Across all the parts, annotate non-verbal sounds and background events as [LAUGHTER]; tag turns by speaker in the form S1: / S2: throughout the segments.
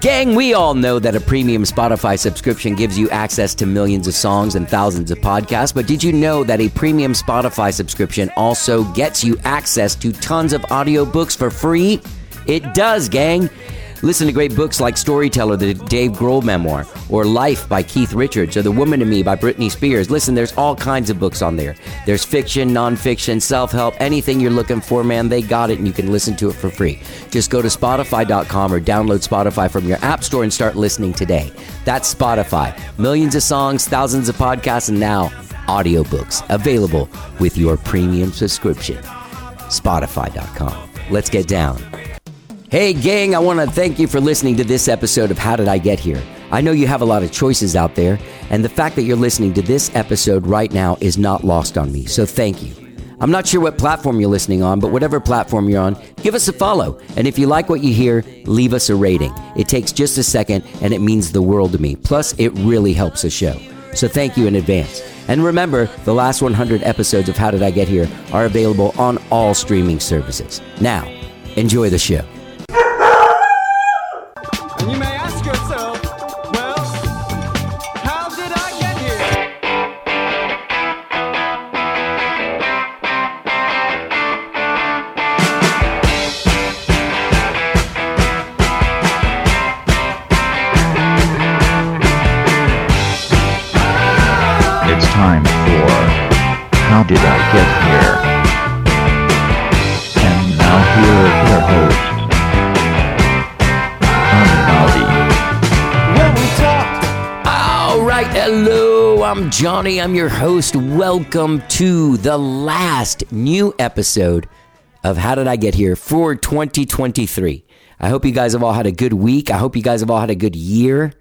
S1: Gang, we all know that a premium Spotify subscription gives you access to millions of songs and thousands of podcasts, but did you know that a premium Spotify subscription also gets you access to tons of audiobooks for free? It does, gang. Listen to great books like Storyteller, the Dave Grohl memoir, or Life by Keith Richards, or The Woman in Me by Britney Spears. Listen, there's all kinds of books on there. There's fiction, nonfiction, self help, anything you're looking for, man, they got it, and you can listen to it for free. Just go to Spotify.com or download Spotify from your app store and start listening today. That's Spotify. Millions of songs, thousands of podcasts, and now audiobooks available with your premium subscription. Spotify.com. Let's get down. Hey, gang, I want to thank you for listening to this episode of How Did I Get Here? I know you have a lot of choices out there, and the fact that you're listening to this episode right now is not lost on me, so thank you. I'm not sure what platform you're listening on, but whatever platform you're on, give us a follow. And if you like what you hear, leave us a rating. It takes just a second, and it means the world to me. Plus, it really helps the show. So thank you in advance. And remember, the last 100 episodes of How Did I Get Here are available on all streaming services. Now, enjoy the show.
S2: And you may ask yourself, well, how did I get here?
S3: It's time for How Did I Get Here? And now here are their hosts, Anunnaki,
S2: When we talked,
S1: All right, hello. I'm Johnny. I'm your host. Welcome to the last new episode of How Did I Get Here for 2023. I hope you guys have all had a good week. I hope you guys have all had a good year.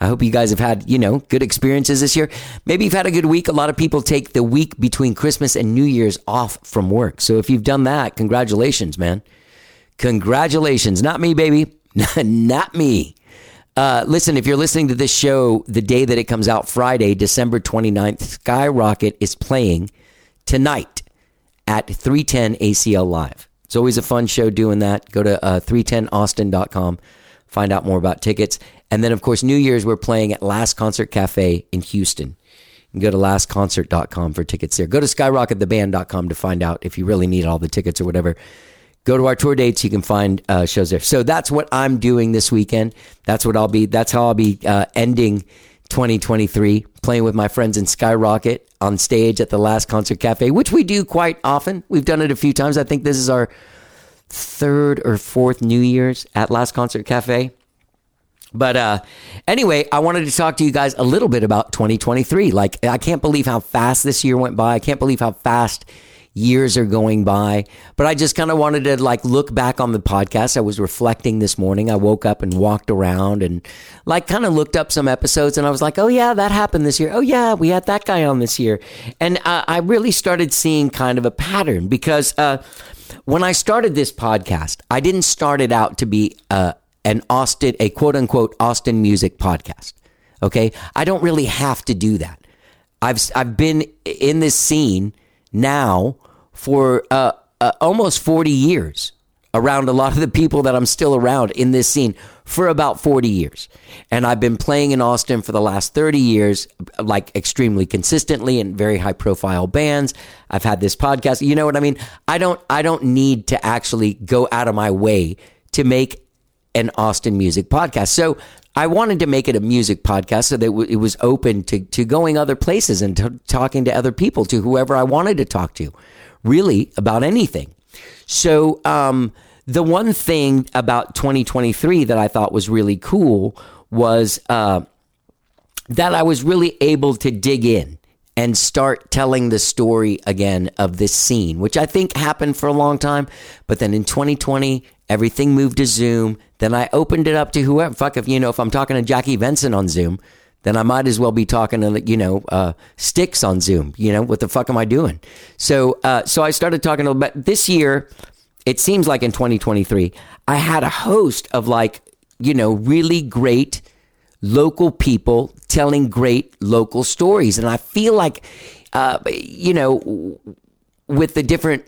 S1: I hope you guys have had, you know, good experiences this year. Maybe you've had a good week. A lot of people take the week between Christmas and New Year's off from work. So if you've done that, congratulations, man. Congratulations. Not me, baby. [LAUGHS] Not me. Uh, listen, if you're listening to this show the day that it comes out, Friday, December 29th, Skyrocket is playing tonight at 310 ACL Live. It's always a fun show doing that. Go to uh, 310austin.com, find out more about tickets. And then, of course, New Year's, we're playing at Last Concert Cafe in Houston. You can go to lastconcert.com for tickets there. Go to skyrockettheband.com to find out if you really need all the tickets or whatever. Go to our tour dates. You can find uh, shows there. So that's what I'm doing this weekend. That's what I'll be. That's how I'll be uh, ending 2023, playing with my friends in Skyrocket on stage at the Last Concert Cafe, which we do quite often. We've done it a few times. I think this is our third or fourth New Year's at Last Concert Cafe. But uh, anyway, I wanted to talk to you guys a little bit about 2023. Like, I can't believe how fast this year went by. I can't believe how fast years are going by. But I just kind of wanted to like look back on the podcast. I was reflecting this morning. I woke up and walked around and like kind of looked up some episodes and I was like, oh yeah, that happened this year. Oh yeah, we had that guy on this year. And uh, I really started seeing kind of a pattern because uh, when I started this podcast, I didn't start it out to be uh, an Austin, a quote unquote Austin music podcast. Okay. I don't really have to do that. I've, I've been in this scene now for uh, uh, almost 40 years around a lot of the people that I'm still around in this scene for about 40 years. And I've been playing in Austin for the last 30 years, like extremely consistently in very high profile bands. I've had this podcast. You know what I mean? I don't, I don't need to actually go out of my way to make an Austin music podcast. So I wanted to make it a music podcast so that it w- it was open to, to going other places and to talking to other people, to whoever I wanted to talk to, really about anything. So, um, the one thing about 2023 that I thought was really cool was, uh, that I was really able to dig in and start telling the story again of this scene, which I think happened for a long time. But then in 2020, everything moved to Zoom. Then I opened it up to whoever. Fuck if you know if I'm talking to Jackie Benson on Zoom, then I might as well be talking to you know uh, sticks on Zoom. You know what the fuck am I doing? So uh, so I started talking a little bit this year. It seems like in 2023, I had a host of like you know really great local people telling great local stories. And I feel like, uh, you know, with the different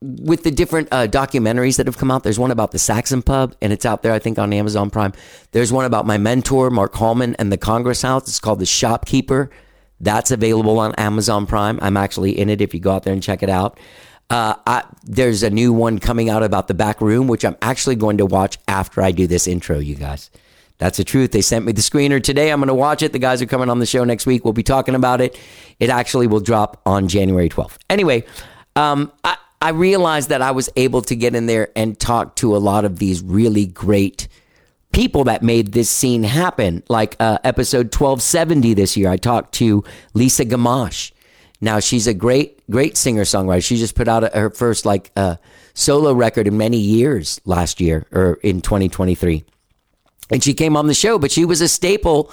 S1: with the different uh, documentaries that have come out, there's one about the Saxon Pub, and it's out there, I think, on Amazon Prime. There's one about my mentor, Mark Hallman, and the Congress House. It's called The Shopkeeper. That's available on Amazon Prime. I'm actually in it if you go out there and check it out. Uh, I, there's a new one coming out about the back room, which I'm actually going to watch after I do this intro, you guys. That's the truth. They sent me the screener today. I'm going to watch it. The guys are coming on the show next week. We'll be talking about it. It actually will drop on January 12th. Anyway, um, I, I realized that I was able to get in there and talk to a lot of these really great people that made this scene happen. Like uh, episode 1270 this year, I talked to Lisa Gamache. Now she's a great, great singer songwriter. She just put out a, her first like uh, solo record in many years last year or in 2023 and she came on the show, but she was a staple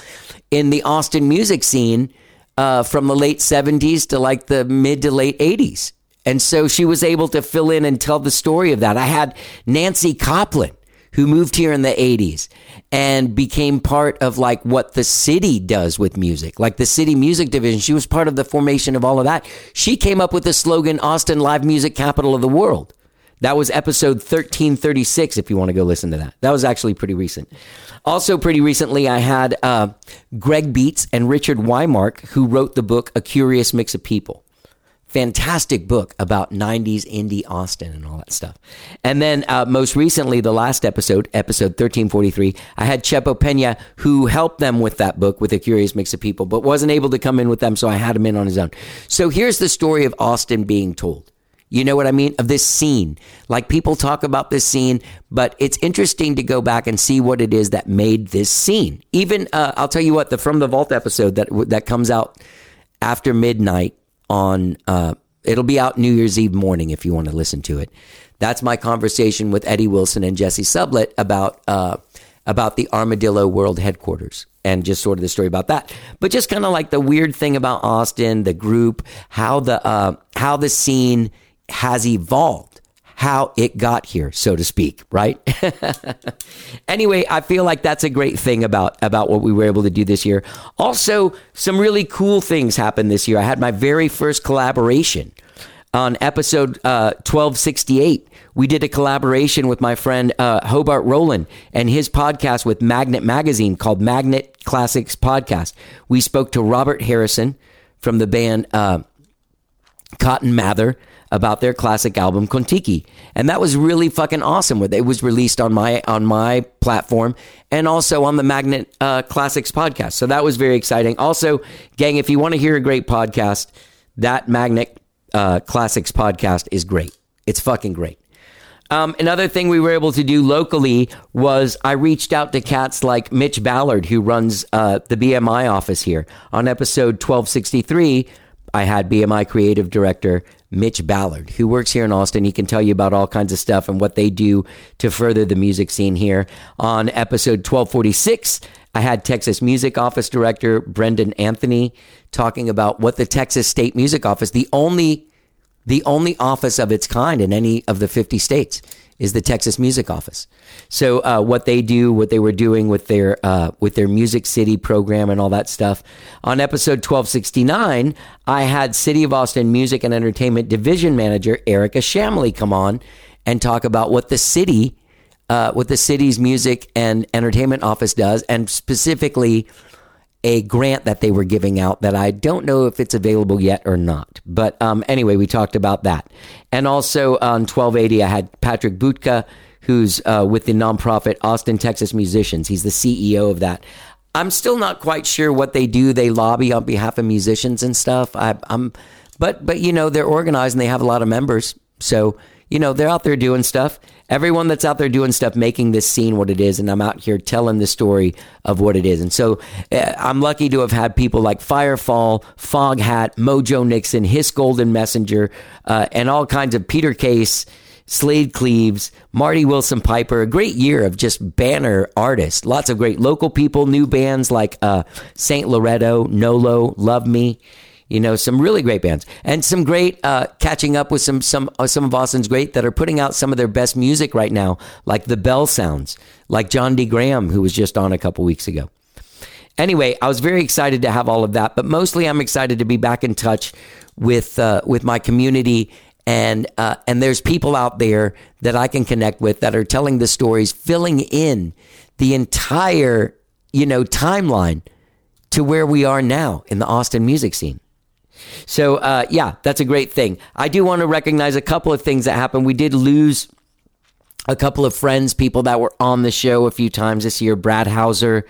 S1: in the Austin music scene uh, from the late 70s to like the mid to late 80s. And so she was able to fill in and tell the story of that. I had Nancy Copland, who moved here in the 80s and became part of like what the city does with music, like the city music division. She was part of the formation of all of that. She came up with the slogan Austin Live Music Capital of the World. That was episode 1336, if you want to go listen to that. That was actually pretty recent. Also, pretty recently, I had uh, Greg Beats and Richard Weimark, who wrote the book A Curious Mix of People. Fantastic book about 90s indie Austin and all that stuff. And then, uh, most recently, the last episode, episode 1343, I had Chepo Pena, who helped them with that book with A Curious Mix of People, but wasn't able to come in with them, so I had him in on his own. So here's the story of Austin being told. You know what I mean? Of this scene. Like people talk about this scene, but it's interesting to go back and see what it is that made this scene. Even uh, I'll tell you what the From the Vault episode that that comes out after midnight on uh, it'll be out New Year's Eve morning if you want to listen to it. That's my conversation with Eddie Wilson and Jesse Sublett about uh, about the Armadillo World Headquarters and just sort of the story about that. But just kind of like the weird thing about Austin, the group, how the uh, how the scene has evolved, how it got here, so to speak, right? [LAUGHS] anyway, I feel like that's a great thing about about what we were able to do this year. Also, some really cool things happened this year. I had my very first collaboration on episode uh, 1268. We did a collaboration with my friend uh, Hobart Roland and his podcast with Magnet Magazine called Magnet Classics Podcast. We spoke to Robert Harrison from the band uh, Cotton Mather about their classic album Contiki, and that was really fucking awesome. With it was released on my on my platform and also on the Magnet uh, Classics podcast, so that was very exciting. Also, gang, if you want to hear a great podcast, that Magnet uh, Classics podcast is great. It's fucking great. Um, another thing we were able to do locally was I reached out to cats like Mitch Ballard, who runs uh, the BMI office here. On episode 1263, I had BMI creative director Mitch Ballard, who works here in Austin. He can tell you about all kinds of stuff and what they do to further the music scene here. On episode 1246, I had Texas Music Office Director Brendan Anthony talking about what the Texas State Music Office, the only the only office of its kind in any of the 50 states is the Texas Music Office. So uh, what they do, what they were doing with their uh, with their Music City program and all that stuff. On episode 1269, I had City of Austin Music and Entertainment Division Manager Erica Shamley come on and talk about what the city uh, what the city's music and entertainment office does, and specifically a grant that they were giving out that I don't know if it's available yet or not. But um, anyway, we talked about that. And also on 1280, I had Patrick Butka, who's uh, with the nonprofit Austin, Texas Musicians. He's the CEO of that. I'm still not quite sure what they do. They lobby on behalf of musicians and stuff. I, I'm, but but you know they're organized and they have a lot of members. So you know they're out there doing stuff. Everyone that's out there doing stuff, making this scene what it is, and I'm out here telling the story of what it is. And so eh, I'm lucky to have had people like Firefall, Foghat, Mojo Nixon, His Golden Messenger, uh, and all kinds of Peter Case. Slade Cleaves, Marty Wilson Piper, a great year of just banner artists. Lots of great local people, new bands like uh, St. Loretto, Nolo, Love Me. You know, some really great bands and some great uh, catching up with some some uh, some of Austin's great that are putting out some of their best music right now, like the Bell Sounds, like John D. Graham, who was just on a couple weeks ago. Anyway, I was very excited to have all of that, but mostly I'm excited to be back in touch with uh, with my community and uh, and there's people out there that I can connect with that are telling the stories, filling in the entire you know timeline to where we are now in the Austin music scene. So uh, yeah, that's a great thing. I do want to recognize a couple of things that happened. We did lose a couple of friends, people that were on the show a few times this year. Brad Hauser,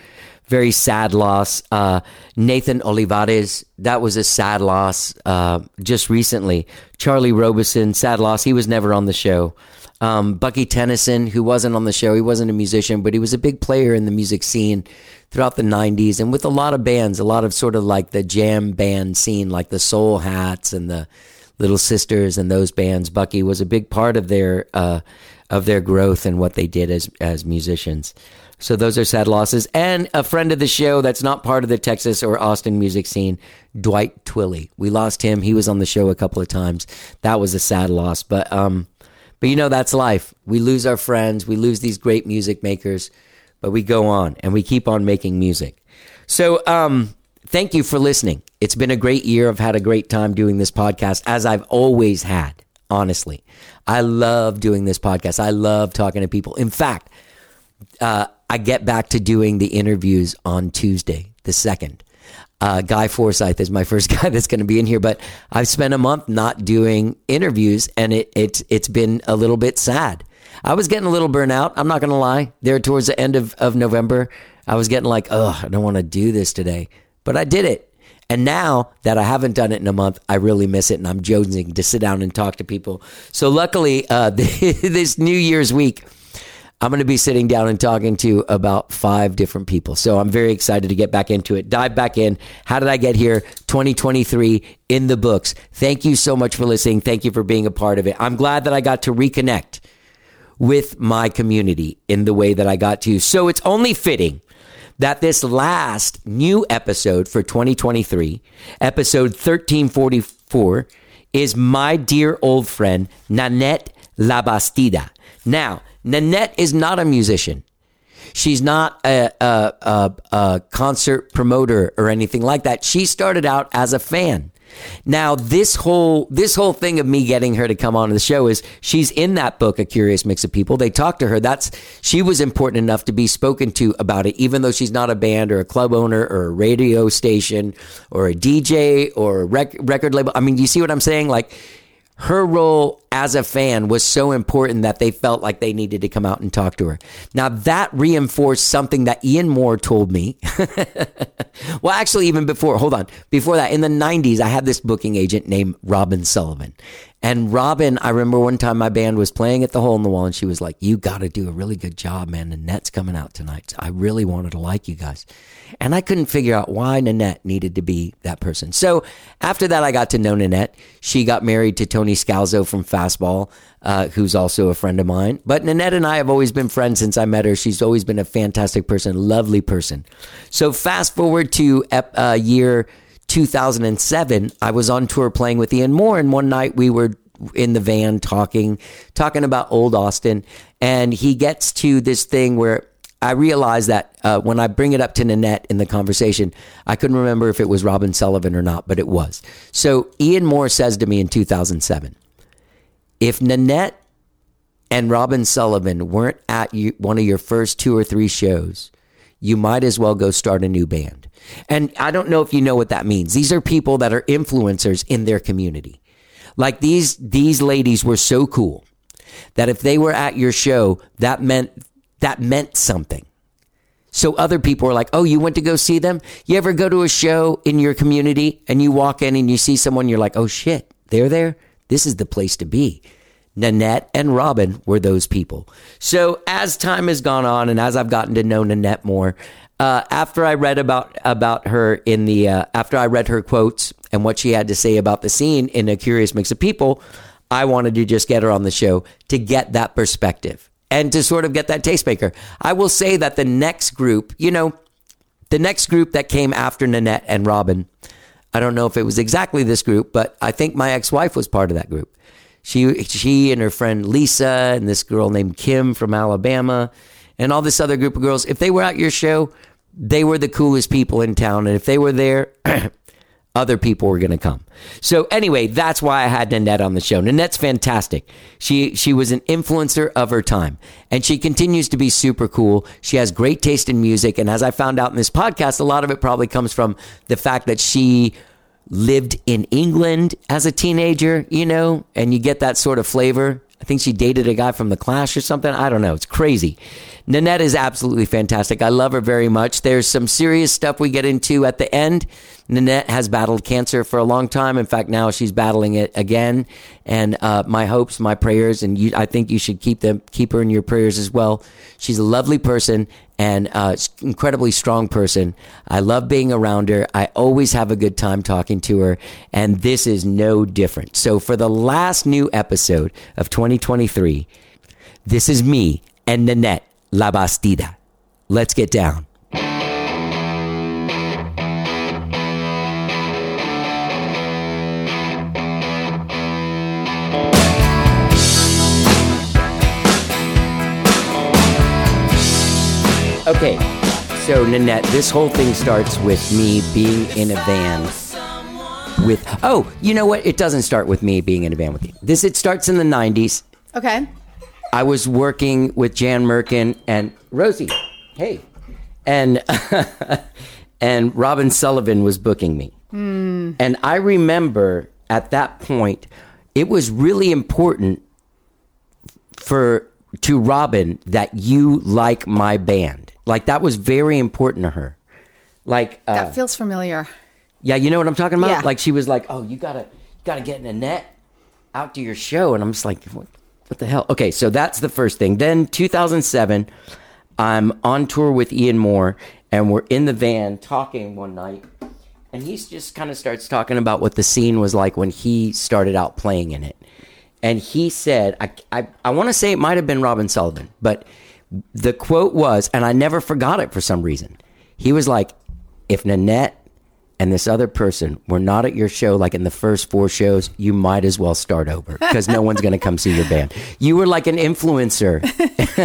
S1: very sad loss. Uh, Nathan Olivares, that was a sad loss uh, just recently. Charlie Robeson, sad loss. He was never on the show. Um, Bucky Tennyson, who wasn't on the show, he wasn't a musician, but he was a big player in the music scene throughout the 90s and with a lot of bands, a lot of sort of like the jam band scene, like the Soul Hats and the Little Sisters and those bands. Bucky was a big part of their uh, of their growth and what they did as as musicians. So those are sad losses. And a friend of the show that's not part of the Texas or Austin music scene, Dwight Twilley. We lost him. He was on the show a couple of times. That was a sad loss, but um, but you know that's life. We lose our friends. We lose these great music makers, but we go on and we keep on making music. So um, thank you for listening. It's been a great year. I've had a great time doing this podcast, as I've always had, honestly. I love doing this podcast. I love talking to people. In fact, uh, I get back to doing the interviews on Tuesday, the 2nd. Uh, Guy Forsyth is my first [LAUGHS] guy that's going to be in here, but I've spent a month not doing interviews, and it, it's it's been a little bit sad. I was getting a little burnout. I'm not going to lie. There towards the end of, of November, I was getting like, oh, I don't want to do this today. But I did it. And now that I haven't done it in a month, I really miss it. And I'm jonesing to sit down and talk to people. So luckily, uh, [LAUGHS] this New Year's week, I'm going to be sitting down and talking to about five different people. So I'm very excited to get back into it. Dive back in. How did I get here? 2023 in the books. Thank you so much for listening. Thank you for being a part of it. I'm glad that I got to reconnect with my community in the way that I got to. So it's only fitting that this last new episode for 2023, episode 1344, is my dear old friend, Nanette Labastida. Now, Nanette is not a musician. She's not a, a, a, a concert promoter or anything like that. She started out as a fan. Now this whole this whole thing of me getting her to come on the show is she's in that book, A Curious Mix of People. They talked to her. That's she was important enough to be spoken to about it, even though she's not a band or a club owner or a radio station or a DJ or a rec- record label. I mean, you see what I'm saying? Like her role as a fan was so important that they felt like they needed to come out and talk to her. Now that reinforced something that Ian Moore told me. well, actually, even before, hold on, before that, in the 90s, I had this booking agent named Robin Sullivan. And Robin, I remember one time my band was playing at the hole in the wall and she was like, You got to do a really good job, man. Nanette's coming out tonight. I really wanted to like you guys. And I couldn't figure out why Nanette needed to be that person. So after that, I got to know Nanette. She got married to Tony Scalzo from Fastball, uh, who's also a friend of mine. But Nanette and I have always been friends since I met her. She's always been a fantastic person, lovely person. So fast forward to ep- uh, year 2007, I was on tour playing with Ian Moore, and one night we were in the van talking, talking about old Austin, and he gets to this thing where I realized that uh, when I bring it up to Nanette in the conversation, I couldn't remember if it was Robin Sullivan or not, but it was. So Ian Moore says to me in 2007, if Nanette and Robin Sullivan weren't at you, one of your first two or three shows, you might as well go start a new band. And I don't know if you know what that means. These are people that are influencers in their community. Like these these ladies were so cool that if they were at your show, that meant that meant something. So other people are like, "Oh, you went to go see them? You ever go to a show in your community and you walk in and you see someone you're like, "Oh shit, they're there? This is the place to be." Nanette and Robin were those people. So as time has gone on and as I've gotten to know Nanette more, uh, after I read about about her in the uh, after I read her quotes and what she had to say about the scene in a curious mix of people, I wanted to just get her on the show to get that perspective and to sort of get that tastemaker. I will say that the next group, you know, the next group that came after Nanette and Robin, I don't know if it was exactly this group, but I think my ex-wife was part of that group she she and her friend Lisa and this girl named Kim from Alabama and all this other group of girls if they were at your show they were the coolest people in town and if they were there other people were going to come. So anyway, that's why I had Nanette on the show. Nanette's fantastic. She she was an influencer of her time, and she continues to be super cool. She has great taste in music, and as I found out in this podcast, a lot of it probably comes from the fact that she lived in England as a teenager, you know, and you get that sort of flavor. I think she dated a guy from The Clash or something. I don't know. It's crazy. Nanette is absolutely fantastic. I love her very much. There's some serious stuff we get into at the end. Nanette has battled cancer for a long time. In fact, now she's battling it again. And uh, my hopes, my prayers, and you, I think you should keep them, keep her in your prayers as well. She's a lovely person and uh, s- incredibly strong person. I love being around her. I always have a good time talking to her, and this is no different. So, for the last new episode of 2023, this is me and Nanette La Bastida. Let's get down. Okay, so Nanette, this whole thing starts with me being in a van with. Oh, you know what? It doesn't start with me being in a van with you. This it starts in the '90s.
S4: Okay.
S1: I was working with Jan Merkin and Rosie. Hey, and [LAUGHS] and Robin Sullivan was booking me. And I remember at that point, it was really important for to Robin that you like my band. Like that was very important to her. Like uh,
S4: That feels familiar.
S1: yeah, you know what I'm talking about?
S4: Yeah.
S1: Like she was like, "Oh, you gotta, you gotta get in a net out to your show," and I'm just like, "What, what the hell?" Okay, so that's the first thing. Then 2007, I'm on tour with Ian Moore, and we're in the van talking one night, and he just kind of starts talking about what the scene was like when he started out playing in it, and he said, "I, I, I want to say it might have been Robin Sullivan, but." The quote was, and I never forgot it for some reason. He was like, if Nanette and this other person were not at your show like in the first four shows, you might as well start over because no one's going to come see your band. You were like an influencer.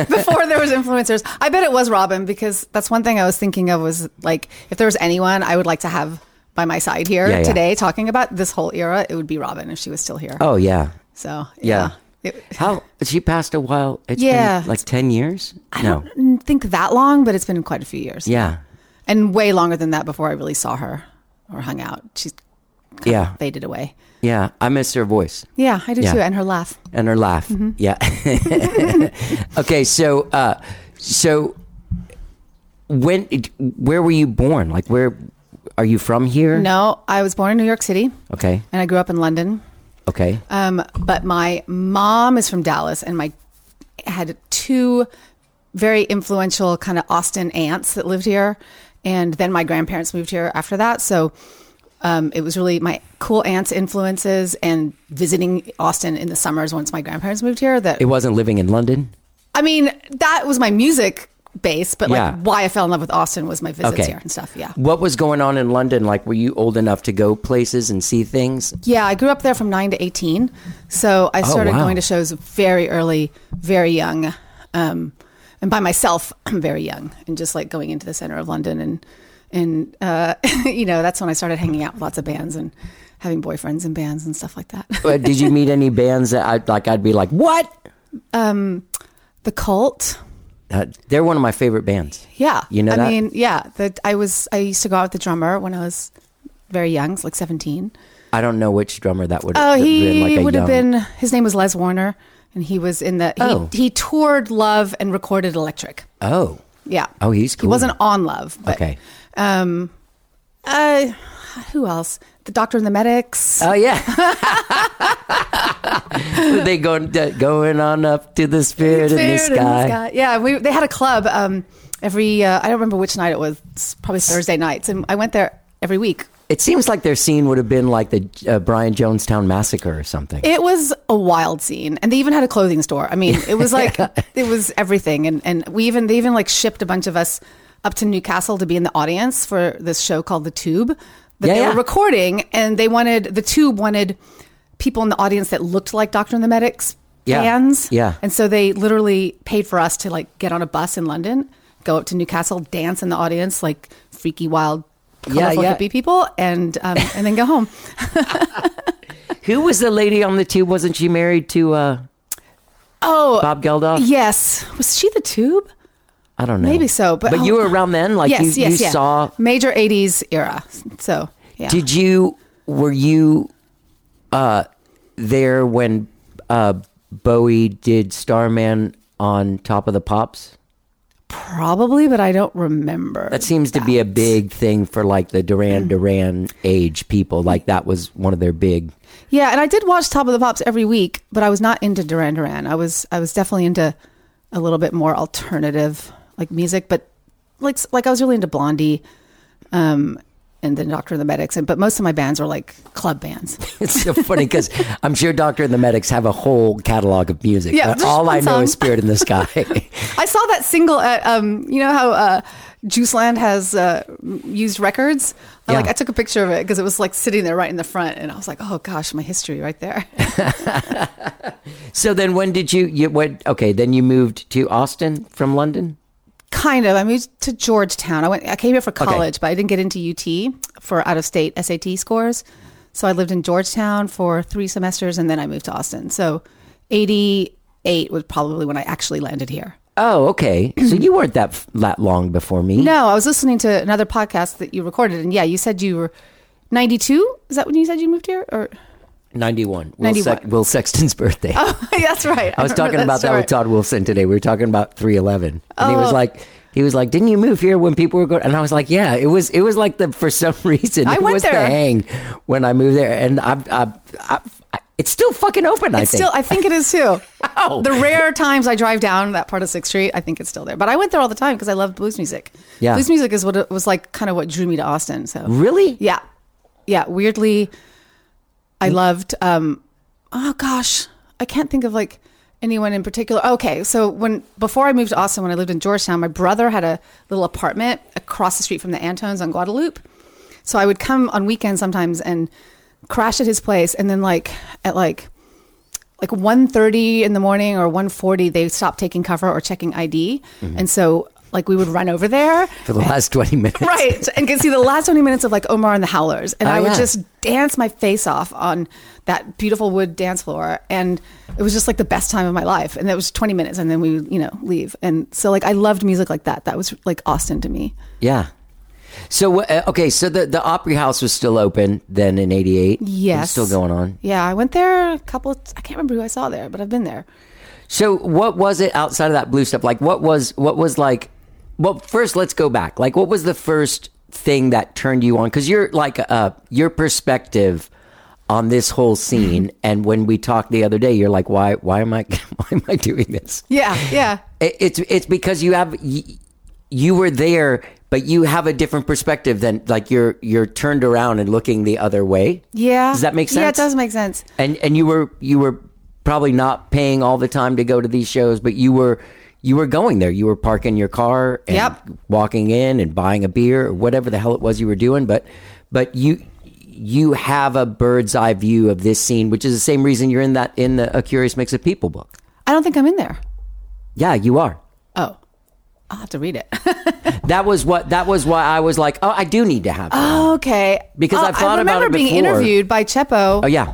S4: [LAUGHS] Before there was influencers, I bet it was Robin because that's one thing I was thinking of was like if there was anyone I would like to have by my side here
S1: Yeah, yeah.
S4: today talking about this whole era, it would be Robin if she was still here.
S1: Oh yeah,
S4: So
S1: yeah.
S4: yeah, It-
S1: How she passed a while? It's
S4: Yeah.
S1: been like ten years. no,
S4: I don't think that long, but it's been quite a few years.
S1: yeah,
S4: and way longer than that before I really saw her or hung out. She's
S1: yeah,
S4: faded away.
S1: yeah. I miss her voice.
S4: Yeah, I do
S1: Yeah.
S4: too, and her laugh.
S1: and her laugh.
S4: Mm-hmm.
S1: Yeah. [LAUGHS] okay, so uh so when where were you born? Like where are you from here?
S4: No, I was born in New York City,
S1: Okay.
S4: and I grew up in London.
S1: Okay.
S4: Um, but my mom is from Dallas, and my had two very influential kind of Austin aunts that lived here, and then my grandparents moved here after that. So um, it was really my cool aunts' influences and visiting Austin in the summers once my grandparents moved here. That
S1: it wasn't living in London?
S4: I mean, that was my music base, but like
S1: Yeah.
S4: why I fell in love with Austin was my visits
S1: Okay.
S4: here and stuff. Yeah.
S1: What was going on in London? Like were you old enough to go places and see things?
S4: Yeah, I grew up there from nine to 18. So I started
S1: Oh, wow.
S4: going to shows very early, very young. Um, and by myself, [CLEARS THROAT] I'm very young and just like going into the center of London. And, and uh, [LAUGHS] you know, that's when I started hanging out with lots of bands and having boyfriends and bands and stuff like that.
S1: But uh, did you meet any bands that I like I'd be like, "What?"
S4: the cult.
S1: Uh, they're one of my favorite bands.
S4: Yeah.
S1: You know
S4: I
S1: that?
S4: mean, yeah. The, I was, I used to go out with the drummer when I was very young, it's like 17.
S1: I don't know which drummer that would
S4: Oh,
S1: have
S4: he
S1: been like a
S4: would have
S1: young-
S4: been. His name was Les Warner, and he was in the. He,
S1: Oh.
S4: he toured Love and recorded Electric.
S1: Oh.
S4: Yeah.
S1: Oh, he's cool.
S4: He wasn't on Love. But,
S1: Okay.
S4: Um, uh, who else? The Doctor and the Medics.
S1: Oh yeah. [LAUGHS] Were they going uh, going on up to the spirit, in the
S4: Spirit in
S1: sky.
S4: Yeah, we they had a club. Um, every uh, I don't remember which night it was. It's Probably Thursday nights, and I went there every week.
S1: It seems like their scene would have been like the uh, Brian Jonestown massacre or something.
S4: It was a wild scene, and they even had a clothing store. I mean,
S1: [LAUGHS]
S4: it was like it was everything, and and we even they even like shipped a bunch of us up to Newcastle to be in the audience for this show called The Tube that
S1: Yeah,
S4: they
S1: yeah.
S4: were recording, and they wanted the Tube wanted people in the audience that looked like Doctor and the Medics
S1: Yeah,
S4: fans,
S1: yeah.
S4: and so they literally paid for us to like get on a bus in London, go up to Newcastle, dance in the audience like freaky wild colorful
S1: yeah.
S4: hippie people, and um, and then
S1: [LAUGHS]
S4: go home.
S1: Who was the lady on the tube? Wasn't she married to uh,
S4: Oh,
S1: Bob Geldof?
S4: yes, was she the tube?
S1: I don't know.
S4: Maybe so, but-
S1: but you
S4: oh,
S1: were around then. Like
S4: yes,
S1: you,
S4: yes,
S1: you
S4: yeah.
S1: saw.
S4: major '80s era. So yeah,
S1: Did you? Were you uh, there when uh, Bowie did Starman on Top of the Pops?
S4: probably, but I don't remember.
S1: That seems to be a big thing for like the
S4: Mm.
S1: Duran Duran age people. Like that was one of their big. [LAUGHS]
S4: Yeah, and I did watch Top of the Pops every week, but I was not into Duran Duran. I was I was definitely into a little bit more alternative like music, but like like I was really into Blondie, um, and then Doctor and the Medics, and but most of my bands were like club bands.
S1: It's so funny because I'm sure Doctor and the Medics have a whole catalog of music.
S4: Yeah,
S1: but
S4: just
S1: all
S4: one
S1: I know is
S4: song.
S1: Spirit in the
S4: [LAUGHS]
S1: Sky.
S4: I saw that single at um, you know how uh, Juiceland has uh, used records. I, Like
S1: Yeah.
S4: I took a picture of it because it was like sitting there right in the front, and I was like, oh gosh, my history right there. [LAUGHS]
S1: So then, when did you you went? Okay, then you moved to Austin from London.
S4: Kind of. I moved to Georgetown. I went. I came here for college, but I didn't get into UT for out of state SAT scores. So I lived in Georgetown for three semesters, and then I moved to Austin. So eighty eight was probably when I actually landed here.
S1: Oh, okay.
S4: [CLEARS THROAT]
S1: so you weren't that f- that long before me.
S4: No, I was listening to another podcast that you recorded, and yeah, you said you were ninety two. Is that when you said you moved here? Or
S1: ninety one. Will,
S4: 91.
S1: Will Sexton's [LAUGHS] birthday.
S4: Oh, [LAUGHS] that's right. Oh.
S1: I was
S4: remember
S1: talking about that with
S4: story.
S1: Todd Wilson today. We were talking about three eleven, and he was like. He was like, "Didn't you move here when people were going?" And I was like, "Yeah, it was. It was like the for some [LAUGHS] reason
S4: I
S1: it
S4: went
S1: was the
S4: there.
S1: hang when I moved there, and I, I, I, I it's still fucking open. I
S4: It's
S1: think Oh.
S4: still, I think it
S1: [LAUGHS]
S4: is too.
S1: Ow.
S4: The rare times I drive down that part of Sixth Street, I think it's still there. But I went there all the time because I love blues music.
S1: Yeah.
S4: blues music is what it was like, kind of what drew me to Austin. So
S1: Oh, really.
S4: yeah, yeah. Weirdly, I loved. um Oh gosh, I can't think of like anyone in particular. Okay, so when before I moved to Austin, when I lived in Georgetown, my brother had a little apartment across the street from the Antones on Guadalupe. So I would come on weekends sometimes and crash at his place, and then like at like like 1.30 in the morning or 1.40 they stopped taking cover or checking id and so like we would run over there
S1: For the last twenty minutes,
S4: right [LAUGHS] and can see the last 20 minutes of like omar and the howlers and
S1: Oh,
S4: i would
S1: yeah.
S4: just dance my face off on that beautiful wood dance floor and it was just like the best time of my life and it was 20 minutes and then we would you know leave and so like i loved music like that that was like austin to me
S1: Yeah. So uh, okay, so the the Opry House was still open then in '88.
S4: Yes.
S1: still going on.
S4: yeah i went there a couple of, i can't remember who i saw there but i've been there
S1: So what was it outside of that blue stuff? Like what was what was like? Well, first let's go back. Like what was the first thing that turned you on? Because you're like uh, your perspective on this whole scene. and when we talked the other day, you're like, why why am I [LAUGHS] why am I doing this?
S4: yeah yeah
S1: It, it's it's because you have you, you were there, but you have a different perspective than like you're you're turned around and looking the other way.
S4: yeah
S1: Does that make sense?
S4: yeah it does make sense
S1: And and you were you were probably not paying all the time to go to these shows, but you were you were going there. You were parking your car and
S4: Yep.
S1: walking in and buying a beer or whatever the hell it was you were doing, but but you you have a bird's eye view of this scene, which is the same reason you're in that in the A Curious Mix of People book.
S4: i don't think i'm in there
S1: Yeah, you are.
S4: oh i'll have to read
S1: [LAUGHS]
S4: it [LAUGHS]
S1: That was what. That was why I was like, oh, I do need to have. that.
S4: Oh. Okay.
S1: Because I've thought
S4: I
S1: about
S4: remember
S1: it
S4: being
S1: before.
S4: interviewed by Chepo.
S1: oh yeah,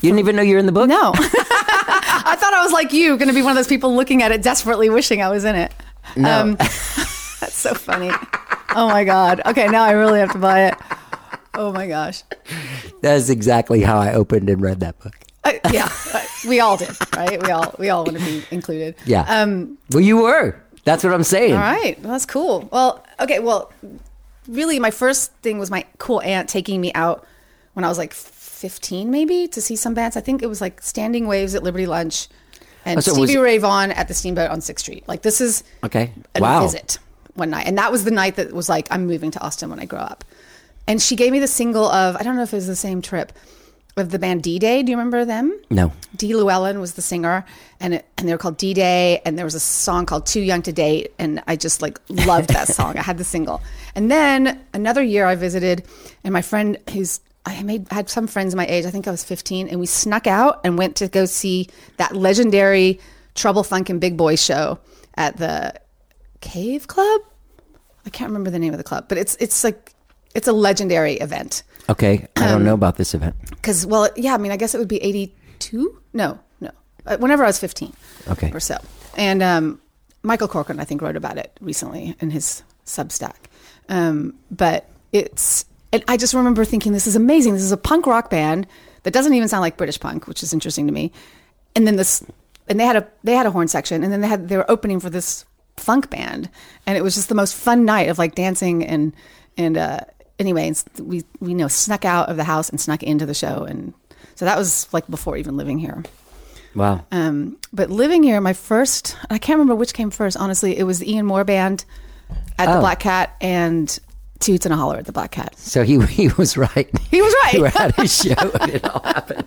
S1: you didn't even know you're in the book. [LAUGHS]
S4: No. I thought I was like you, going to be one of those people looking at it desperately wishing I was in it. Um,
S1: No. [LAUGHS]
S4: That's so funny. oh my God. Okay, now I really have to buy it. Oh my gosh.
S1: That's exactly how I opened and read that book.
S4: I, Uh, yeah, we all did, right? We all we all want to be included.
S1: Yeah.
S4: Um.
S1: well, you were. That's what I'm saying.
S4: All right. Well, that's cool. Well, okay. Well, really, my first thing was my cool aunt taking me out when I was like 15, maybe, to see some bands. I think it was like Standing Waves at Liberty Lunch and
S1: Oh, so it was-
S4: Stevie Ray Vaughan at the Steamboat on Sixth Street. Like this is
S1: Okay.
S4: a
S1: Wow.
S4: visit one night, and that was the night that was like I'm moving to Austin when I grow up. And she gave me the single of I don't know if it was the same trip of the band D Day. Do you remember them?
S1: No.
S4: Dee Llewellyn was the singer, and it, and they were called D Day, and there was a song called Too Young to Date, and I just like loved that song. I had the single, and then another year I visited, and my friend who's I made had some friends my age. I think I was fifteen, and we snuck out and went to go see that legendary Trouble Funk and Big Boy show at the Cave Club. I can't remember the name of the club, but it's it's like it's a legendary event.
S1: Okay, I don't
S4: Um,
S1: know about this event.
S4: Because, well, yeah, I mean, I guess it would be 82? No, no. Uh, Whenever I was 15
S1: Okay.
S4: or so. And um, Michael Corcoran, I think, wrote about it recently in his Substack. Um, but it's, and I just remember thinking, this is amazing. This is a punk rock band that doesn't even sound like British punk, which is interesting to me. And then this, and they had a they had a horn section, and then they had they were opening for this funk band, and it was just the most fun night of like dancing and and uh, anyway, and s- we we you know snuck out of the house and snuck into the show, and so that was like before even living here.
S1: Wow.
S4: Um, but living here, my first, I can't remember which came first, honestly. It was the Ian Moore Band at
S1: Oh.
S4: the Black Cat and Toots and a Holler at the Black Cat.
S1: So he [LAUGHS] he was right.
S4: [LAUGHS] He was right.
S1: You were at his show and it all
S4: [LAUGHS]
S1: happened.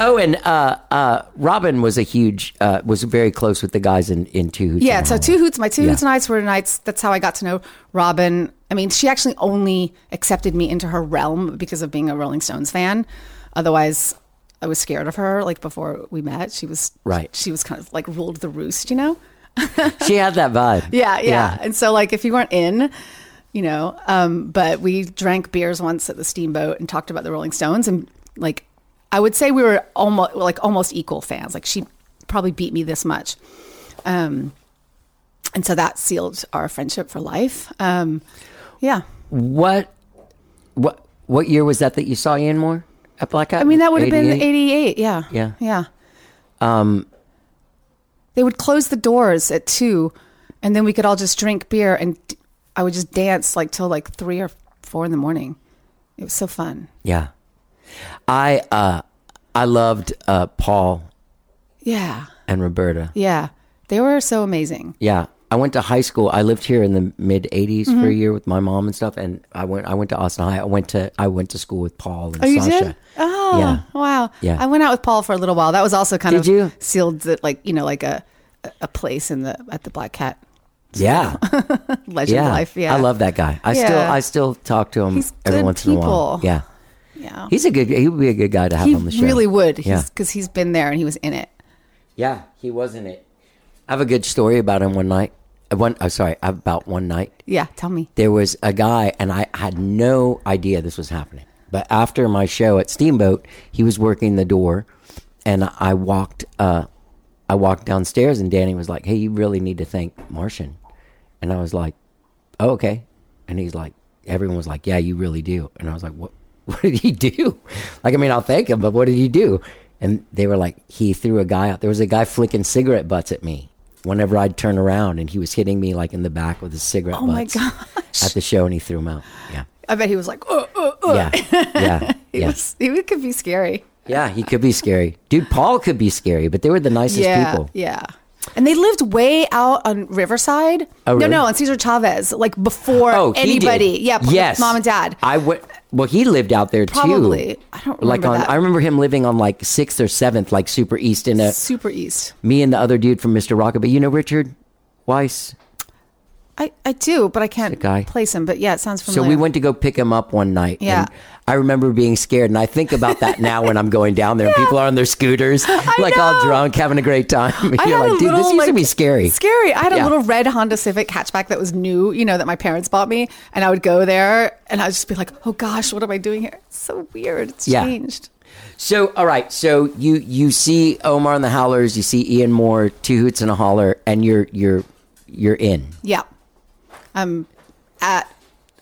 S1: Oh, and uh, uh, Robin was a huge, uh, was very close with the guys in, in Two Hoots.
S4: Yeah,
S1: and
S4: so
S1: Holler.
S4: Two Hoots, my Two
S1: Yeah.
S4: Hoots nights were nights, that's how I got to know Robin. I mean, she actually only accepted me into her realm because of being a Rolling Stones fan. Otherwise, I was scared of her, like before we met. She was,
S1: Right.
S4: she was kind of like ruled the roost, you know?
S1: She had that vibe.
S4: Yeah, yeah, And so like if you weren't in, you know, um, but we drank beers once at the steamboat and talked about the Rolling Stones and like I would say we were almost like almost equal fans. Like she probably beat me this much. Um and so that sealed our friendship for life. Um yeah.
S1: What, what, what year was that that you saw Ian Moore at Black Hat?
S4: I mean that would have been 88, yeah.
S1: Yeah. Um,
S4: Yeah. Um they would close the doors at 2 and then we could all just drink beer and d- I would just dance like till like 3 or 4 in the morning. It was so fun.
S1: Yeah. I, uh, I loved uh, Paul
S4: Yeah.
S1: and Roberta.
S4: Yeah. They were so amazing.
S1: Yeah. I went to high school. I lived here in the mid '80s for
S4: Mm-hmm.
S1: a year with my mom and stuff, and I went. I went to Austin High. I went to. I went to school with Paul and
S4: Oh, you
S1: Sasha.
S4: did? Oh,
S1: Yeah.
S4: wow.
S1: Yeah.
S4: I went out with Paul for a little while. That was also kind
S1: Did
S4: of
S1: you?
S4: sealed the, like, you know, like a a place in the at the Black Cat
S1: Yeah,
S4: [LAUGHS] legend
S1: yeah.
S4: life. Yeah.
S1: I love that guy. I
S4: Yeah.
S1: still. I still talk to him
S4: He's
S1: every
S4: good
S1: once in a while.
S4: people.
S1: Yeah.
S4: Yeah.
S1: He's a good. He would be a good guy to have
S4: he
S1: on the show.
S4: really would. He's
S1: Yeah.
S4: cuz he's been there and he was in it.
S1: Yeah. He wasn't it. I have a good story about him. One night. Uh, One. Oh, sorry. About one night.
S4: Yeah, tell me.
S1: there was a guy, and I had no idea this was happening. But after my show at Steamboat, he was working the door, and I walked. Uh, I walked downstairs, and Danny was like, "Hey, you really need to thank Martian," and I was like, "Oh, okay." And he's like, "Everyone was like, yeah, you really do," and I was like, "What? [LAUGHS] What did he do? Like, I mean, I'll thank him, but what did he do?" And they were like, "He threw a guy out. There was a guy flicking cigarette butts at me." Whenever I'd turn around, and he was hitting me like in the back with his cigarette
S4: Oh my
S1: butts
S4: gosh.
S1: at the show and he threw him out. Yeah.
S4: I bet he was like, oh, oh, oh. [LAUGHS]
S1: Yeah. Yeah.
S4: He,
S1: yeah.
S4: was, he could be scary.
S1: yeah. He could be scary. Dude, Paul could be scary, but they were the nicest
S4: yeah.
S1: people.
S4: Yeah. And they lived way out on Riverside.
S1: Oh, really?
S4: No, no, on Cesar Chavez, like before
S1: Oh, he did.
S4: anybody. Yeah. p-
S1: Yes.
S4: Mom and dad.
S1: I went, well, he lived out there
S4: Probably.
S1: too.
S4: I don't
S1: Like
S4: remember
S1: on,
S4: that.
S1: I remember him living on like sixth or seventh, like super east in a,
S4: Super East.
S1: me and the other dude from Mr. Rockabye. You know, Richard Weiss.
S4: I, I do, but I can't
S1: guy.
S4: place him. But yeah, it sounds
S1: So
S4: familiar.
S1: we went to go pick him up one night.
S4: Yeah.
S1: And I remember being scared. And I think about that now when I'm going down
S4: [LAUGHS]
S1: there and people are on their scooters, like all
S4: know.
S1: drunk, having a great time. [LAUGHS] You're
S4: I had
S1: like,
S4: a
S1: dude,
S4: little,
S1: this used to
S4: like,
S1: be scary.
S4: Scary. I had a
S1: Yeah.
S4: little red Honda Civic hatchback that was new, you know, that my parents bought me. And I would go there and I'd just be like, oh gosh, what am I doing here? It's so weird. It's
S1: Yeah.
S4: changed.
S1: So, all right. So you you see Omar and the Howlers, you see Ian Moore, Two Hoots and a Holler, and you're you're you're in.
S4: Yeah. I'm at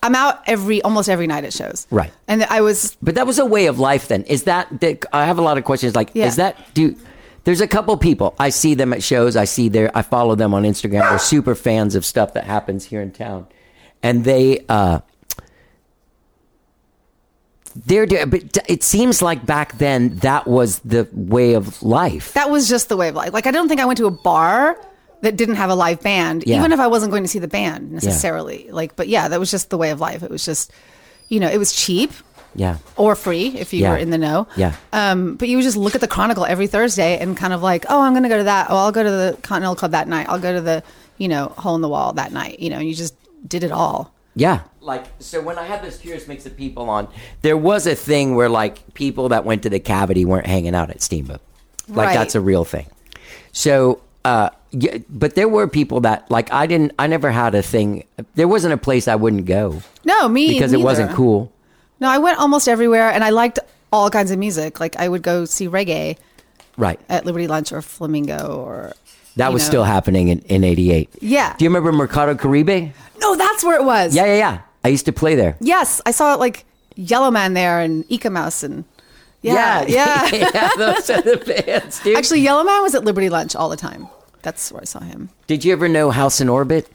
S4: I'm out every almost every night at shows.
S1: Right.
S4: And I was
S1: But that was a way of life. Then is that? that I have a lot of questions. Like,
S4: Yeah.
S1: is that do? There's a couple people I see them at shows. I see their I follow them on Instagram. They're super fans of stuff that happens here in town, and they uh, they're do- but it seems like back then that was the way of life.
S4: that was just the way of life. Like I don't think I went to a bar that didn't have a live band,
S1: Yeah.
S4: even if I wasn't going to see the band necessarily. Like but yeah, that was just the way of life. It was just you know, it was cheap
S1: yeah,
S4: or free if you
S1: Yeah.
S4: were in the know.
S1: Yeah.
S4: Um, but you would just look at the Chronicle every Thursday and kind of like, oh, I'm going to go to that. Oh, I'll go to the Continental Club that night. I'll go to the, you know, hole in the wall that night. You know, and you just did it all.
S1: Yeah. Like so when I had this curious mix of people on, there was a thing where like people that went to the cavity weren't hanging out at Steamboat. Like
S4: Right.
S1: that's a real thing. So uh, yeah, but there were people that like I didn't. I never had a thing. There wasn't a place I wouldn't go
S4: No, me
S1: because it wasn't
S4: neither.
S1: cool.
S4: No, I went almost everywhere, and I liked all kinds of music. Like I would go see reggae
S1: Right.
S4: at Liberty Lunch or Flamingo or
S1: That
S4: Uh, you
S1: was
S4: know.
S1: still happening in, in 88.
S4: Yeah.
S1: Do you remember Mercado Caribe?
S4: No, that's where it was.
S1: Yeah, yeah, yeah. I used to play there.
S4: Yes, I saw like Yellow Man there and Ika Mouse and yeah, yeah.
S1: yeah, [LAUGHS] those are the bands, dude.
S4: Actually, Yellow Man was at Liberty Lunch all the time. That's where I saw him.
S1: Did you ever know House in Orbit?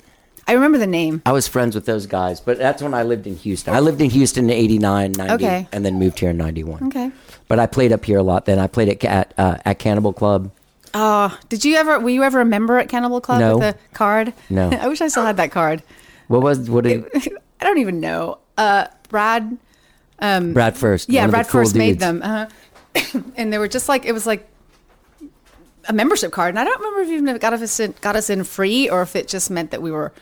S4: I remember the name.
S1: I was friends with those guys, but that's when I lived in Houston. I lived in Houston in 89, 90,
S4: Okay.
S1: and then moved here in 91.
S4: Okay.
S1: But I played up here a lot then. I played at, Ca- at, uh, at Cannibal Club.
S4: Uh, Did you ever? Were you ever a member at Cannibal Club
S1: No.
S4: with a card?
S1: No.
S4: [LAUGHS] I wish I still had that card. [LAUGHS]
S1: What was, what did,
S4: I don't even know. Uh, Brad.
S1: Brad First. one
S4: Yeah,
S1: of the
S4: Brad
S1: cool
S4: first made
S1: dudes.
S4: them, uh [COUGHS] and they were just like it was like a membership card, and I don't remember if even if it got us in, got us in free or if it just meant that we were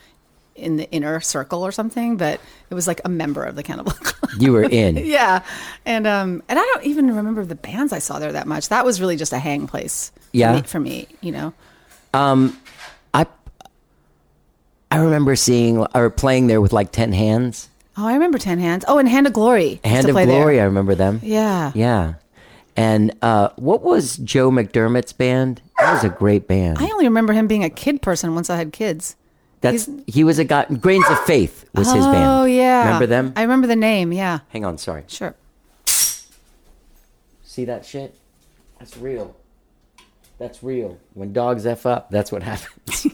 S4: in the inner circle or something. But it was like a member of the Cannibal [LAUGHS] Club.
S1: You were in.
S4: yeah, and um, and I don't even remember the bands I saw there that much. That was really just a hang place. for
S1: Yeah.
S4: me- for me, you know.
S1: I, I remember seeing or playing there with like 10 hands.
S4: Oh, I remember Ten Hands. Oh, and Hand of Glory. used
S1: Hand
S4: to
S1: of
S4: play there.
S1: Glory, I remember them.
S4: Yeah.
S1: Yeah. And uh, what was Joe McDermott's band? That was a great band.
S4: I only remember him being a kid person once I had kids.
S1: That's he was a guy. Grains of Faith was his band.
S4: Oh yeah,
S1: remember them?
S4: I remember the name. Yeah,
S1: Hang on, sorry.
S4: sure.
S1: See that shit? That's real. That's real. When dogs f up, that's what [LAUGHS] happens.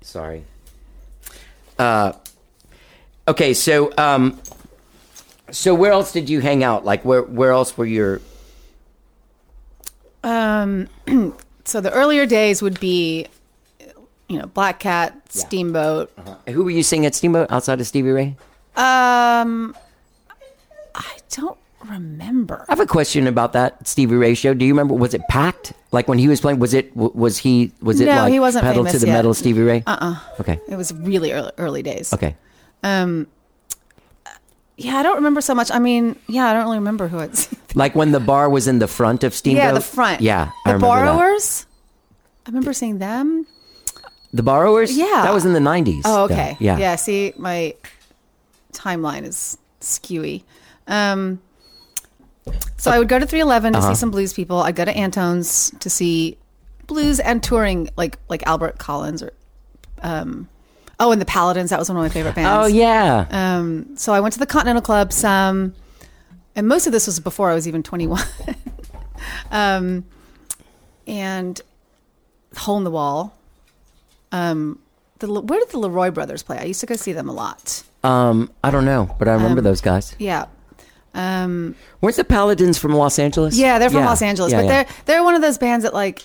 S1: sorry. Uh, okay, so um, so where else did you hang out? Like where where else were your
S4: so the earlier days would be you know black cat steamboat
S1: who were you seeing at Steamboat outside of Stevie Ray?
S4: um i don't remember
S1: I have a question about that Stevie Ray show. Do you remember? Was it packed? Like when he was playing, was it? w- Was he? Was it
S4: No,
S1: like
S4: he wasn't
S1: pedal to
S4: famous
S1: the
S4: yet.
S1: metal, Stevie Ray? Uh uh Okay.
S4: Uh-uh. it was really early, early days
S1: Okay.
S4: yeah i don't remember so much i mean yeah i don't really remember who it's [LAUGHS]
S1: Like when the bar was in the front of Steamboat.
S4: yeah the front
S1: Yeah, I
S4: the
S1: remember that.
S4: borrowers i remember seeing them
S1: The borrowers.
S4: Yeah.
S1: that was in the nineties.
S4: oh okay
S1: Yeah.
S4: yeah see my timeline is skewy um so I would go to 311
S1: Uh-huh.
S4: to see some blues people. I'd go to Antone's to see blues and touring like like Albert Collins or um oh and the Paladins that was one of my favorite
S1: Oh
S4: bands.
S1: yeah.
S4: Um so I went to the Continental Club some and most of this was before I was even [LAUGHS] 21. um and Hole in the Wall. Um the, Le- where did the Leroy brothers play? I used to go see them a lot.
S1: um, I don't know, but I remember those guys.
S4: Yeah. Um
S1: Weren't the Paladins from Los Angeles?
S4: Yeah, they're from Los Angeles,
S1: Yeah,
S4: but
S1: yeah.
S4: they're they're one of those bands that like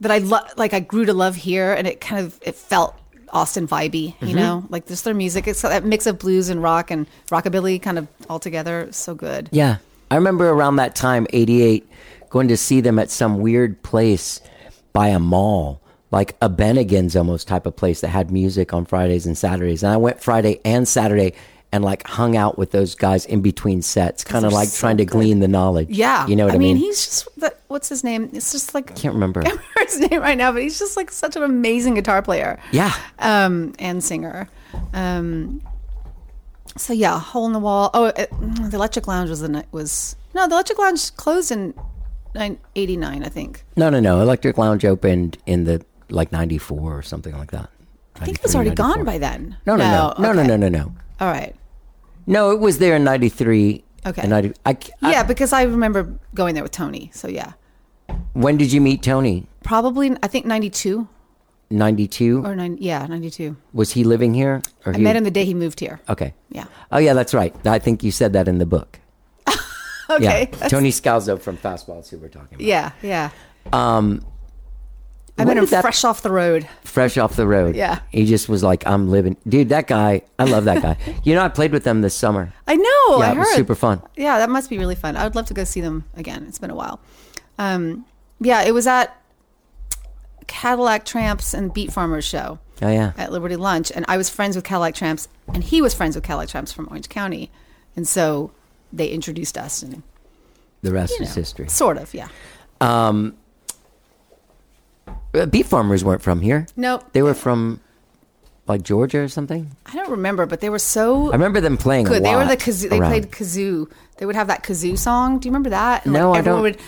S4: that I love, like I grew to love here, and it kind of it felt Austin vibey,
S1: Mm-hmm.
S4: you know, like just their music. It's that mix of blues and rock and rockabilly kind of all together. It's So good.
S1: Yeah. I remember around that time, 88, going to see them at some weird place by a mall, like a Bennigan's almost type of place that had music on Fridays and Saturdays. And I went Friday and Saturday and like hung out with those guys in between sets, kind of
S4: they're
S1: like
S4: so
S1: trying to glean the knowledge.
S4: Yeah,
S1: You know what I, mean?
S4: He's just the, what's his name? It's just like
S1: Can't remember.
S4: [LAUGHS] I remember his name right now, but he's just like such an amazing guitar player.
S1: Yeah.
S4: um, and singer. Um, so yeah, hole in the wall. Oh, it, mm, the Electric Lounge was the night was no, the Electric Lounge closed in nine eighty nine, I think.
S1: No, no, no. Electric Lounge opened in the like 94 or something like that.
S4: I think it was already gone by then. Oh,
S1: No, no, no. No, no,
S4: okay.
S1: no, no, no.
S4: All right.
S1: No, it was there in 93.
S4: Okay.
S1: And 90, I, I,
S4: Yeah, because I remember going there with Tony. So yeah,
S1: When did you meet Tony?
S4: probably I think ninety two
S1: 92?
S4: or nine. Yeah, ninety two.
S1: Was he living here? Or
S4: I met him the day he moved here.
S1: Okay.
S4: Yeah.
S1: Oh yeah, that's right. I think you said that in the book.
S4: Okay.
S1: Oh,
S4: [LAUGHS]
S1: Yeah. Tony Scalzo from Fastball is who we're talking about.
S4: Yeah. Yeah. Um, I met
S1: when
S4: him
S1: did that-
S4: fresh off the road.
S1: Fresh off the road.
S4: Yeah.
S1: He just was like, I'm living dude, that guy, I love that
S4: [LAUGHS]
S1: guy. you know, I played with them this summer.
S4: I know.
S1: Yeah,
S4: I
S1: it
S4: heard.
S1: was super fun.
S4: Yeah, that must be really fun. I would love to go see them again. It's been a while. Um, yeah, it was at Cadillac Tramps and Beat Farmers show
S1: Oh yeah.
S4: at Liberty Lunch, and I was friends with Cadillac Tramps, and he was friends with Cadillac Tramps from Orange County, and so they introduced us, and
S1: The rest is history.
S4: sort of, yeah.
S1: Uh, Beef farmers weren't from here.
S4: Nope.
S1: They were from like Georgia or something.
S4: I don't remember, but they were so
S1: I remember them playing a
S4: good.
S1: lot.
S4: They were the kazoo. They
S1: around.
S4: played kazoo. They would have that kazoo song. Do you remember that? And
S1: No, I don't.
S4: everyone would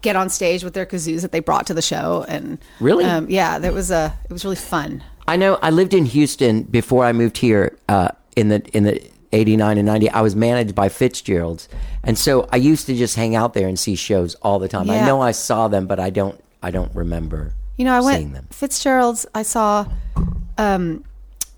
S4: get on stage with their kazoos that they brought to the show, and
S1: Really?
S4: um, yeah, there was a. It was really fun.
S1: I know I lived in Houston before I moved here uh, in the in the 89 and 90 I was managed by Fitzgeralds and so I used to just hang out there and see shows all the time. I
S4: Yeah.
S1: know I saw them but I don't I don't remember
S4: You know, I went
S1: seeing them.
S4: Fitzgerald's. I saw um,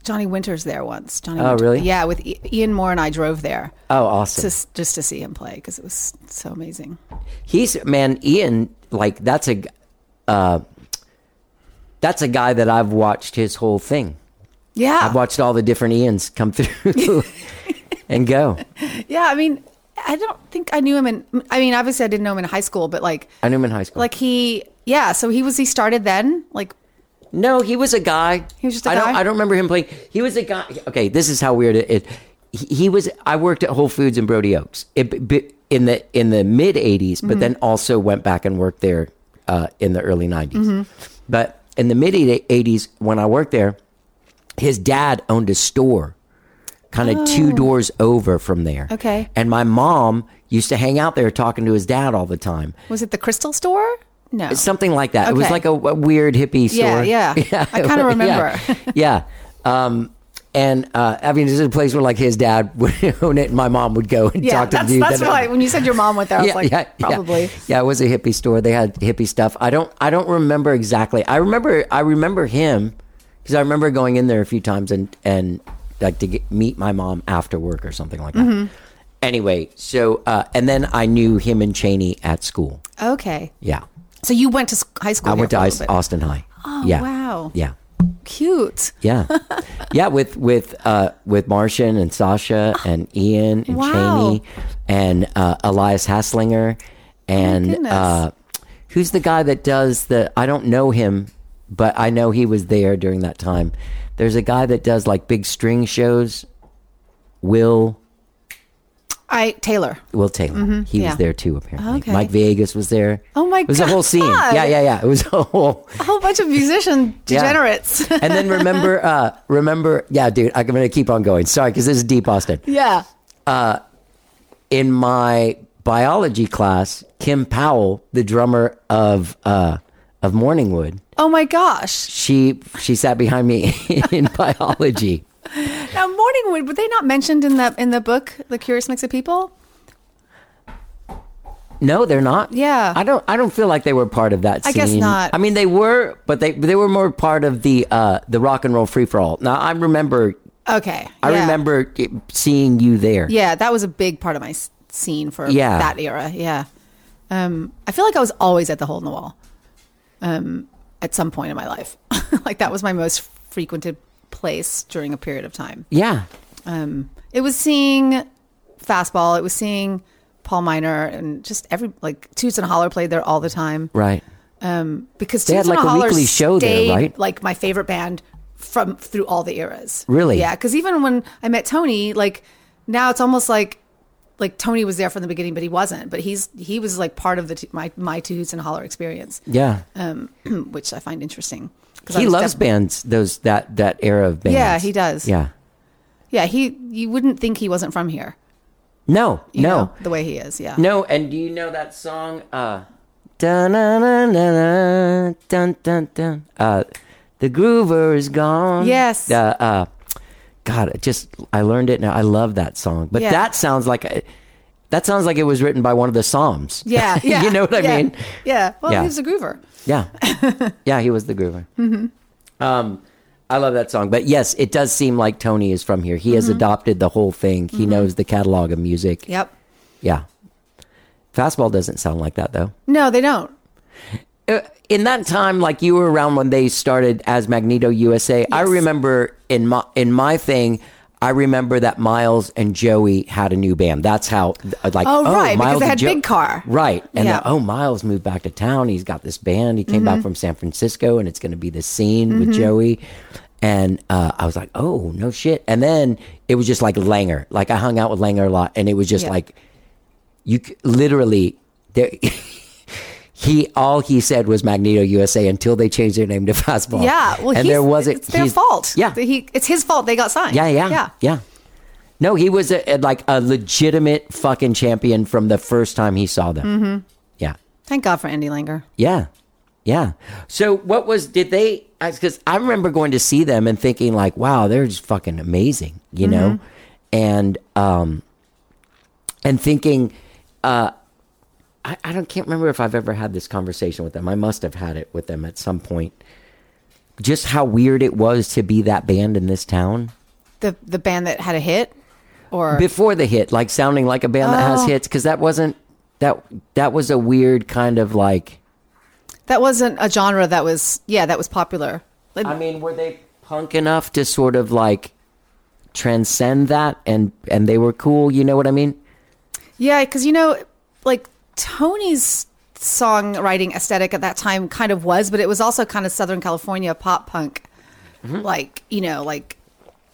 S4: Johnny Winters there once. Johnny.
S1: Oh,
S4: Winter-
S1: really?
S4: Yeah, with I- Ian Moore and I drove there
S1: Oh,
S4: to
S1: awesome.
S4: s just to see him play because it was so amazing.
S1: He's man Ian like that's a uh, that's a guy that I've watched his whole thing.
S4: Yeah,
S1: I've watched all the different Ians come through and go.
S4: yeah. I mean, I don't think I knew him in. I mean, obviously, I didn't know him in high school, but like,
S1: I knew him in high school.
S4: like he, yeah. So he was. He started then. Like,
S1: No, he was a guy.
S4: He was just a
S1: I Don't,
S4: guy?
S1: I don't remember him playing. He was a guy. Okay, this is how weird it. it he, he was. I worked at Whole Foods in Brody Oaks it, b- in the in the mid '80s,
S4: Mm-hmm.
S1: but then also went back and worked there uh, in the early '90s.
S4: Mm-hmm.
S1: But in the mid '80s, when I worked there, his dad owned a store kind of two doors over from there.
S4: Oh. Okay.
S1: And my mom used to hang out there talking to his dad all the time.
S4: was it the Crystal Store? No.
S1: Something like that. It was
S4: Okay.
S1: like a, a weird hippie store.
S4: Yeah,
S1: [LAUGHS]
S4: yeah. I kinda
S1: yeah,
S4: remember.
S1: Yeah. Um, and uh, I mean, this is a place where like his dad [LAUGHS] would own it, and my mom would go and
S4: yeah,
S1: talk to
S4: that's
S1: the dude.
S4: that's
S1: that-
S4: why when you said your mom went there, I was like,
S1: [LAUGHS]
S4: probably.
S1: Yeah. Yeah, it was a hippie store. They had hippie stuff. I don't I don't remember exactly. I remember I remember him because I remember going in there a few times and and like to get, meet my mom after work or something like that.
S4: Mm-hmm.
S1: Anyway, so uh, and then I knew him and Cheney at school.
S4: Okay,
S1: Yeah,
S4: so you went to s- high school.
S1: I
S4: here
S1: went
S4: for
S1: to
S4: a
S1: Aus-
S4: little bit.
S1: Austin High. Oh yeah.
S4: wow.
S1: Yeah.
S4: Cute.
S1: Yeah, [LAUGHS] yeah, with with uh, with Martian and
S4: [GASPS]
S1: Sasha and Ian and
S4: Wow.
S1: Cheney and uh, Elias Hasslinger and
S4: goodness.
S1: uh, who's the guy that does the? I don't know him, but I know he was there during that time. There's a guy that does like big string shows. Will
S4: I
S1: [LAUGHS]
S4: Taylor.
S1: Will Taylor, he
S4: Mm-hmm. yeah.
S1: was there too. Apparently,
S4: Okay.
S1: Mike Vegas was there.
S4: Oh my
S1: It was a whole scene.
S4: God.
S1: Yeah, yeah, yeah. It was a [LAUGHS] whole.
S4: A whole bunch of musician
S1: Yeah.
S4: degenerates. [LAUGHS]
S1: and then remember, uh, remember, yeah, dude, I'm gonna keep on going. Sorry, because this is deep Austin.
S4: yeah.
S1: in my biology class, Kim Powell, the drummer of uh, of Morningwood,
S4: Oh my gosh.
S1: she she sat behind me [LAUGHS] in biology.
S4: Now Morningwood, were they not mentioned in the in the book, The Curious Mix of People?
S1: No, they're not.
S4: Yeah.
S1: I don't. I don't feel like they were part of that. Scene.
S4: I guess not.
S1: I mean, they were, but they they were more part of the uh, the rock and roll free for all. Now I remember.
S4: Okay.
S1: I
S4: yeah.
S1: remember it- seeing you there.
S4: Yeah, that was a big part of my s- scene for
S1: Yeah.
S4: that era. Yeah. Um, I feel like I was always at the hole in the wall. Um, at some point in my life. [LAUGHS] like that was my most frequented place during a period of time.
S1: Yeah.
S4: Um, it was seeing fastball, it was seeing Paul Miner and just every like Toots and Holler played there all the time.
S1: Right.
S4: um, because
S1: They had,
S4: Toots and
S1: like, a
S4: Holler
S1: weekly show there,
S4: stayed,
S1: right?
S4: Like my favorite band from through all the eras.
S1: Really?
S4: Yeah, because even when I met Tony, like now it's almost like like Tony was there from the beginning, but he wasn't. But he's he was like part of the t- my my Toots and Holler experience,
S1: Yeah.
S4: um, [CLEARS THROAT] which I find interesting. 'Cause I
S1: he
S4: was
S1: loves
S4: def-
S1: bands. Those that that era of bands.
S4: Yeah, he does.
S1: Yeah.
S4: Yeah, he you wouldn't think he wasn't from here.
S1: No.
S4: You
S1: no.
S4: know, the way he is. Yeah.
S1: No, and do you know that song? Uh, dun dun dun dun dun dun. dun. Uh, the Groover is gone.
S4: Yes.
S1: Uh, uh, God, it just I learned it now. I love that song, but
S4: Yeah.
S1: that sounds like a, that sounds like it was written by one of the Psalms.
S4: Yeah,
S1: [LAUGHS]
S4: yeah.
S1: you know what I
S4: yeah,
S1: mean?
S4: Yeah. Well,
S1: Yeah.
S4: he was a groover.
S1: [LAUGHS] Yeah, yeah, he was the Groover. Mm-hmm. Um, I love that song, but yes, it does seem like Tony is from here. He has adopted the whole thing. He knows the catalog of music.
S4: Yep.
S1: Mm-hmm. Yeah. Fastball doesn't sound like that though.
S4: No, they don't.
S1: Uh, in that time, like you were around when they started as Magneto USA. I remember in my in my thing. I remember that Miles and Joey had a new band. That's how, th- like,
S4: Oh, right, because
S1: Miles
S4: they
S1: and
S4: had Big Car.
S1: right? And
S4: Yeah. Mm-hmm.
S1: the, oh, Miles moved back to town. He's got this band. He came back from San Francisco, and it's going to be this scene with Joey. And uh, I was like, oh no shit. And then it was just like Langer. Like I hung out with Langer a lot, and it was just
S4: Yeah.
S1: like you c- literally there [LAUGHS] He all he said was Magneto USA until they changed their name to [LAUGHS] Fastball.
S4: Yeah, well,
S1: and
S4: he's,
S1: there wasn't.
S4: It's their
S1: he's-
S4: fault.
S1: Yeah,
S4: he, it's his fault they got signed.
S1: yeah, yeah,
S4: yeah.
S1: yeah, No, he was a, a- like a legitimate fucking champion from the first time he saw them. Mm-hmm. Yeah,
S4: Thank God for Andy Langer.
S1: yeah, yeah. So what was did they? Because I remember going to see them and thinking like, wow, they're just fucking amazing, you know, and um, and thinking, uh, I, I don't can't remember if I've ever had this conversation with them. I must have had it with them at some point. Just how weird it was to be that band in this town.
S4: The the band that had a hit, or
S1: before the hit, like sounding like a band that has
S4: Oh.
S1: hits, because that wasn't that that was a weird kind of like.
S4: that wasn't a genre that was yeah that was popular. Like,
S1: I mean, were they punk enough to sort of like transcend that, and and they were cool? You know what I mean?
S4: Yeah, because you know, like Tony's songwriting aesthetic at that time kind of was, but it was also kind of Southern California pop punk, like you know, like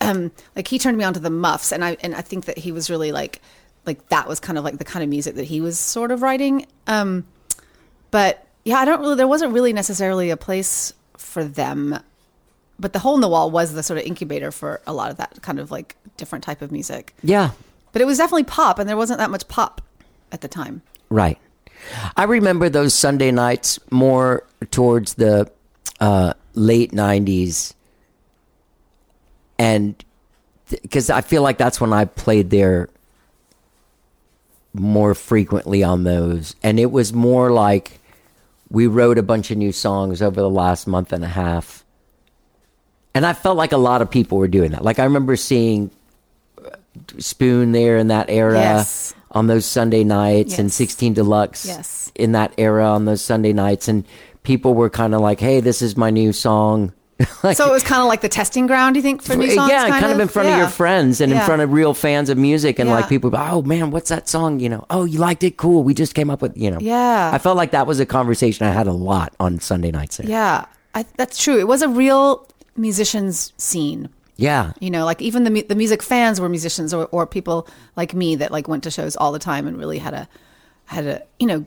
S4: um, like he turned me onto the Muffs, and I and I think that he was really like like that was kind of like the kind of music that he was sort of writing. Um, but yeah, I don't really. There wasn't really necessarily a place for them. But the hole in the wall was the sort of incubator for a lot of that kind of like different type of music.
S1: Yeah,
S4: But it was definitely pop, and there wasn't that much pop at the time.
S1: right. I remember those Sunday nights more towards the uh, late '90s, and because I feel like that's when I played there more frequently on those. And it was more like we wrote a bunch of new songs over the last month and a half. And I felt like a lot of people were doing that. Like I remember seeing uh, Spoon there in that era
S4: Yes.
S1: on those Sunday nights and
S4: Yes.
S1: 16 Deluxe
S4: Yes.
S1: in that era on those Sunday nights. And people were kind of like, hey, this is my new song. like,
S4: So it was kind of like the testing ground, you think, for new songs?
S1: [LAUGHS] yeah, kind, of, in front of your
S4: Yeah.
S1: friends and in
S4: Yeah.
S1: front of real fans of music and like
S4: Yeah.
S1: people. Oh man, what's that song? You know, oh you liked it, cool. We just came up with you know.
S4: Yeah.
S1: I felt like that was a conversation I had a lot on Sunday nights. There.
S4: Yeah, I, that's true. It was a real musicians scene.
S1: yeah,
S4: You know, like even the mu- the music fans were musicians, or, or people like me that like went to shows all the time and really had a had a you know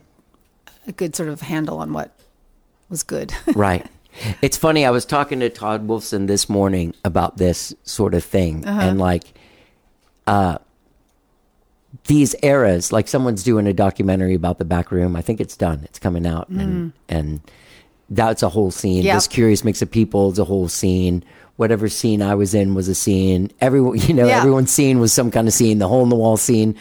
S4: a good sort of handle on what was good. [LAUGHS]
S1: right. It's funny. I was talking to Todd Wolfson this morning about this sort of thing, and like, uh, these eras. Like, someone's doing a documentary about the back room. I think it's done. It's coming out, and and that's a whole scene.
S4: Yeah.
S1: This curious mix of people is a whole scene. Whatever scene I was in was a scene. Everyone, [LAUGHS] you know,
S4: Yeah.
S1: everyone's scene was some kind of scene. The hole in the wall scene,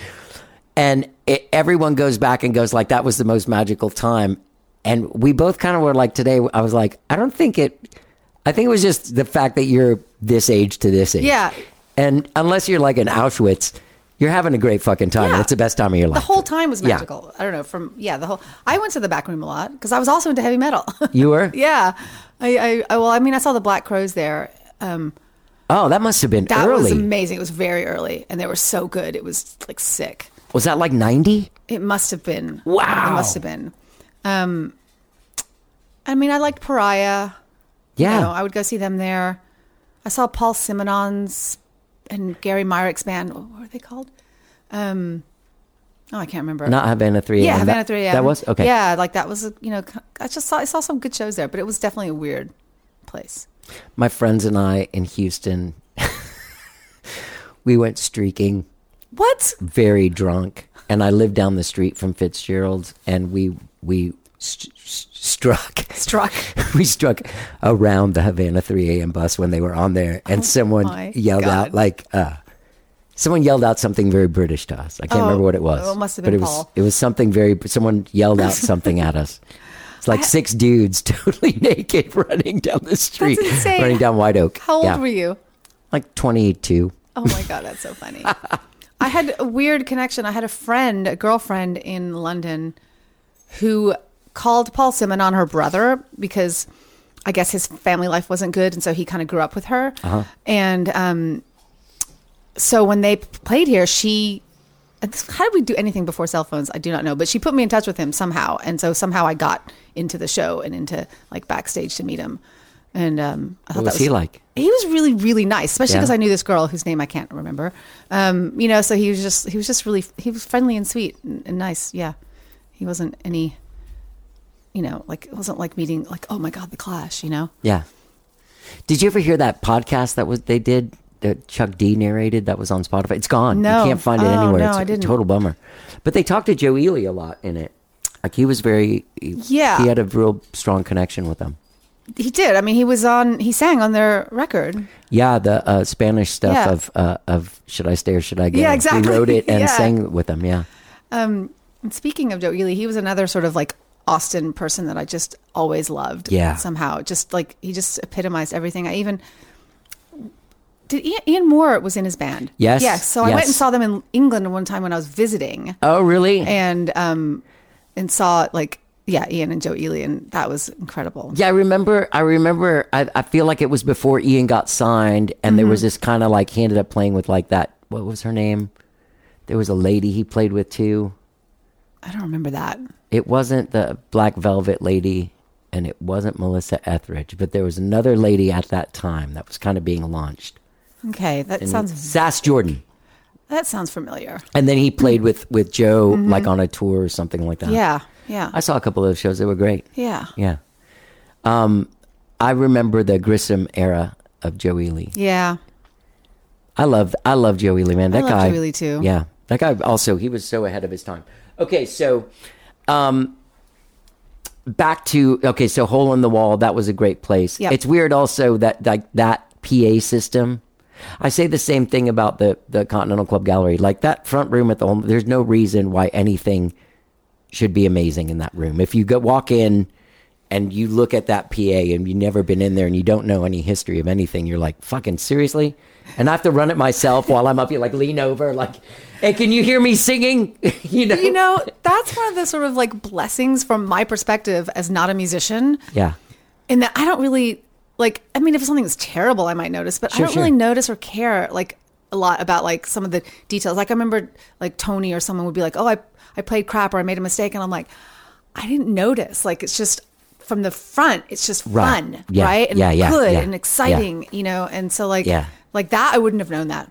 S1: and it, everyone goes back and goes like, "That was the most magical time." And we both kind of were like, "Today," I was like, "I don't think it. I think it was just the fact that you're this age to this age.
S4: Yeah.
S1: And unless you're like in Auschwitz, you're having a great fucking time.
S4: Yeah.
S1: It's the best time of your life.
S4: the whole time was
S1: Yeah.
S4: magical. I don't know from yeah the whole. I went to the back room a lot because I was also into heavy metal. [LAUGHS]
S1: You were?
S4: yeah, I, I, I well I mean I saw the Black Crows there. Um,
S1: Oh, that must have been
S4: That
S1: early.
S4: was amazing. It was very early, and they were so good. It was like sick.
S1: Was that like 90?
S4: It must have been.
S1: Wow.
S4: It must have been. Um, I mean, I liked Pariah.
S1: Yeah.
S4: You know, I would go see them there. I saw Paul Simonon's and Gary Myrick's band. What were they called? Um, oh, I can't remember.
S1: Not Havana 3.
S4: yeah,
S1: and
S4: Havana
S1: that-
S4: Three.
S1: That was? Okay.
S4: Yeah, like that was. You know, I just saw I saw some good shows there, but it was definitely a weird place.
S1: My friends and I in Houston, [LAUGHS] we went streaking
S4: What?
S1: very drunk. And I lived down the street from Fitzgerald's and we, we st- st- struck. [LAUGHS]
S4: Struck.
S1: we struck around the Havana 3 a.m. bus when they were on there, and someone
S4: Oh my
S1: yelled
S4: God.
S1: out like, uh, someone yelled out something very British to us. I can't
S4: Oh,
S1: remember what it was.
S4: oh, it must have
S1: but
S4: been
S1: it was,
S4: Paul.
S1: It was something very. Someone yelled
S4: [LAUGHS]
S1: out something at us. It's like six dudes [LAUGHS] totally naked running down the street,
S4: insane.
S1: running down White Oak.
S4: How old
S1: Yeah.
S4: were you?
S1: Like 22.
S4: Oh my god, that's so funny. I had a weird connection. I had a friend, a girlfriend in London, who called Paul Simonon her brother because I guess his family life wasn't good, and so he kind of grew up with her.
S1: Uh-huh.
S4: And um, so when they p- played here, she. How did we do anything before cell phones? I do not know, but she put me in touch with him somehow, and so somehow I got into the show and into like backstage to meet him. And um, I thought
S1: What
S4: that
S1: was he like?
S4: he was really really nice especially
S1: Yeah.
S4: because i knew this girl whose name i can't remember um, you know so he was just he was just really he was friendly and sweet and, and nice yeah he wasn't any you know, like it wasn't like meeting like, oh my God, the clash, you know?
S1: Yeah. Did you ever hear that podcast that was they did that Chuck D narrated that was on Spotify? It's gone.
S4: No.
S1: You can't find it
S4: Oh,
S1: anywhere.
S4: no,
S1: it's
S4: I didn't.
S1: a total bummer. But they talked to Joe Ely a lot in it. Like he was very he-
S4: Yeah.
S1: He had a real strong connection with them.
S4: He did. I mean, he was on, he sang on their record.
S1: Yeah, the uh, Spanish stuff
S4: Yeah.
S1: of uh, of should I stay or should I go?
S4: Yeah,
S1: He
S4: exactly.
S1: wrote
S4: [LAUGHS]
S1: it and
S4: Yeah.
S1: sang with them. Yeah,
S4: And speaking of Joe Ely, he was another sort of like Austin person that I just always loved.
S1: Yeah.
S4: Somehow, just like he just epitomized everything. I even did. Ian, Ian Moore was in his band.
S1: Yes,
S4: Yes. So I went and
S1: yes.
S4: saw them in England one time when I was visiting,
S1: Oh, really?
S4: and um, and saw like yeah, Ian and Joe Ely, and that was incredible.
S1: yeah, I remember. I remember. I, I feel like it was before Ian got signed, and there was
S4: Mm-hmm.
S1: this kind of like he ended up playing with like that. What was her name? There was a lady he played with too.
S4: I don't remember that.
S1: It wasn't the Black Velvet lady, and it wasn't Melissa Etheridge, but there was another lady at that time that was kind of being launched.
S4: Okay, that sounds
S1: Sass Jordan,
S4: that sounds familiar.
S1: and then he played with with Joe like on a tour or something like that.
S4: Mm-hmm. Yeah, yeah,
S1: Uh, I saw a couple of those shows. They were great.
S4: yeah,
S1: Yeah. Um, I remember the Grissom era of Joe Ely.
S4: yeah.
S1: I love I love Joe Ely, man. That
S4: love
S1: guy
S4: Joe Ely, too.
S1: Yeah. That guy also he was so ahead of his time. Okay, so um back to okay, so Hole in the Wall, that was a great place.
S4: Yep.
S1: It's weird also that like that PA system. I say the same thing about the the Continental Club Gallery. Like that front room at the Hole, there's no reason why anything should be amazing in that room. If you go walk in and you look at that PA and you've never been in there and you don't know any history of anything, you're like, fucking seriously? And I have to run it myself while I'm up here, like lean over, like, hey, can you hear me singing? [LAUGHS] you know?
S4: you know, that's one of the sort of like blessings from my perspective as not a musician,
S1: Yeah.
S4: in that I don't really like. I mean, if something's terrible, I might notice, but I
S1: Sure,
S4: don't really
S1: sure.
S4: notice or care like a lot about like some of the details. Like I remember, like Tony or someone would be like, "Oh, I I played crap or I made a mistake," and I'm like, I didn't notice. Like it's just from the front, it's just
S1: Right.
S4: fun,
S1: Yeah,
S4: right? And
S1: yeah, yeah,
S4: good
S1: yeah,
S4: and
S1: yeah.
S4: exciting, you know. And so like
S1: Yeah.
S4: like that, I wouldn't have known that.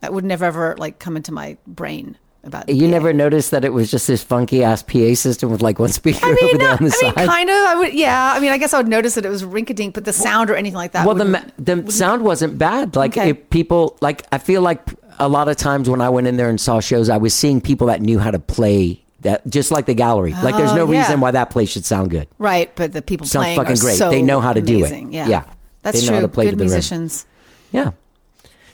S4: That would never ever like come into my brain about
S1: You
S4: PA.
S1: never noticed that it was just this funky ass PA system with like one speaker
S4: I mean,
S1: over there
S4: no,
S1: on the
S4: I mean,
S1: side.
S4: kind of. I would, yeah. I mean, I guess I would notice that it was rink-a-dink, but the sound or anything like that.
S1: well, the ma-
S4: wouldn't-
S1: the sound wasn't bad. Like
S4: Okay.
S1: if people like, I feel like a lot of times when I went in there and saw shows, I was seeing people that knew how to play that, just like the gallery. like there's
S4: Oh,
S1: no
S4: yeah.
S1: reason why that place should sound good.
S4: right, but the people
S1: Sounds
S4: playing
S1: fucking
S4: are
S1: great.
S4: so
S1: They know how to do it.
S4: amazing. Yeah,
S1: Yeah.
S4: that's
S1: They know
S4: true.
S1: how to play to
S4: Good
S1: the rhythm.
S4: musicians.
S1: Yeah.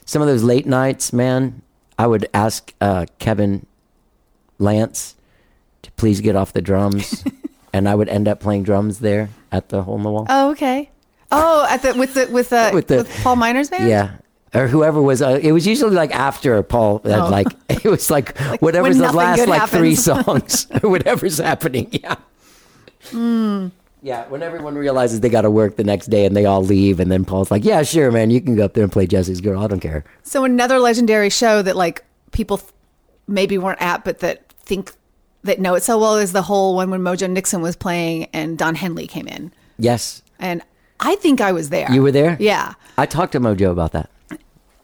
S1: Some of those late nights, man, I would ask uh, Kevin Lance to please get off the
S4: [LAUGHS]
S1: drums. and I would end up playing drums there at the hole in the wall.
S4: Oh, okay. Oh, at the with the with the
S1: [LAUGHS]
S4: with,
S1: With the-
S4: Paul Miner's band.
S1: Yeah. Or whoever was, uh, it was usually like after Paul, had
S4: Oh.
S1: like, [LAUGHS] it was
S4: [LAUGHS]
S1: like, whatever's
S4: when
S1: the
S4: nothing
S1: last
S4: good
S1: like three songs
S4: happens. [LAUGHS]
S1: [LAUGHS] or whatever's happening. [LAUGHS] Yeah.
S4: Hmm.
S1: Yeah. When everyone realizes they got to work the next day and they all leave. And then Paul's like, yeah, sure, man, you can go up there and play Jesse's Girl. I don't care.
S4: So another legendary show that like people th- maybe weren't at, but that think that know it so well is the whole one when Mojo Nixon was playing and Don Henley came in,
S1: Yes.
S4: and I think I was there.
S1: You were there?
S4: Yeah.
S1: I talked to Mojo about that.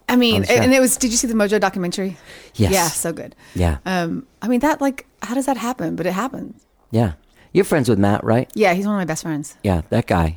S4: I mean,
S1: sure.
S4: and it was. Did you see the Mojo documentary?
S1: Yes.
S4: Yeah, so good.
S1: Yeah.
S4: Um, I mean, that like, how does that happen? But it happens.
S1: yeah. You're friends with Matt, right?
S4: Yeah, he's one of my best friends.
S1: Yeah, that guy.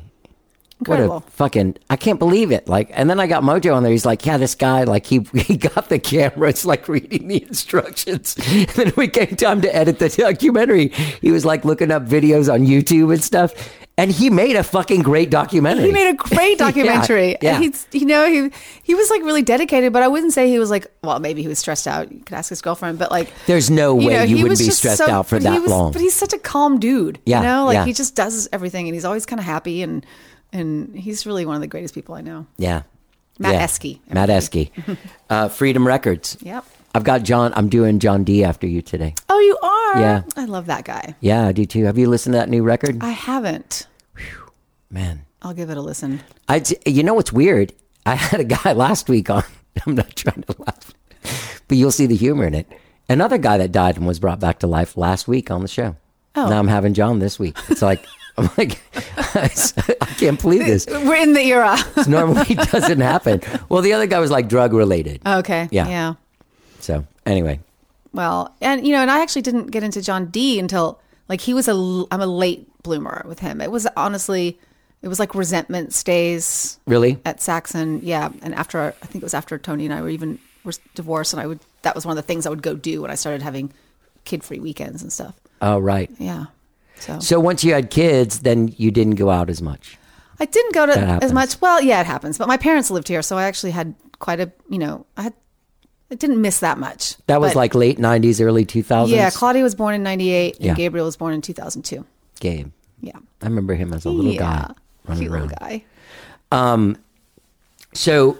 S4: Incredible.
S1: What a fucking I can't believe it. Like and then I got Mojo on there. He's like, Yeah, this guy, like he [LAUGHS] he got the camera, it's like reading the instructions. [LAUGHS] And then when it came time to edit the documentary, he was like looking up videos on YouTube and stuff. And he made a fucking great documentary.
S4: he made a
S1: [LAUGHS]
S4: great
S1: Yeah,
S4: documentary.
S1: yeah.
S4: And he's, you know, he he was like really dedicated, but I wouldn't say he was like, well, maybe he was stressed out. You could ask his girlfriend, but like,
S1: There's no way you
S4: he
S1: wouldn't
S4: was
S1: be
S4: just
S1: stressed out for
S4: but he
S1: that
S4: was-
S1: long.
S4: But he's such a calm dude.
S1: Yeah,
S4: You know, like
S1: yeah.
S4: he just does everything and he's always kind of happy and, and he's really one of the greatest people I know.
S1: Yeah.
S4: Matt
S1: Yeah.
S4: Esky,
S1: Matt Esky.
S4: [LAUGHS]
S1: uh, Freedom Records.
S4: Yep.
S1: I've got John. I'm doing John D after you today.
S4: Oh, you are?
S1: Yeah.
S4: I love that guy.
S1: Yeah, I do too. Have you listened to that new record?
S4: I haven't.
S1: Man,
S4: I'll give it a listen.
S1: I t- you know what's weird? I [LAUGHS] had a guy last week on. [LAUGHS] I'm not trying to laugh, but you'll see the humor in it. Another guy that died and was brought back to life last week on the show.
S4: Oh.
S1: Now I'm having John this week. It's like [LAUGHS] I'm like I can't believe this.
S4: [LAUGHS] We're in the era.
S1: This normally doesn't happen. Well, the other guy was like drug related.
S4: Okay.
S1: Yeah.
S4: Yeah.
S1: So anyway,
S4: Well, and you know, and I actually didn't get into John D until like he was a l- I'm a late bloomer with him. It was honestly, it was like resentment stays
S1: Really?
S4: at Saxon. Yeah, and after I think it was after Tony and I were even were divorced, and I would that was one of the things I would go do when I started having kid free weekends and stuff.
S1: Oh, right.
S4: Yeah, so,
S1: So once you had kids, then you didn't go out as much.
S4: I didn't go to
S1: happens.
S4: as much. Well, yeah, it happens. But my parents lived here, so I actually had quite a you know I had I didn't miss that much.
S1: That was
S4: But-
S1: like late 90s, early 2000s.
S4: yeah. Claudia was born in '98, and
S1: Yeah.
S4: Gabriel was born in 2002.
S1: Gabe.
S4: Yeah,
S1: I remember him as a little
S4: yeah,
S1: guy running
S4: cute little
S1: around.
S4: guy.
S1: So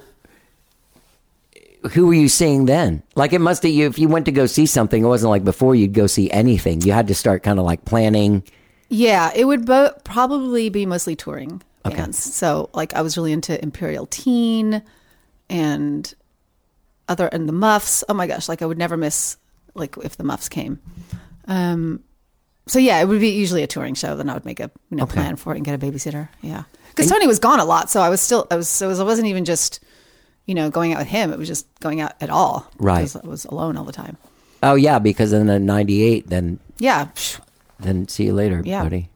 S1: who were you seeing then? Like it must have you if you went to go see something, it wasn't like before you'd go see anything. You had to start kind of like planning.
S4: Yeah, it would bo- probably be mostly touring bands. So, like, I was really into Imperial Teen and other and the Muffs. Oh my gosh, like I would never miss like if the Muffs came. Um, so yeah, it would be usually a touring show. Then I would make a you know, plan for it and get a babysitter. Yeah, because Tony was gone a lot, so I was still I was so it was, I wasn't even just you know going out with him. It was just going out at all.
S1: Right.
S4: because I was alone all the time.
S1: Oh yeah, because then in 98 then
S4: Yeah, psh,
S1: then see you later,
S4: Yeah.
S1: buddy.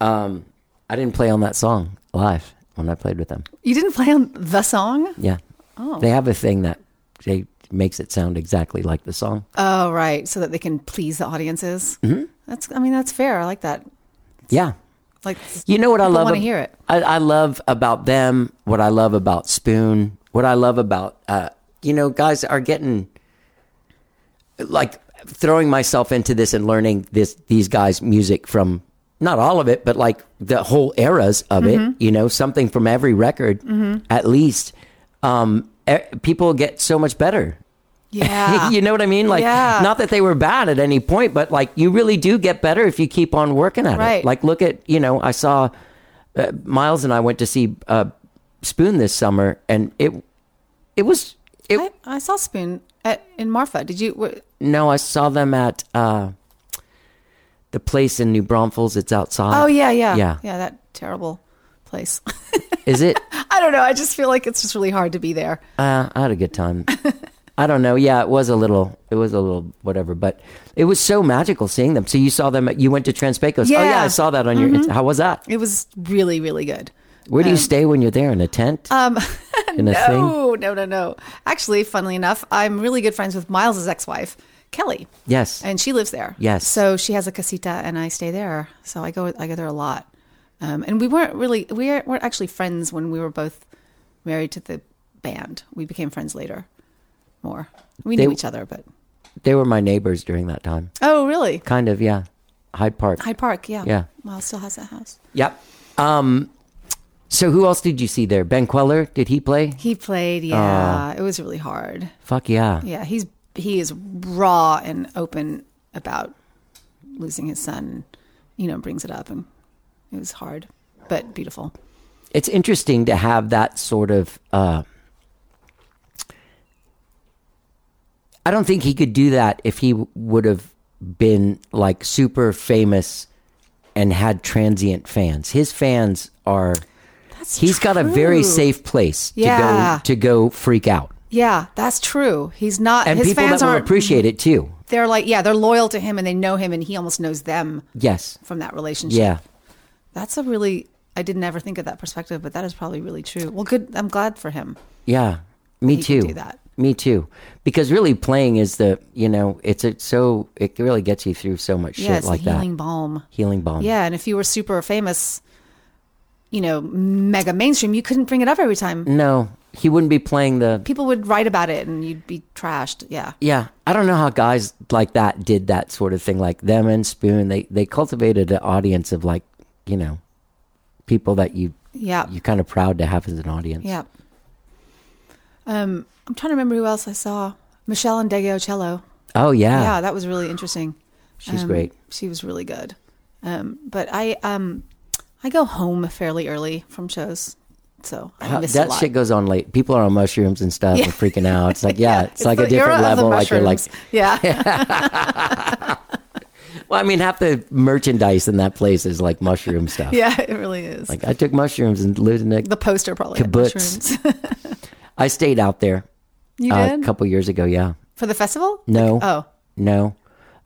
S1: Um I didn't play on that song live when I played with them.
S4: you didn't play on the song.
S1: Yeah. Oh. They have a thing that they makes it sound exactly like the song.
S4: Oh, right. So that they can please the audiences. Mm-hmm. That's, I mean, that's fair. I like that.
S1: yeah.
S4: Like,
S1: You know what I
S4: people
S1: love?
S4: wanna
S1: ab-
S4: hear
S1: [LAUGHS]
S4: it.
S1: I, I love about them. What I love about Spoon. What I love about uh, you know, guys are getting like throwing myself into this and learning this these guys' music from not all of it, but like the whole eras of
S4: Mm-hmm.
S1: it. You know, something from every record at least. Um, e- people get so much better.
S4: yeah.
S1: you know what I mean? Like,
S4: Ah. Yeah.
S1: not that they were bad at any point, but like you really do get better if you keep on working at it.
S4: Right.
S1: Like, look at you know, I saw uh, Miles and I went to see uh, Spoon this summer, and it it was it.
S4: I, I saw Spoon at, in Marfa. Did you? What,
S1: no, I saw them at uh, the place in New Braunfels. It's outside.
S4: oh, yeah, yeah.
S1: Uh, yeah.
S4: Yeah, that terrible place. [LAUGHS]
S1: Is it?
S4: I don't know. I just feel like it's just really hard to be there.
S1: Uh, I had a good
S4: [LAUGHS]
S1: time. I don't know. Yeah, it was a little. It was a little whatever, but it was so magical seeing them. So you saw them. At, you went to Transpecos. Oh yeah,
S4: Yeah. Mm-hmm.
S1: I saw that on your. Insta- How was that?
S4: It was really, really good.
S1: Where do you stay when you're there? In a tent? Um, [LAUGHS] in a thing?
S4: Um, [LAUGHS] Oh, No, no, no, no. Actually, funnily enough, I'm really good friends with Miles's ex-wife, Kelly.
S1: Yes.
S4: and she lives there.
S1: Yes.
S4: So she has a casita, and I stay there. So I go, I go there a lot. Um, and we weren't really, we weren't actually friends when we were both married to the band. We became friends later, more. We knew
S1: They-
S4: each other, but
S1: they were my neighbors during that time.
S4: oh, really?
S1: Kind of, yeah. Hyde Park.
S4: Hyde Park, yeah.
S1: Yeah.
S4: Miles still has that house.
S1: Yep. Um, so who else did you see there? Ben Queller? Did he play?
S4: He played,
S1: Ah.
S4: yeah. it was really hard.
S1: Fuck yeah.
S4: Yeah, he's he is raw and open about losing his son. You know, brings it up, and it was hard, but beautiful.
S1: It's interesting to have that sort of. Uh, I don't think he could do that if he w- would have been like super famous and had transient fans. His fans are.
S4: That's
S1: He's got a very
S4: true.
S1: safe place
S4: Yeah.
S1: to go to go freak out.
S4: Yeah, that's true. He's not.
S1: And
S4: his
S1: people
S4: fans
S1: that will
S4: aren't.
S1: appreciate it too.
S4: they're like, yeah, they're loyal to him, and they know him, and he almost knows them
S1: Yes.
S4: from that relationship.
S1: Yeah.
S4: that's a really. I didn't ever think of that perspective, but that is probably really true. Well, good. I'm glad for him.
S1: Yeah. Me
S4: He
S1: too.
S4: can do that.
S1: Me too. Because really playing is the, you know, it's a, so it really gets you through so much
S4: Yeah,
S1: shit
S4: it's
S1: like
S4: the
S1: that. Um,
S4: healing balm.
S1: Healing balm.
S4: Yeah, and if you were super famous, you know, mega mainstream, you couldn't bring it up every time.
S1: No, he wouldn't be playing the
S4: People would write about it, and you'd be trashed. Yeah,
S1: Yeah, I don't know how guys like that did that sort of thing. Like them and Spoon, they they cultivated an audience of like, you know, people that you
S4: yeah,
S1: you're kind of proud to have as an audience.
S4: yeah. Um, I'm trying to remember who else I saw. Michelle and Dego Cello.
S1: Oh yeah,
S4: yeah that was really interesting
S1: She's
S4: Um,
S1: great.
S4: she was really good um, but i um i go home fairly early from shows so i
S1: How-
S4: miss a
S1: that
S4: lot.
S1: shit goes on late. People are on mushrooms and stuff and freaking out. It's
S4: [LAUGHS]
S1: like yeah, it's, like a
S4: the era
S1: different
S4: of the
S1: level. Like you're like,
S4: mushrooms. [LAUGHS]
S1: [LAUGHS]
S4: yeah
S1: well, I mean, half the merchandise in that place is like mushroom
S4: [LAUGHS]
S1: stuff.
S4: yeah it really is
S1: Like I took mushrooms and lived in a
S4: the poster probably had
S1: Kibbutz.
S4: mushrooms. [LAUGHS]
S1: I stayed out there
S4: you
S1: uh, a
S4: did
S1: couple years ago. Yeah,
S4: Oh, for the festival
S1: no,
S4: oh
S1: no,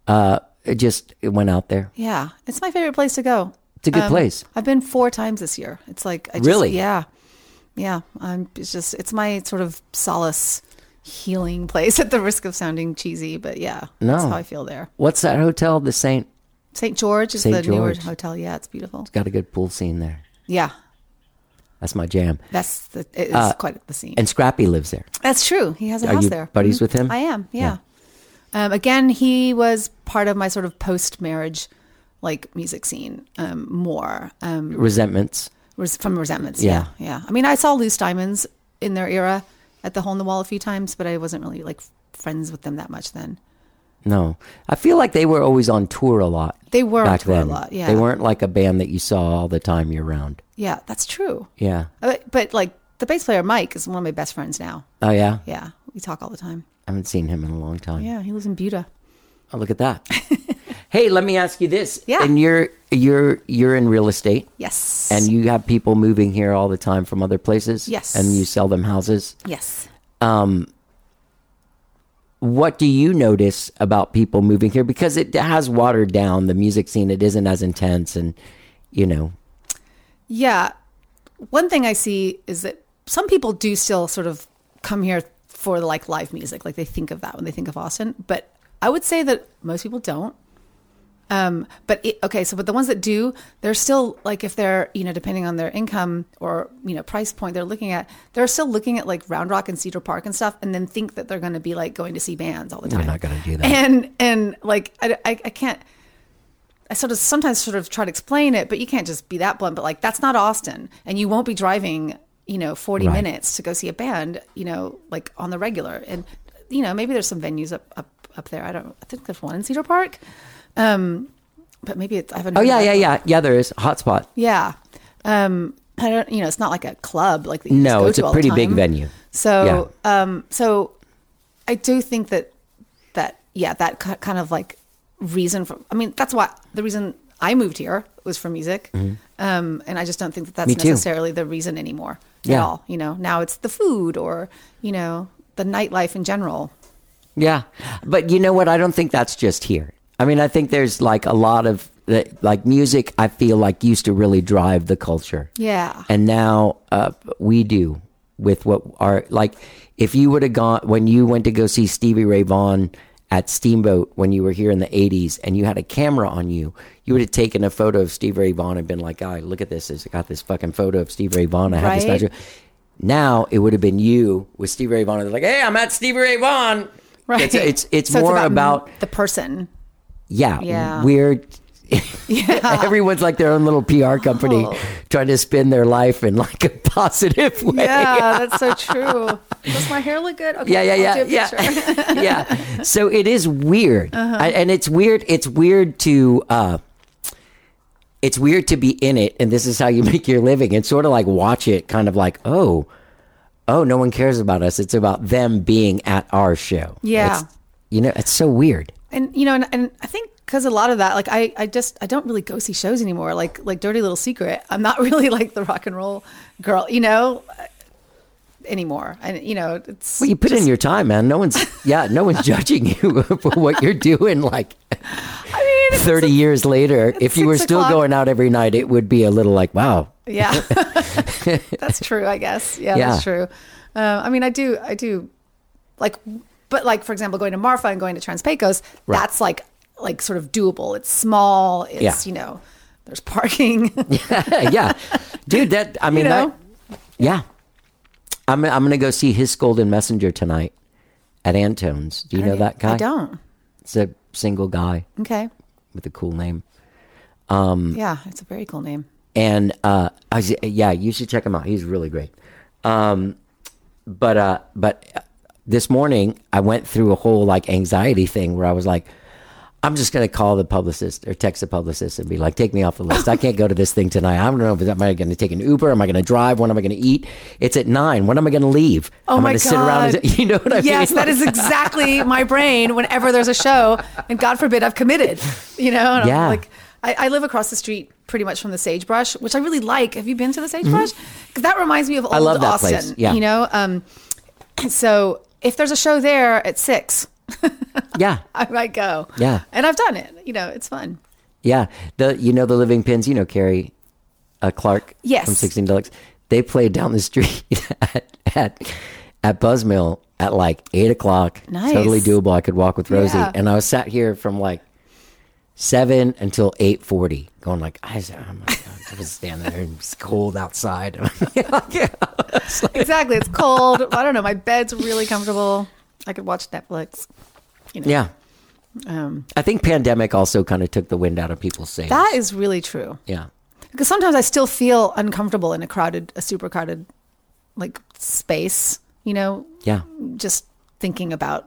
S1: uh, it just it went out there.
S4: Yeah, it's my favorite place to go.
S1: It's a good place.
S4: Um, I've been four times this year. It's like I just,
S1: Really?
S4: yeah, yeah. I'm it's just it's my sort of solace, healing place. [LAUGHS] At the risk of sounding cheesy, but yeah, that's
S1: No.
S4: how I feel there.
S1: What's that hotel? The Saint
S4: St. George is
S1: St.
S4: the newer
S1: George.
S4: hotel. Yeah, it's beautiful.
S1: got a good pool scene there.
S4: Yeah,
S1: That's my jam.
S4: that's the it's quite the scene.
S1: Uh, And Scrappy lives there.
S4: That's true. He has a
S1: Are
S4: house
S1: you
S4: there.
S1: buddies
S4: Mhm.
S1: with him?
S4: I am. Yeah. Um, again, he was part of my sort of post-marriage like music scene um, more um,
S1: Resentments.
S4: res- from resentments.
S1: Yeah.
S4: Yeah. yeah, I mean, I saw Loose Diamonds in their era at the Hole in the Wall a few times, but I wasn't really like friends with them that much then.
S1: No, I feel like they were always on tour a lot.
S4: They were on
S1: back
S4: tour a
S1: then.
S4: lot, yeah.
S1: they weren't like a band that you saw all the time year round.
S4: Yeah, that's true.
S1: Yeah.
S4: Uh, But like the bass player Mike is one of my best friends now.
S1: Oh yeah.
S4: Yeah, we talk all the time.
S1: I haven't seen him in a long time.
S4: Yeah, he lives in Buda.
S1: Oh, look at
S4: [LAUGHS]
S1: that. hey, let me ask you this.
S4: Yeah.
S1: And you're you're you're in real estate.
S4: Yes.
S1: And you have people moving here all the time from other places.
S4: Yes.
S1: And you sell them houses.
S4: yes.
S1: What do you notice about people moving here? Because it has watered down the music scene. It isn't as intense, and you know,
S4: Yeah. One thing I see is that some people do still sort of come here for like live music. Like they think of that when they think of Austin. But I would say that most people don't. Um, but it, okay, so but the ones that do, they're still like if they're you know depending on their income or you know price point they're looking at, they're still looking at like Round Rock and Cedar Park and stuff, and then think that they're going to be like going to see bands all the time.
S1: you're not going to do that.
S4: And and like I, I, I can't. I sort of sometimes sort of try to explain it, but you can't just be that blunt. But like that's not Austin, and you won't be driving you know forty
S1: Right.
S4: minutes to go see a band you know like on the regular. And you know maybe there's some venues up up up there. I don't. I think there's one in Cedar Park. Um, but maybe it's, I haven't.
S1: oh
S4: heard
S1: yeah,
S4: of
S1: yeah,
S4: that.
S1: yeah, yeah. There is hotspot.
S4: yeah. Um, I don't. You know, it's not like a club like that you just
S1: No,
S4: go
S1: it's
S4: to
S1: a
S4: all the
S1: pretty big
S4: time.
S1: venue.
S4: So, um, so I do think that that yeah, that ki- kind of like reason for. I mean, that's why the reason I moved here was for music, um, and I just don't think that that's
S1: Mm-hmm. Me too.
S4: necessarily the reason anymore at
S1: Yeah.
S4: all. You know, now it's the food or you know the nightlife in general. [LAUGHS]
S1: Yeah. But you know what? I don't think that's just here. I mean, I think there's like a lot of that, like music, I feel like used to really drive the culture.
S4: Yeah.
S1: And now uh, we do with what our, like, if you would have gone, when you went to go see Stevie Ray Vaughan at Steamboat when you were here in the 80s and you had a camera on you, you would have taken a photo of Stevie Ray Vaughan and been like, oh, look at this. I got this fucking photo of Stevie Ray Vaughan. I have this
S4: Right.
S1: statue. Now it would have been you with Stevie Ray Vaughan. and They're like, hey, I'm at Stevie Ray Vaughan.
S4: Right.
S1: It's it's, it's
S4: So
S1: more about, [LAUGHS]
S4: the person.
S1: yeah,
S4: Yeah.
S1: weird. [LAUGHS] Everyone's like their own little PR company,
S4: Oh.
S1: trying to spin their life in like a positive [LAUGHS] way.
S4: Yeah, that's so true. Does my hair look good? Okay,
S1: yeah, yeah, yeah,
S4: I'll do a picture. [LAUGHS]
S1: yeah. yeah. So it is weird,
S4: Uh-huh.
S1: I, and it's weird. It's weird to. Uh, it's weird to be in it, and this is how you [LAUGHS] make your living. And sort of like watch it, kind of like, oh, oh, no one cares about us. It's about them being at our show.
S4: Yeah.
S1: It's- you know, it's so weird.
S4: and you know and, and i think because a lot of that like I, I just i don't really go see shows anymore like like dirty little secret i'm not [LAUGHS] really like the rock and roll girl you know uh, anymore and you know it's
S1: Well, you put in your time, man. No
S4: [LAUGHS]
S1: one's, yeah, no one's judging you [LAUGHS] for what you're doing. Like
S4: I mean, it's-
S1: 30 years later, if you were
S4: six
S1: still
S4: o'clock.
S1: going out every night, it would be a little like, wow, [LAUGHS]
S4: yeah [LAUGHS] that's true i guess yeah, that's
S1: Yeah.
S4: true uh, i mean i do i do like but like for example going to marfa and going to trans pecos that's like like sort of doable it's small it's
S1: Yeah.
S4: you know there's parking [LAUGHS]
S1: yeah, dude, that, I mean,
S4: know?
S1: that- yeah. I'm, I'm going to go see his Golden Messenger tonight at Antone's. Do you know that guy?
S4: i don't
S1: It's a single guy
S4: okay
S1: with a cool name. Mm.
S4: yeah it's a very cool name
S1: and uh, I was, yeah, you should check him out. He's really great. Um, but uh, but this morning I went through a whole like anxiety thing where I was like, I'm just gonna call the publicist or text the publicist and be like, take me off the list. I can't go to this thing tonight. I don't know if am I going to take an Uber? Am I going to drive? When am I going to eat? It's at nine. When am I going to leave?
S4: Oh
S1: am
S4: my
S1: I gonna sit around?
S4: God.
S1: And, [LAUGHS] you know what I mean?
S4: Yes, that is exactly my brain whenever there's a show, and God forbid I've committed. You know, and I'm
S1: Yeah.
S4: like I, I live across the street pretty much from the sagebrush, which I really like. Have you been to the sagebrush? 'Cause that reminds me of old
S1: Mm-hmm. love that
S4: Austin. [CLEARS THROAT]
S1: place. Yeah.
S4: You know, um, so if there's a show there at six,
S1: [LAUGHS]
S4: [LAUGHS]
S1: Yeah.
S4: I might go.
S1: Yeah.
S4: And I've done it. You know, it's fun.
S1: Yeah, the you know the Living Pins, you know Carrie uh, Clark
S4: Yes.
S1: from Sixteen Deluxe. They played down the street [LAUGHS] at at, at Buzzmill at like eight o'clock.
S4: Nice.
S1: totally doable. I could walk with Rosie,
S4: Yeah.
S1: and I was sat here from like seven until eight forty, going like I was, oh my God, I was standing there and it's cold outside. [LAUGHS]
S4: Exactly. It's cold. I don't know. My bed's really comfortable. I could watch Netflix.
S1: yeah,
S4: Um,
S1: I think pandemic also kind of took the wind out of people's sails.
S4: that is really true.
S1: yeah,
S4: Because sometimes I still feel uncomfortable in a crowded, a super crowded, like space. You know,
S1: yeah.
S4: just thinking
S1: [LAUGHS]
S4: about,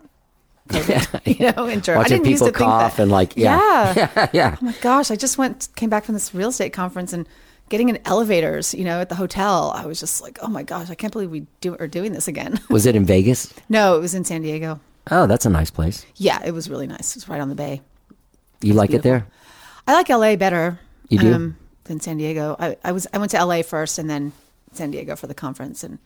S4: COVID, [LAUGHS] you know, in germ. I
S1: Watching
S4: didn't
S1: people
S4: used to
S1: cough
S4: think that.
S1: and like
S4: yeah.
S1: [LAUGHS] yeah, yeah.
S4: Oh my gosh, I just went came back from this real estate conference and getting in elevators, you know, at the hotel. I was just like, oh my gosh, I can't believe we do are doing this again. [LAUGHS]
S1: Was it in Vegas?
S4: no, it was in San Diego.
S1: Oh, that's a nice place.
S4: Yeah, it was really nice. It was right on the bay.
S1: You like it there?
S4: I like LA better. um,
S1: You do?
S4: than San Diego. I, I was I went to LA first and then San Diego for the conference and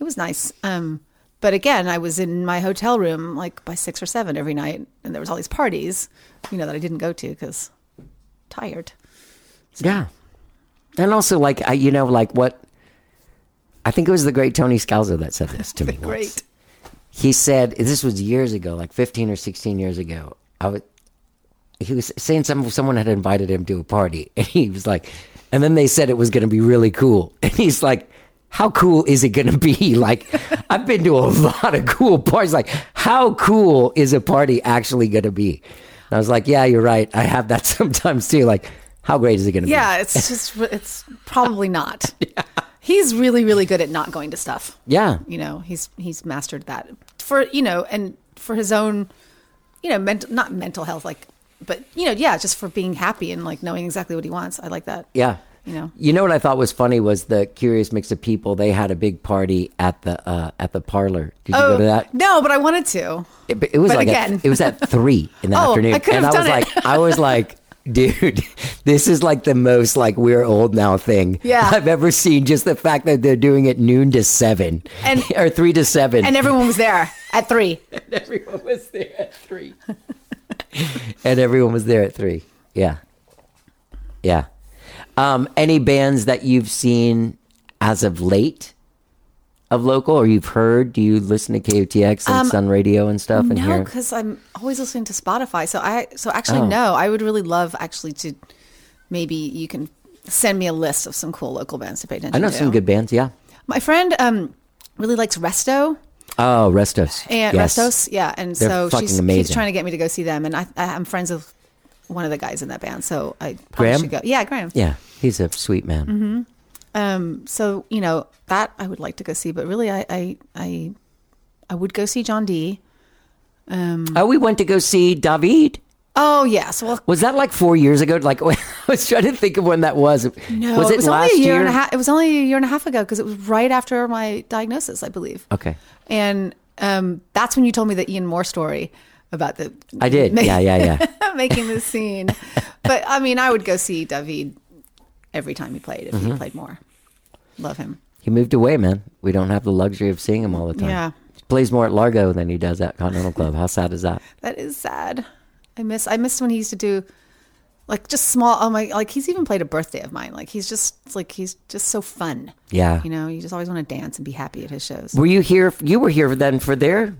S4: it was nice. Um but again, I was in my hotel room like by 6 or 7 every night and there was all these parties, you know, that I didn't go to cuz tired.
S1: Yeah. And also, like, I, you know, like what I think it was the great Tony Scalzo that said this to me. once.
S4: Great.
S1: He said, this was years ago, like 15 or 16 years ago. I was, he was saying some, someone had invited him to a party. [LAUGHS] And he was like, and then they said it was going to be really cool. [LAUGHS] And he's like, how cool is it going to be? [LAUGHS] Like, I've been to a [LAUGHS] lot of cool parties. Like, how cool is a party actually going to be? And I was like, yeah, you're right. I have that [LAUGHS] sometimes too. Like, how great is it going to be?
S4: Yeah, it's just it's probably not.
S1: [LAUGHS]
S4: He's really really good at not going to stuff.
S1: Yeah.
S4: You know, he's he's mastered that for you know, and for his own, you know, mental not mental health like, but you know, yeah, just for being happy and like knowing exactly what he wants. I like that.
S1: Yeah.
S4: You know.
S1: You know what I thought was funny was the curious mix of people. They had a big party at the uh, at the parlor. Did you go to
S4: Oh,
S1: that?
S4: No, but I wanted to.
S1: It, but it was
S4: But
S1: like
S4: again.
S1: At, it was
S4: [LAUGHS]
S1: at three in the
S4: Oh,
S1: afternoon,
S4: I could
S1: and I
S4: have
S1: was
S4: done it.
S1: like, I was like, [LAUGHS] dude, this is like the most like we're old now thing
S4: Yeah.
S1: I've ever seen. Just the fact that they're doing it noon to seven
S4: And-
S1: [LAUGHS] or three to seven,
S4: And everyone
S1: [LAUGHS]
S4: was there at three.
S1: everyone was there at three, [LAUGHS] and everyone was there at three. Yeah, yeah. Um, any bands that you've seen as of late of local, or you've heard? Do you listen to KOTX and Sun Radio and stuff? And
S4: Um, No,
S1: hear?
S4: because I'm always listening to Spotify. So I so actually
S1: Oh.
S4: no, I would really love actually to maybe you can send me a list of some cool local bands to pay attention
S1: I know
S4: to.
S1: some good bands. Yeah.
S4: My friend um really likes Resto.
S1: Oh, Restos.
S4: and
S1: Yes.
S4: Restos, yeah, and
S1: They're
S4: so
S1: fucking
S4: she's keeps
S1: amazing.
S4: trying to get me to go see them, and I, I, I'm friends with one of the guys in that band, so I probably
S1: Graham?
S4: should go. Yeah, Graham.
S1: Yeah, he's a sweet man.
S4: Mm-hmm. Um, so you know that I would like to go see, but really, I I I, I would go see John D.
S1: Oh, we went to go see David.
S4: Oh yes, well,
S1: Was that like four years ago? Like [LAUGHS] I was trying to think of when that was.
S4: no,
S1: was it,
S4: was
S1: last
S4: only a year, and a half. It was only a year and a half ago because it was right after my diagnosis, I believe.
S1: Okay.
S4: and um, that's when you told me the Ian Moore story about the
S1: I
S4: [LAUGHS]
S1: did. Yeah, yeah, yeah.
S4: making the scene. but I mean, I would go see David every time he played if he played more. Love him.
S1: He moved away, man. We don't have the luxury of seeing him all the time.
S4: Yeah.
S1: He plays more at Largo than he does at Continental Club. How sad is that?
S4: That is sad. I miss I miss when he used to do like just small oh my like he's even played a birthday of mine. Like he's just it's like he's just so fun.
S1: Yeah.
S4: You know, you just always want to dance and be happy at his shows.
S1: Were you here? You were here then for their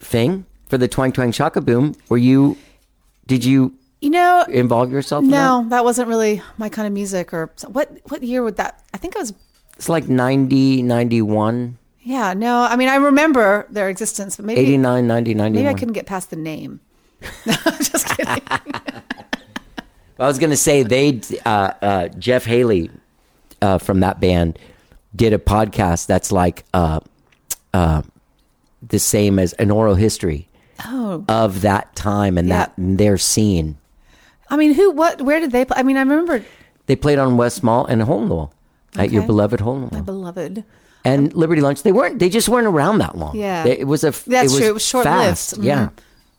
S1: thing for the Twang Twang Shaka Boom. Were you? Did you
S4: You know,
S1: involve yourself? in
S4: no, that wasn't really my kind of music or what what year would that I think it was
S1: that? it's like 90, 91,
S4: yeah, no. I mean, I remember their existence, but maybe
S1: 89, 90, 91.
S4: maybe I couldn't get past the name. [LAUGHS] No, I'm just kidding.
S1: I was going to say they uh, uh, Jeff Haley uh, from that band did a podcast that's like uh, uh, the same as an oral history
S4: Oh.
S1: of that time and that
S4: Yeah.
S1: and their scene.
S4: I mean, who, what, where did they play? I mean, I remember
S1: They played on West Mall and Holmwell at your
S4: Okay.
S1: beloved
S4: my
S1: Holmwell
S4: beloved.
S1: and Liberty Lunch. They weren't. They just weren't around that long.
S4: Yeah.
S1: They- it was a. f-
S4: That's
S1: it was
S4: true. It was Mm-hmm. short
S1: fast.
S4: lived.
S1: Yeah,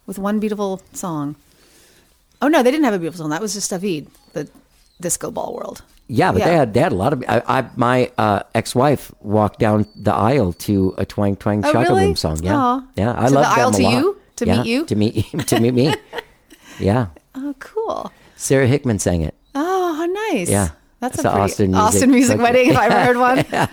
S4: With one beautiful song. Oh, no, they didn't have a beautiful song. That was just David, the disco ball world.
S1: yeah. But they
S4: Yeah.
S1: had they had a lot of. I, I my uh, ex wife walked down the aisle to a Twang Twang
S4: Oh,
S1: Shaka
S4: really?
S1: Boom song. Yeah,
S4: Aw.
S1: yeah. I
S4: to
S1: love
S4: the Isle
S1: them a
S4: to
S1: lot.
S4: You? to
S1: yeah,
S4: meet you.
S1: To meet [LAUGHS] you. To meet
S4: [LAUGHS]
S1: me. yeah.
S4: oh, cool.
S1: Sarah Hickman sang it.
S4: Oh, how nice.
S1: Yeah.
S4: That's,
S1: That's
S4: a
S1: a
S4: pretty,
S1: Austin music
S4: Austin music
S1: fucking-
S4: wedding. If I ever heard
S1: [LAUGHS]
S4: one.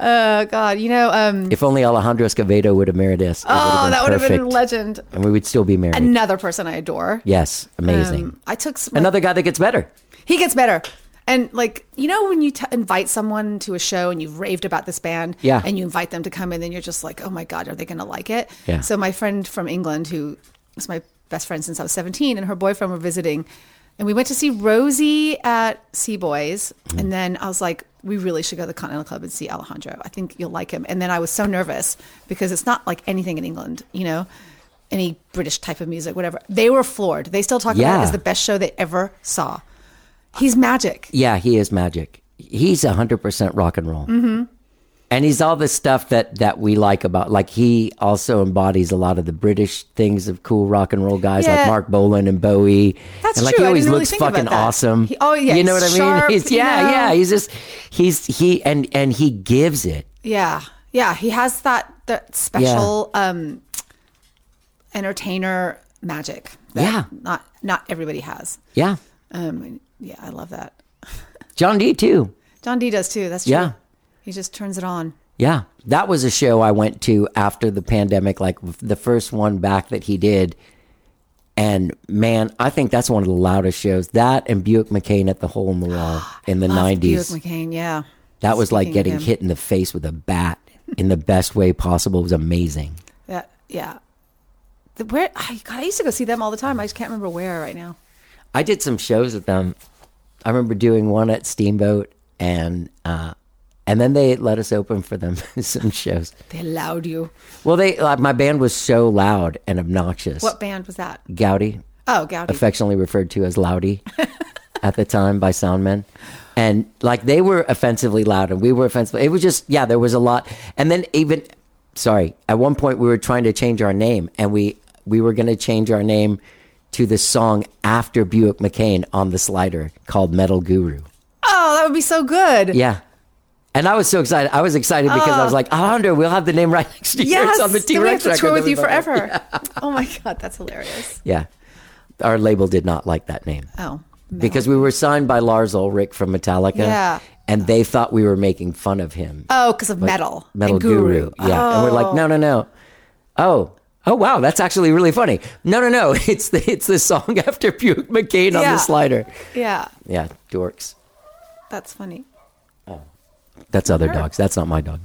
S4: Oh God, you know, um,
S1: If only Alejandro Escovedo would have married us. it
S4: oh, that would have been
S1: perfect.
S4: legend.
S1: And we would still be married.
S4: Another person I adore.
S1: yes. Amazing.
S4: Um, I took some,
S1: Another guy that gets better.
S4: He gets better. And like you know, when you t- invite someone to a show and you've raved about this band,
S1: Yeah.
S4: and you invite them to come in, then you're just like, oh my god, are they going to like it?
S1: Yeah.
S4: So my friend from England, who was my best friend since I was 17, and her boyfriend were visiting, and we went to see Rosie at Seaboys,
S1: Mm-hmm.
S4: and then I was like, we really should go to the Continental Club and see Alejandro. I think you'll like him. And then I was so nervous because it's not like anything in England, you know. Any British type of music, whatever. They were floored. They still talk about
S1: Yeah.
S4: it as the best show they ever saw. He's magic.
S1: Yeah, he is magic. He's 100% rock and roll. Mm-hmm. And he's all the stuff that, that we like about, like he also embodies a lot of the British things of cool rock and roll guys like
S4: Yeah.
S1: Mark Bolan and Bowie.
S4: That's
S1: and like
S4: true.
S1: he
S4: I
S1: always
S4: didn't really
S1: looks
S4: think about
S1: fucking
S4: that.
S1: awesome.
S4: He- oh, yeah,
S1: You know
S4: he's
S1: what I mean?
S4: sharp,
S1: [LAUGHS] he's,
S4: you
S1: yeah,
S4: know.
S1: yeah. He's just, he's, he, and, and he gives it.
S4: Yeah. Yeah. He has that that special um entertainer magic. That
S1: Yeah.
S4: Not not everybody has.
S1: Yeah.
S4: Um yeah, I love that.
S1: John D too.
S4: John D does too. That's true.
S1: Yeah.
S4: He just turns it on.
S1: Yeah. That was a show I went to after the pandemic, like the first one back that he did. And man, I think that's one of the loudest shows. That and Buick McCain at the Hole in the
S4: [GASPS]
S1: Wall in the
S4: Loved Buick
S1: 90s.
S4: McCain, yeah.
S1: That was like
S4: Speaking of
S1: getting
S4: him.
S1: hit in the face with a bat in the best way possible. It was amazing.
S4: Yeah. Yeah. The- Where I, God, I used to go see them all the time. I just can't remember where right now.
S1: I did some shows with them. I remember doing one at Steamboat and, uh, and then they let us open for them [LAUGHS] some shows.
S4: They allowed you.
S1: Well, they like my band was so loud and obnoxious.
S4: What band was that?
S1: Gowdy,
S4: Oh, Gowdy.
S1: affectionately referred to as
S4: [LAUGHS]
S1: Loudy at the time by soundmen. And like they were offensively loud and we were offensively. It was just, yeah, there was a lot. And then even, sorry, at one point we were trying to change our name and we, we were going to change our name to the song after Buick McCain on the slider called Metal Guru.
S4: Oh, that would be so good.
S1: Yeah. And I was so excited. I was excited because I was like, Alejandro, we'll have the name right next to yours
S4: Uh. Yes,
S1: on the
S4: then
S1: T
S4: we have
S1: Rex
S4: to
S1: record.
S4: tour with
S1: that
S4: you
S1: we both-
S4: forever.
S1: [LAUGHS]
S4: Oh my god, that's hilarious.
S1: Yeah. Our label did not like that name.
S4: Oh,
S1: because we were signed by Lars Ulrich from Metallica.
S4: Yeah.
S1: And they thought we were making fun of him.
S4: oh, because of metal,
S1: Metal
S4: and guru.
S1: Guru. Yeah. And we're like, no, no, no. Oh. Oh wow, that's actually really funny. No, no, [LAUGHS] no. It's the it's the song [LAUGHS] after Buick McCain on
S4: Yeah.
S1: the slider.
S4: Yeah,
S1: Yeah, dorks.
S4: that's funny.
S1: That's other dogs. That's not my dog.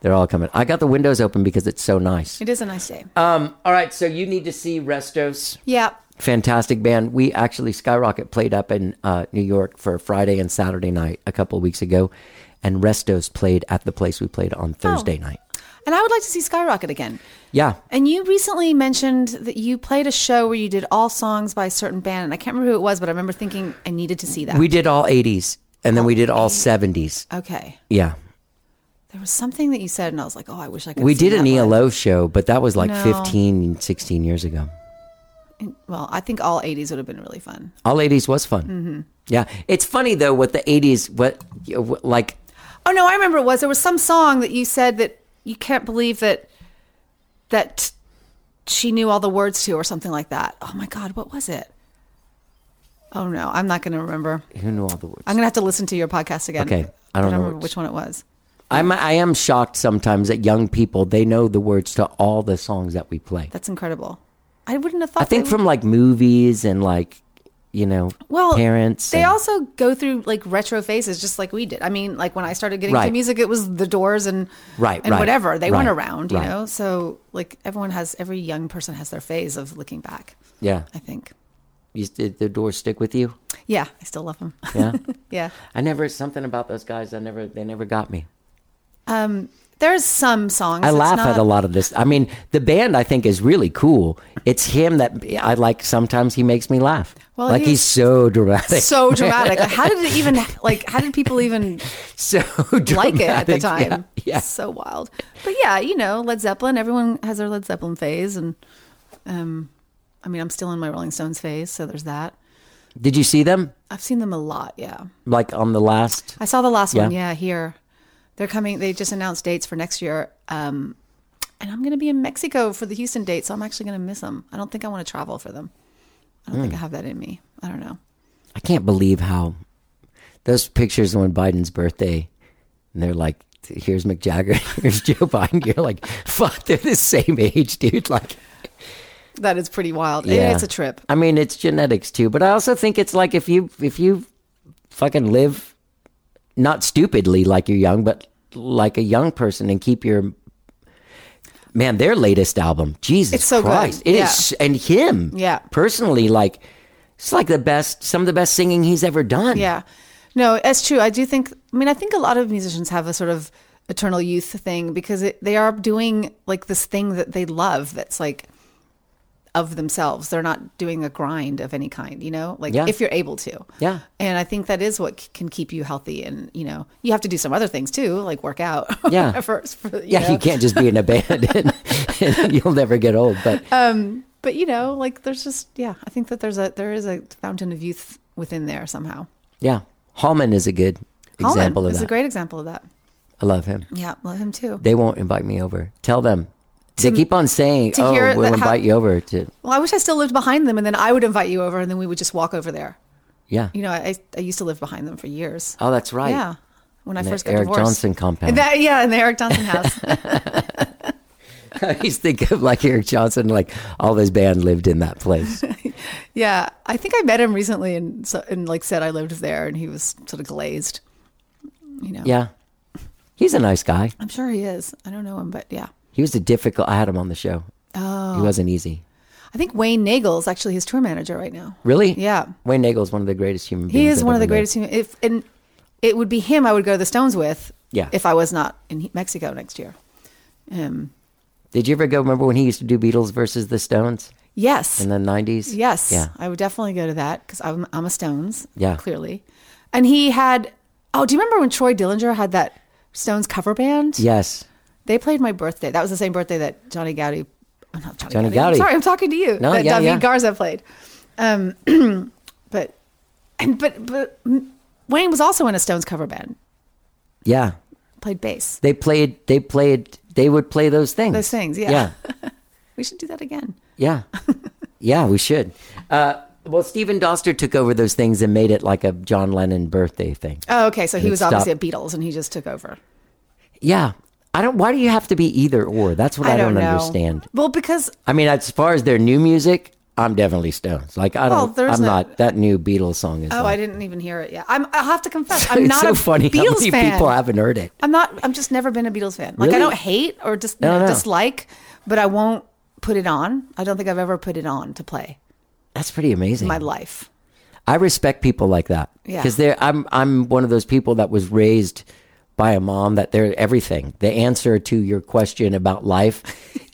S1: They're all coming. I got the windows open because it's so nice.
S4: It is a nice day.
S1: Um, all right, so you need to see Restos.
S4: yeah,
S1: fantastic band. We actually Skyrocket played up in uh, New York for Friday and Saturday night a couple of weeks ago, and Restos played at the place we played
S4: Oh.
S1: on Thursday night.
S4: and I would like to see Skyrocket again.
S1: Yeah,
S4: And you recently mentioned that you played a show where you did all songs by a certain band, and I can't remember who it was, but I remember thinking I needed to see that.
S1: we did all '80s, and then we did all '70s.
S4: okay,
S1: Yeah,
S4: there was something that you said, and I was like, oh, I wish I could.
S1: we
S4: see
S1: did an E
S4: that live.
S1: ELO show, but that was like
S4: No.
S1: 15, 16 years ago.
S4: Well, I think all '80s would have been really fun.
S1: All '80s was fun.
S4: Mm-hmm.
S1: Yeah, it's funny though what the '80s, what what- like
S4: Oh no, I remember it was there was some song that you said that you can't believe that that she knew all the words to or something like that. Oh my god, what was it? Oh no, I'm not going to remember.
S1: who knew all the words.
S4: I'm going to have to listen to your podcast again.
S1: Okay, I don't know
S4: remember
S1: which-
S4: which one it was.
S1: I'm I am shocked sometimes that young people they know the words to all the songs that we play.
S4: That's incredible. I wouldn't have thought.
S1: I think
S4: they
S1: from like movies and like you know
S4: well
S1: parents.
S4: They
S1: and-
S4: also go through like retro phases, just like we did. I mean, like when I started getting
S1: Right.
S4: into music, it was the Doors and
S1: Right,
S4: and
S1: right,
S4: whatever they went
S1: right,
S4: around. You
S1: right.
S4: know, so like everyone has every young person has their phase of looking back.
S1: yeah.
S4: I think.
S1: You, did the doors stick with you?
S4: Yeah, I still love them.
S1: Yeah.
S4: [LAUGHS]
S1: [LAUGHS]
S4: yeah.
S1: I never something about those guys. I never they never got me.
S4: There's some songs.
S1: I
S4: it's
S1: laugh
S4: not-
S1: at a lot of this. I mean, the band I think is really cool. It's him that I like. Sometimes he makes me laugh.
S4: Well,
S1: like
S4: he's-
S1: he's so dramatic,
S4: So dramatic. Like, how did it even like how did people even
S1: [LAUGHS] so [LAUGHS] dramatic.
S4: like it at the
S1: Yeah,
S4: time?
S1: yeah.
S4: So wild. But yeah, you know, Led Zeppelin, everyone has their Led Zeppelin phase and um I mean I'm still in my Rolling Stones phase, so there's that.
S1: Did you see them
S4: I've seen them a lot, yeah.
S1: like on the last?
S4: I saw the last one,
S1: Yeah.
S4: yeah, here. They're coming they just announced dates for next year. Um and I'm going to be in Mexico for the Houston date, so I'm actually going to miss them. I don't think I want to travel for them. I don't think I have that in me. I don't know.
S1: I can't believe how those pictures on Biden's birthday, and they're like, here's Mick Jagger, [LAUGHS] here's Joe Biden. [LAUGHS] You're like, fuck, they're the same age, dude. Like,
S4: That is pretty wild. It- It's a trip.
S1: I mean, it's genetics too, but I also think it's like if you if you fucking live not stupidly like you're young, but like a young person and keep your man their latest album. Jesus
S4: It's so good.
S1: Christ, It is- and him,
S4: Yeah.
S1: personally, like it's like the best, some of the best singing he's ever done.
S4: Yeah. No, that's true. I do think, I mean, I think a lot of musicians have a sort of eternal youth thing because it, they are doing like this thing that they love that's like of themselves. They're not doing a grind of any kind, you know, like
S1: Yeah.
S4: if you're able to.
S1: Yeah.
S4: And I think that is what c- can keep you healthy. And, you know, you have to do some other things too, like work out. [LAUGHS]
S1: Yeah.
S4: first, for, you
S1: Yeah,
S4: know.
S1: you can't just be in a band and, [LAUGHS] and you'll never get old. But
S4: Uh, But, you know, like there's just, yeah, I think that there's a, there is a fountain of youth within there somehow.
S1: yeah, Hallman is a good
S4: Colin
S1: example of
S4: is
S1: that.
S4: a great example of that.
S1: I love him.
S4: Yeah. Love him too.
S1: They won't invite me over. Tell them. they keep on saying,
S4: to
S1: "Oh,
S4: hear
S1: we'll
S4: that
S1: invite
S4: how-
S1: you over." To
S4: Well, I wish I still lived behind them, and then I would invite you over, and then we would just walk over there.
S1: yeah.
S4: You know, I, I used to live behind them for years.
S1: oh, that's right.
S4: Yeah, when I
S1: the
S4: first got
S1: Eric
S4: divorced.
S1: Johnson compound.
S4: That, yeah, in the
S1: [LAUGHS]
S4: Eric Johnson house.
S1: [LAUGHS] I used to think of like Eric Johnson, like all his band lived in that
S4: [LAUGHS]
S1: place.
S4: yeah, I think I met him recently, and so, and like said I lived there, and he was sort of glazed. You know.
S1: yeah, he's a nice guy.
S4: I'm sure he is. I don't know him, but yeah.
S1: He was a difficult. I had him on the show. Oh, he wasn't easy.
S4: I think Wayne Nagel's actually his tour manager right now.
S1: Really?
S4: Yeah.
S1: Wayne Nagel's one of the greatest human beings.
S4: He is
S1: I've
S4: one of
S1: ever
S4: the
S1: met.
S4: greatest human. If and it would be him, I would go to the Stones with.
S1: Yeah.
S4: If I was not in Mexico next year. Um.
S1: Did you ever go? Remember when he used to do Beatles versus the Stones
S4: Yes.
S1: in the nineties?
S4: Yes,
S1: Yeah.
S4: I would definitely go to that because I'm, I'm a Stones.
S1: Yeah.
S4: clearly. And he had. Oh, do you remember when Troy Dillinger had that Stones cover band?
S1: Yes.
S4: they played my birthday. That was the same birthday that Johnny Gowdy. Oh, not Johnny,
S1: Johnny
S4: Gowdy. I'm
S1: Gowdy.
S4: sorry, I'm talking to you.
S1: No,
S4: that
S1: yeah,
S4: David
S1: yeah.
S4: Garza played. Um, [CLEARS THROAT] but and but but Wayne was also in a Stones cover band.
S1: Yeah.
S4: Played bass.
S1: They played. They played. They would play those things.
S4: Those things, yeah.
S1: Yeah.
S4: We should do that again.
S1: Yeah.
S4: [LAUGHS]
S1: yeah, we should. Uh, well, Stephen Doster took over those things and made it like a John Lennon birthday thing.
S4: Oh, okay. So he
S1: It
S4: was obviously a
S1: stopped.
S4: Beatles, and he just took over.
S1: Yeah. I don't why do you have to be either or? That's what I, don't, understand.
S4: Well, because
S1: I mean, as far as their new music, I'm definitely Stones. Like I
S4: Well,
S1: don't
S4: there's
S1: I'm
S4: no-
S1: not that new Beatles song is
S4: Oh, I
S1: like,
S4: didn't even hear it yet. I'm, I have to confess, I'm
S1: [LAUGHS] it's
S4: not
S1: so
S4: a
S1: funny
S4: Beatles
S1: how many
S4: fan.
S1: people haven't heard it.
S4: I'm not. I'm just never been a Beatles fan. Like I
S1: Really?
S4: don't hate or just
S1: No, no.
S4: dislike, but I won't put it on. I don't think I've ever put it on to play
S1: That's pretty amazing.
S4: in my life.
S1: I respect people like that
S4: Yeah.
S1: because they're I'm I'm one of those people that was raised by a mom that they're everything. The answer to your question about life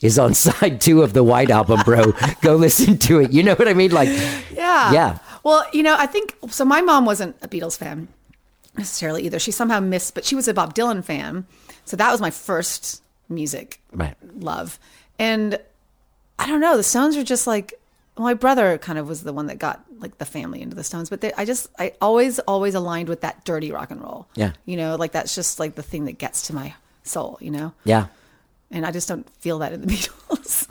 S1: is on side two of the White Album, bro. Go listen to it. You know what I mean? Like,
S4: Yeah.
S1: yeah,
S4: Well, you know, I think so. My mom wasn't a Beatles fan necessarily either. She somehow missed, but she was a Bob Dylan fan. So that was my first music
S1: right.
S4: love. And I don't know, the Stones are just like my brother kind of was the one that got like the family into the Stones, but they, I just I always always aligned with that dirty rock and roll.
S1: Yeah.
S4: You know, like that's just like the thing that gets to my soul, you know?
S1: Yeah,
S4: And I just don't feel that in the [LAUGHS] Beatles.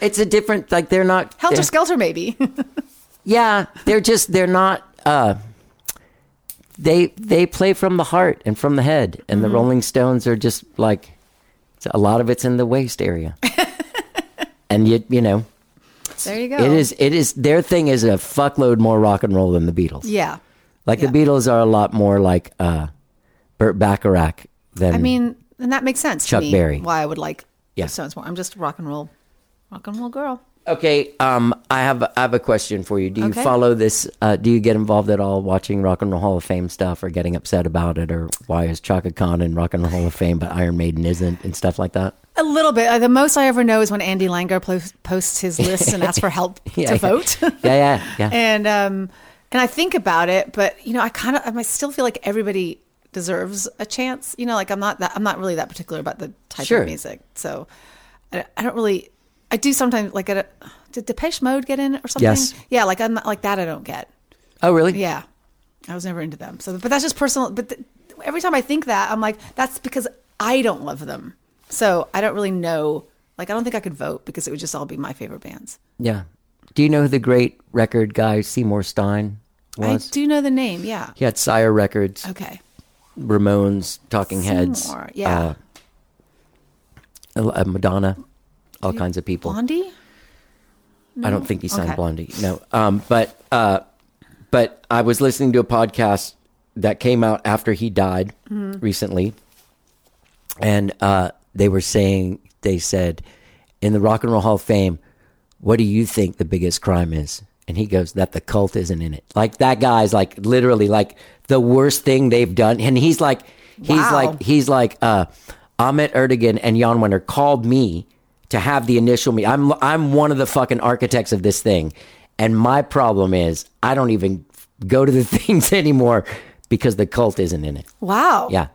S1: it's a different. Like they're not.
S4: Helter
S1: they're-
S4: Skelter maybe. [LAUGHS]
S1: Yeah, they're just they're not. uh They they play from the heart and from the head, and the Rolling Stones are just like it's- a lot of it's in the waist area, and you you know.
S4: there you go.
S1: It is. It is. Their thing is a fuckload more rock and roll than the Beatles.
S4: Yeah.
S1: Like
S4: yeah.
S1: the Beatles are a lot more like uh, Burt Bacharach than.
S4: I mean, and that makes sense
S1: Mm. Chuck
S4: to me
S1: Berry.
S4: why I would like
S1: Yeah.
S4: the Stones more. I'm just a rock and roll rock and roll girl.
S1: Okay. Um. I have. I have a question for you. Do you
S4: Okay.
S1: follow this? Uh, do you get involved at all watching Rock and Roll Hall of Fame stuff, or getting upset about it, or why is Chaka Khan in Rock and Roll Hall of Fame but Iron Maiden isn't, and stuff like that?
S4: A little bit. Uh, the most I ever know is when Andy Langer plo- posts his list and asks for help
S1: [LAUGHS] Yeah,
S4: [LAUGHS] to
S1: yeah.
S4: vote. [LAUGHS]
S1: Yeah. Yeah. Yeah.
S4: and um and I think about it, but you know, I kind of I still feel like everybody deserves a chance. You know, like I'm not that I'm not really that particular about the type
S1: Sure.
S4: of music, so I, I don't really. I do sometimes like at a, did Depeche Mode get in or something?
S1: Yes.
S4: Yeah, like I'm not, like that. I don't get.
S1: oh, really?
S4: Yeah, I was never into them. So, but that's just personal. But th- every time I think that, I'm like, that's because I don't love them. So I don't really know. Like, I don't think I could vote because it would just all be my favorite bands.
S1: Yeah. Do you know who the great record guy Seymour Stein was?
S4: I do know the name. Yeah.
S1: He had Sire Records,
S4: Okay.
S1: Ramones, Talking Heads,
S4: Seymour, yeah.
S1: uh, uh, Madonna, all kinds of people.
S4: Blondie?
S1: I don't think he signed
S4: Okay.
S1: Blondie. No. Um, but uh, but I was listening to a podcast that came out after he died
S4: Mm-hmm.
S1: recently, and uh, they were saying they said in the Rock and Roll Hall of Fame, what do you think the biggest crime is? And he goes that the cult isn't in it. Like that guy's like literally like the worst thing they've done, and he's like he's
S4: Wow.
S1: like he's like uh, Ahmet Erdogan and Jan Wenner called me to have the initial meet. I'm I'm one of the fucking architects of this thing, and my problem is I don't even go to the [LAUGHS] things anymore because the cult isn't in it.
S4: Wow.
S1: Yeah,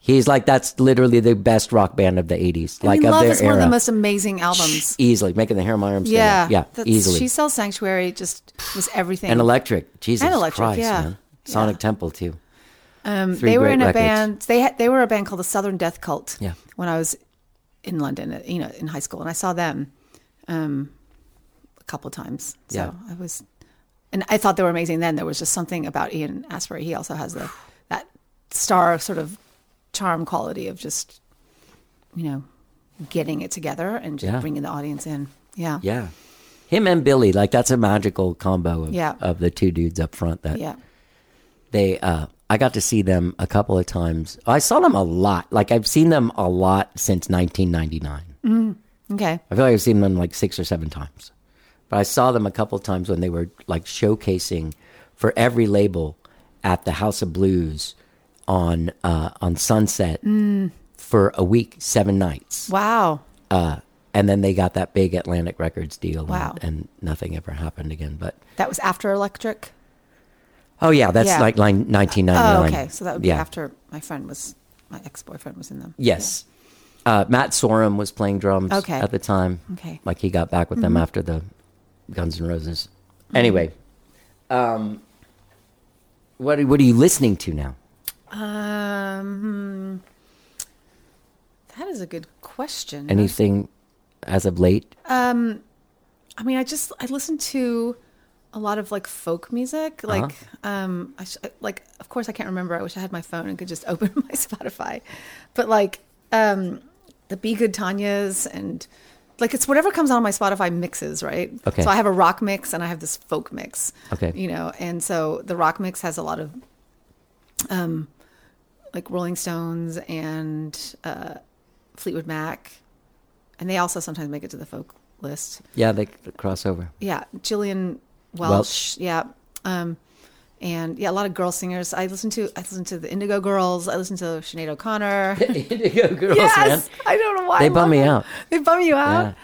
S1: he's like that's literally the best rock band of the '80s,
S4: I
S1: like
S4: mean,
S1: of
S4: Love
S1: their
S4: is
S1: era.
S4: one of the most amazing albums.
S1: easily making the hair on my arms. stand
S4: Yeah.
S1: up. yeah,
S4: That's-
S1: easily.
S4: She sells Sanctuary just was everything.
S1: and electric, Jesus
S4: And Electric,
S1: Christ,
S4: yeah.
S1: man. Sonic Temple too.
S4: Um,
S1: Three
S4: they were
S1: great
S4: in a
S1: records.
S4: band. They had, they were a band called the Southern Death Cult.
S1: Yeah.
S4: When I was in London, uh, you know, in high school, and I saw them um, a couple times. So
S1: Yeah.
S4: I was, and I thought they were amazing. Then there was just something about Ian Asbury. He also has the that star sort of charm quality of just, you know, getting it together and just
S1: Yeah.
S4: bringing the audience in. Yeah.
S1: Yeah. Him and Billy, like that's a magical combo of,
S4: Yeah.
S1: of the two dudes up front that
S4: Yeah.
S1: they uh I got to see them a couple of times. I saw them a lot. Like I've seen them a lot since 1999.
S4: Okay.
S1: I feel like I've seen them like 6 or 7 times. But I saw them a couple of times when they were like showcasing for every label at the House of Blues on uh on Sunset
S4: Mm.
S1: for a week, 7 nights.
S4: Wow.
S1: Uh and then they got that big Atlantic Records deal and-
S4: Wow.
S1: and nothing ever happened again, but
S4: That was after Electric.
S1: Oh yeah, that's
S4: Yeah.
S1: like line nineteen ninety
S4: Oh,
S1: nine.
S4: okay. So that would be
S1: yeah.
S4: after my friend was, my ex boyfriend was in them.
S1: Yes, uh, Matt Sorum was playing drums
S4: Okay.
S1: at the time.
S4: Okay. Mm-hmm.
S1: like he got back with them after the Guns N' Roses. Anyway, um, what are- what are you listening to now?
S4: Um, hmm. that is a good question.
S1: Anything as of late?
S4: I mean, I just I listen to a lot of like folk music.
S1: Uh-huh.
S4: Like, um, I sh- like of course I can't remember. I wish I had my phone and could just [LAUGHS] open my Spotify, but like, um, the Be Good Tanya's and like it's whatever comes on my Spotify mixes, right?
S1: Okay.
S4: So I have a rock mix and I have this folk mix.
S1: Okay.
S4: You know, and so the rock mix has a lot of um, like Rolling Stones and uh, Fleetwood Mac, and they also sometimes make it to the folk list.
S1: yeah, they c- cross
S4: [LAUGHS]
S1: over.
S4: Yeah, Gillian
S1: Welch.
S4: Welsh. Yeah, um, and yeah, a lot of girl singers. I listen to I listen to the Indigo Girls. I listen to
S1: [LAUGHS]
S4: Sinead O'Connor.
S1: Indigo Girls,
S4: [LAUGHS] yes,
S1: man.
S4: I don't know why
S1: They
S4: I
S1: bum
S4: love
S1: me
S4: them.
S1: out.
S4: They bum you out.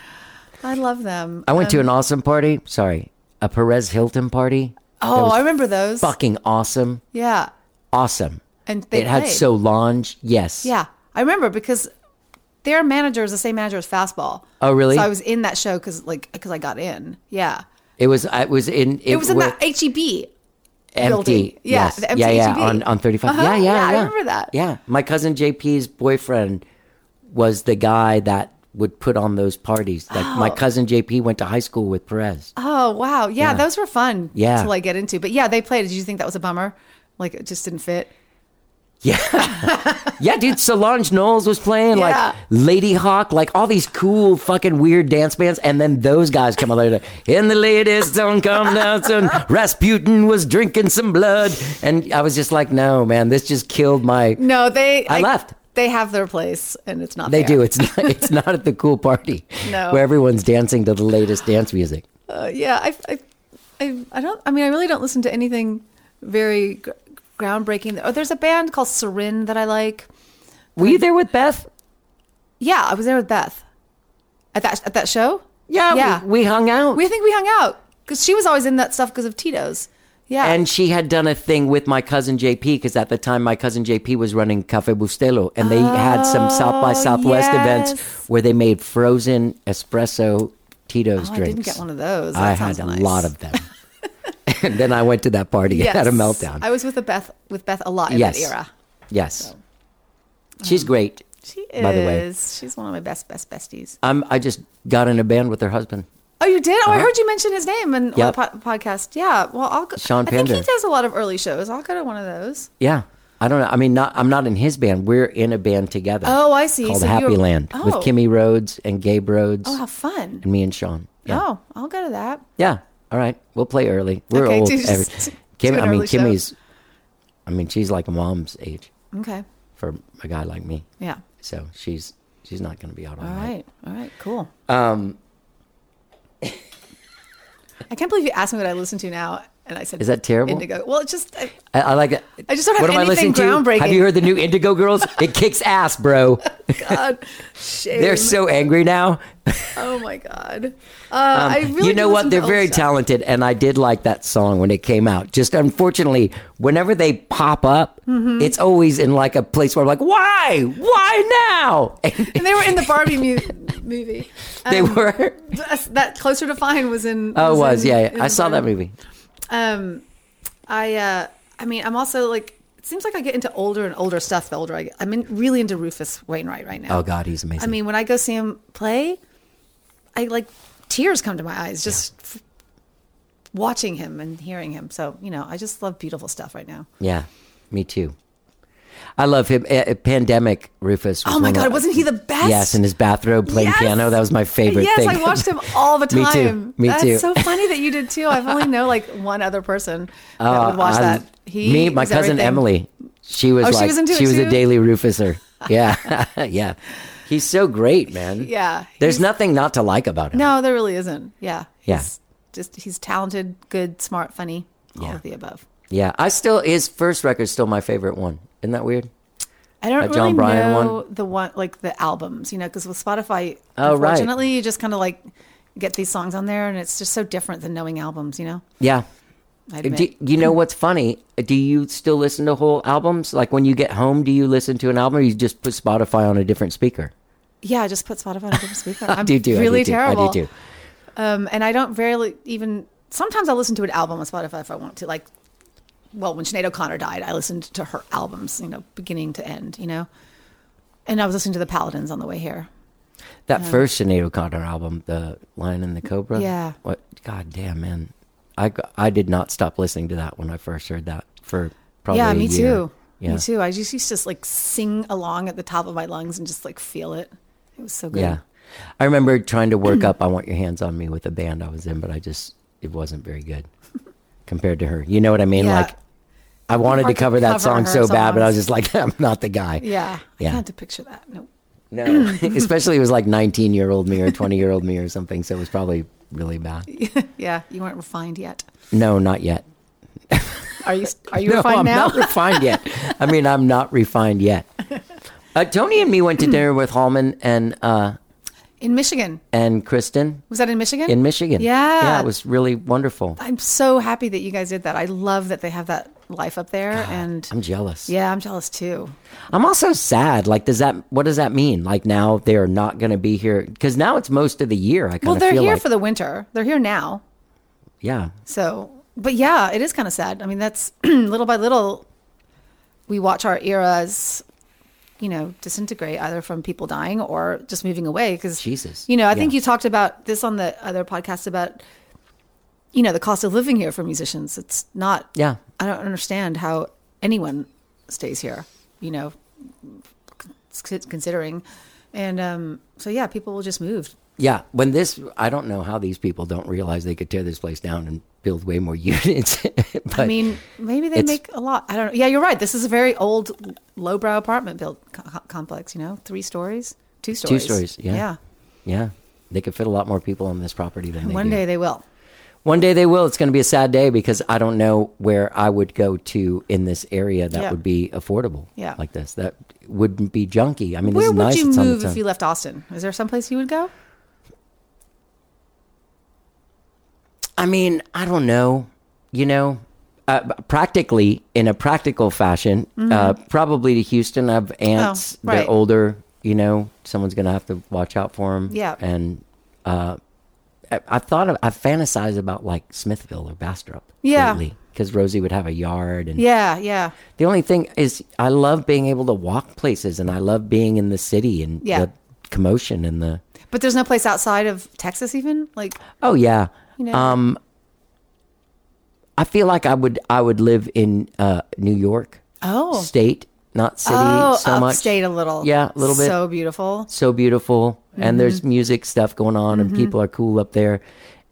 S1: Yeah.
S4: I love them.
S1: I went to an awesome party. Sorry, a Perez Hilton party.
S4: oh, I remember those.
S1: Fucking awesome,
S4: Yeah,
S1: awesome.
S4: and they
S1: it had
S4: played.
S1: Solange. Yes.
S4: Yeah, I remember because their manager is the same manager as Fastball.
S1: Oh, really?
S4: So I was in that show because like because I got in. Yeah,
S1: It was. It was in. It,
S4: it was in E
S1: wa-
S4: that HEB.
S1: empty.
S4: building. Yeah,
S1: yes.
S4: the empty
S1: yeah, yeah,
S4: ATV.
S1: on, on 35.
S4: Uh-huh.
S1: Yeah, yeah,
S4: Yeah,
S1: yeah.
S4: I remember that.
S1: Yeah. My cousin JP's boyfriend was the guy that would put on those parties. Like my cousin JP went to high school with Perez.
S4: Oh wow, yeah, those were fun.
S1: Yeah.
S4: to like get into. But yeah, they played. Did you think that was a bummer? Like it just didn't fit.
S1: Yeah, dude, Solange Knowles was playing
S4: Yeah.
S1: like Lady Hawk, like all these cool fucking weird dance bands, and then those guys come out later. And the latest song come down soon. Rasputin was drinking some blood, and I was just like, no, man, this just killed my.
S4: No, they.
S1: I left.
S4: They have their place, and it's not.
S1: They
S4: there.
S1: do. It's not,
S4: [LAUGHS]
S1: it's not at the cool party
S4: No.
S1: where everyone's dancing to the latest dance music.
S4: Uh, yeah, I, I, I, I don't. I mean, I really don't listen to anything very gr- groundbreaking. Oh, there's a band called Serin that I like.
S1: Were you there with Beth?
S4: Yeah, I was there with Beth at that at that show.
S1: Yeah,
S4: yeah.
S1: We, we hung out.
S4: We think we hung out because she was always in that stuff because of Tito's. Yeah,
S1: and she had done a thing with my cousin JP because at the time my cousin JP was running Cafe Bustelo and they had some South by Southwest
S4: Oh, yes.
S1: events where they made frozen espresso Tito's
S4: oh, I
S1: drinks.
S4: didn't get one of those. That
S1: I
S4: sounds
S1: had a
S4: nice.
S1: lot of
S4: [LAUGHS]
S1: them. and then I went to that party and had a meltdown.
S4: I was with the Beth with Beth a lot in
S1: yes.
S4: that era. um,
S1: Yes. She's great.
S4: She is.
S1: By the way.
S4: She's one of my best, best besties.
S1: I'm, I just got in a band with her husband.
S4: Oh, you did? Oh, I heard you mention his name in
S1: Uh-huh. Yep.
S4: on the po- podcast. Yeah. Well, I'll go.
S1: Sean
S4: I
S1: Pender.
S4: think he does a lot of early shows. I'll go to one of those.
S1: Yeah. I don't know. I mean, not, I'm not in his band. We're in a band together.
S4: Oh, I see.
S1: Called
S4: So
S1: Happy
S4: you're-
S1: Land with
S4: Oh.
S1: Kimmy Rhodes and Gabe Rhodes
S4: Oh, how fun.
S1: and me and Sean. Yeah.
S4: Oh, I'll go to that.
S1: Yeah. All right. We'll play early. We're
S4: Okay,
S1: old.
S4: do just-
S1: every-
S4: [LAUGHS] do
S1: Kim,
S4: an
S1: I mean,
S4: early show.
S1: Kimmy's, I mean, she's like a mom's age
S4: Okay.
S1: for a guy like me.
S4: Yeah.
S1: So she's she's not going to be out all,
S4: All
S1: night.
S4: right. All right. Cool. Um, [LAUGHS] I can't believe you asked me what I listen to now, and I said,
S1: Is that terrible?
S4: Indigo. Well, it's just uh, I,
S1: I, I like it.
S4: I just don't have
S1: what am I
S4: anything
S1: listening to? Have
S4: groundbreaking.
S1: you heard the new Indigo
S4: [LAUGHS]
S1: Girls? it kicks ass, bro.
S4: God,
S1: [LAUGHS]
S4: shame.
S1: They're so angry now.
S4: oh my God. Uh, I really
S1: you know
S4: do
S1: what?
S4: listen
S1: They're
S4: to
S1: very
S4: old stuff.
S1: talented, and I did like that song when it came out. Just unfortunately, whenever they pop up,
S4: Mm-hmm.
S1: it's always in like a place where I'm like, why? Why now? And
S4: And they were in the Barbie mu- movie.
S1: [LAUGHS] they
S4: Um,
S1: were.
S4: that's- that closer to fine was in.
S1: Oh, it was.
S4: in-
S1: Yeah, yeah.
S4: in
S1: I
S4: the
S1: saw that
S4: Barbie-
S1: movie.
S4: Um, I uh, I mean, I'm also like. It seems like I get into older and older stuff. The older I get, I'm in, really into Rufus Wainwright right now.
S1: Oh, God, he's amazing.
S4: I mean, when I go see him play, I like tears come to my eyes just f- watching him and hearing him. So you know, I just love beautiful stuff right now.
S1: yeah, me too. I love him. Eh, eh, Pandemic Rufus. was
S4: Oh my
S1: one of
S4: God, wasn't he the best?
S1: Yes, in his bathrobe playing
S4: Yes!
S1: piano. That was my favorite
S4: yes,
S1: thing.
S4: I watched him all the
S1: [LAUGHS] Me too.
S4: time.
S1: Me
S4: That's
S1: too.
S4: so funny that you did too. I've only know like one other person that would watch
S1: Uh, Oh, I-
S4: that. He
S1: me, my
S4: was
S1: cousin
S4: everything.
S1: Emily. She was
S4: Oh, she
S1: like,
S4: was into it
S1: a
S4: too?
S1: daily
S4: [LAUGHS]
S1: Rufuser. Yeah, [LAUGHS] yeah. He's so great, man.
S4: Yeah,
S1: There's
S4: he's-
S1: nothing not to like about him.
S4: No, there really isn't. Yeah.
S1: Yeah.
S4: He's just he's talented, good, smart, funny, all
S1: Yeah.
S4: of the above.
S1: Yeah, I still his first record's still my favorite one. Isn't that weird?
S4: I don't
S1: That
S4: really
S1: John Bryan
S4: know the one like the albums, you know, because with Spotify,
S1: Oh, right.
S4: unfortunately, you just kind of like get these songs on there, and it's just so different than knowing albums, you know.
S1: Yeah.
S4: I admit.
S1: Uh, Do, you know what's funny? Do you still listen to whole albums? Like when you get home, do you listen to an album, or you just put Spotify on a different speaker?
S4: yeah, I just put Spotify on a different speaker. I'm
S1: do too. [LAUGHS]
S4: really
S1: I do too.
S4: terrible.
S1: I do too.
S4: Um, and I don't rarely even. Sometimes I listen to an album on Spotify if I want to. Like, well, when Sinead O'Connor died, I listened to her albums, you know, beginning to end, you know. And I was listening to the Paladins on the way here.
S1: That first Sinead O'Connor album, The Lion and the Cobra.
S4: Yeah.
S1: What? God damn, man. I, g- I did not stop listening to that when I first heard that for probably
S4: yeah,
S1: a
S4: me
S1: year.
S4: too.
S1: Yeah.
S4: Me too. I just used to just like sing along at the top of my lungs and just like feel it. It was so good.
S1: Yeah. I remember trying to work up I Want Your Hands on Me with a band I was in, but I just, it wasn't very good compared to her. You know what I mean?
S4: Yeah.
S1: Like, I wanted to
S4: hard to
S1: cover that
S4: cover
S1: song
S4: her
S1: so bad, but I was
S4: songs.
S1: just like, [LAUGHS] I'm not the guy.
S4: Yeah.
S1: Yeah.
S4: I can't picture that. No.
S1: No. [LAUGHS] Especially it was like 19 year old me or 20 year old me or something. So it was probably really bad.
S4: [LAUGHS] Yeah, you weren't refined yet.
S1: No, not yet.
S4: Are you are you
S1: no,
S4: refined
S1: I'm
S4: now?
S1: not refined yet. I mean, I'm not refined
S4: [LAUGHS]
S1: yet. Uh, Tony and me went to dinner with Hallman and uh,
S4: In Michigan.
S1: and Kristen
S4: Was that in Michigan?
S1: in Michigan.
S4: Yeah.
S1: yeah, it was really wonderful.
S4: I'm so happy that you guys did that. I love that they have that life up there and
S1: I'm jealous.
S4: yeah, I'm jealous too.
S1: I'm also sad. Like, does that what does that mean? Like now they are not going to be here because now it's most of the year. I kind
S4: Well,
S1: of
S4: they're
S1: feel
S4: here
S1: like
S4: for the winter. They're here now.
S1: yeah.
S4: So, but yeah, it is kind of sad. I mean, that's [CLEARS THROAT] little by little, we watch our eras, you know, disintegrate either from people dying or just moving away. Because
S1: Jesus.
S4: you know, I think
S1: Yeah.
S4: you talked about this on the other podcast about, you know, the cost of living here for musicians. It's not.
S1: Yeah.
S4: I don't understand how anyone stays here. You know, c- considering, and um, so yeah, people will just move.
S1: Yeah, when this, I don't know how these people don't realize they could tear this place down and build way more [LAUGHS] units. but
S4: I mean, maybe they
S1: it's-
S4: make a lot. I don't know. Yeah, you're right. This is a very old, lowbrow apartment built co- complex. You know, three stories, two stories,
S1: stories, yeah. yeah, they could fit a lot more people on this property than they
S4: One
S1: do.
S4: day they will.
S1: One day they will. It's going to be a sad day because I don't know where I would go to in this area that
S4: Yeah.
S1: would be affordable.
S4: Yeah.
S1: Like this. That wouldn't be junky. I mean, this
S4: Where
S1: is
S4: would
S1: nice.
S4: you
S1: it's on
S4: move
S1: its
S4: if
S1: own.
S4: you left Austin? Is there someplace you would go?
S1: I mean, I don't know. You know, uh, practically, in a practical fashion, uh, probably to Houston. I have aunts.
S4: Mm-hmm. Oh, right.
S1: They're older. You know, someone's going to have to watch out for them.
S4: Yeah.
S1: And uh, I, I've thought of, I fantasize about like Smithville or Bastrop
S4: Yeah.
S1: lately. because Rosie would have a yard. And
S4: Yeah, yeah.
S1: the only thing is, I love being able to walk places, and I love being in the city and
S4: Yeah.
S1: the commotion and the
S4: But there's no place outside of Texas, even like
S1: oh yeah.
S4: you know.
S1: Um, I feel like I would I would live in uh, New York
S4: oh,
S1: state, not city,
S4: oh,
S1: so much.
S4: upstate a little.
S1: Yeah, a little bit.
S4: So beautiful.
S1: so beautiful and
S4: Mm-hmm.
S1: there's music stuff going on and people are cool up there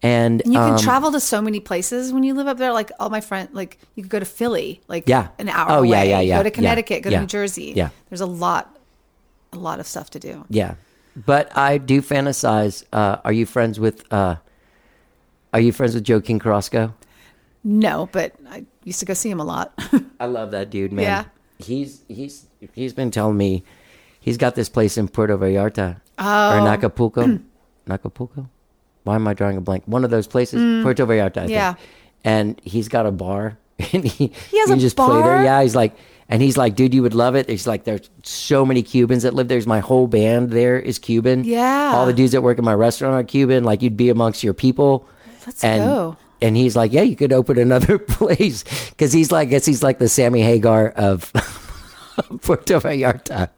S1: and
S4: You can
S1: um,
S4: travel to so many places when you live up there. Like all my friend, like you could go to Philly, like
S1: Yeah.
S4: an hour.
S1: Oh,
S4: away.
S1: yeah, yeah, yeah,
S4: Go to
S1: yeah,
S4: Connecticut. Go
S1: yeah,
S4: to New Jersey.
S1: yeah.
S4: there's a lot, a lot of stuff to do.
S1: yeah but i do fantasize uh, are you friends with uh, are you friends with joe king carrasco
S4: No, but I used to go see him a lot. [LAUGHS]
S1: i love that dude man
S4: Yeah.
S1: he's he's he's been telling me he's got this place in puerto vallarta oh. or in
S4: [CLEARS THROAT]
S1: acapulco acapulco why am i drawing a blank one of those places puerto vallarta I
S4: Mm. Yeah.
S1: think. and he's got a bar [LAUGHS] and he,
S4: He has
S1: you
S4: a
S1: just play there
S4: bar?
S1: yeah he's like and he's like dude you would love it he's like there's so many cubans that live there's my whole band there is cuban
S4: Yeah.
S1: all the dudes that work in my restaurant are cuban like you'd be amongst your people
S4: Let's
S1: and
S4: go.
S1: and he's like yeah you could open another [LAUGHS] place because he's like I guess he's like the sammy hagar of [LAUGHS] puerto vallarta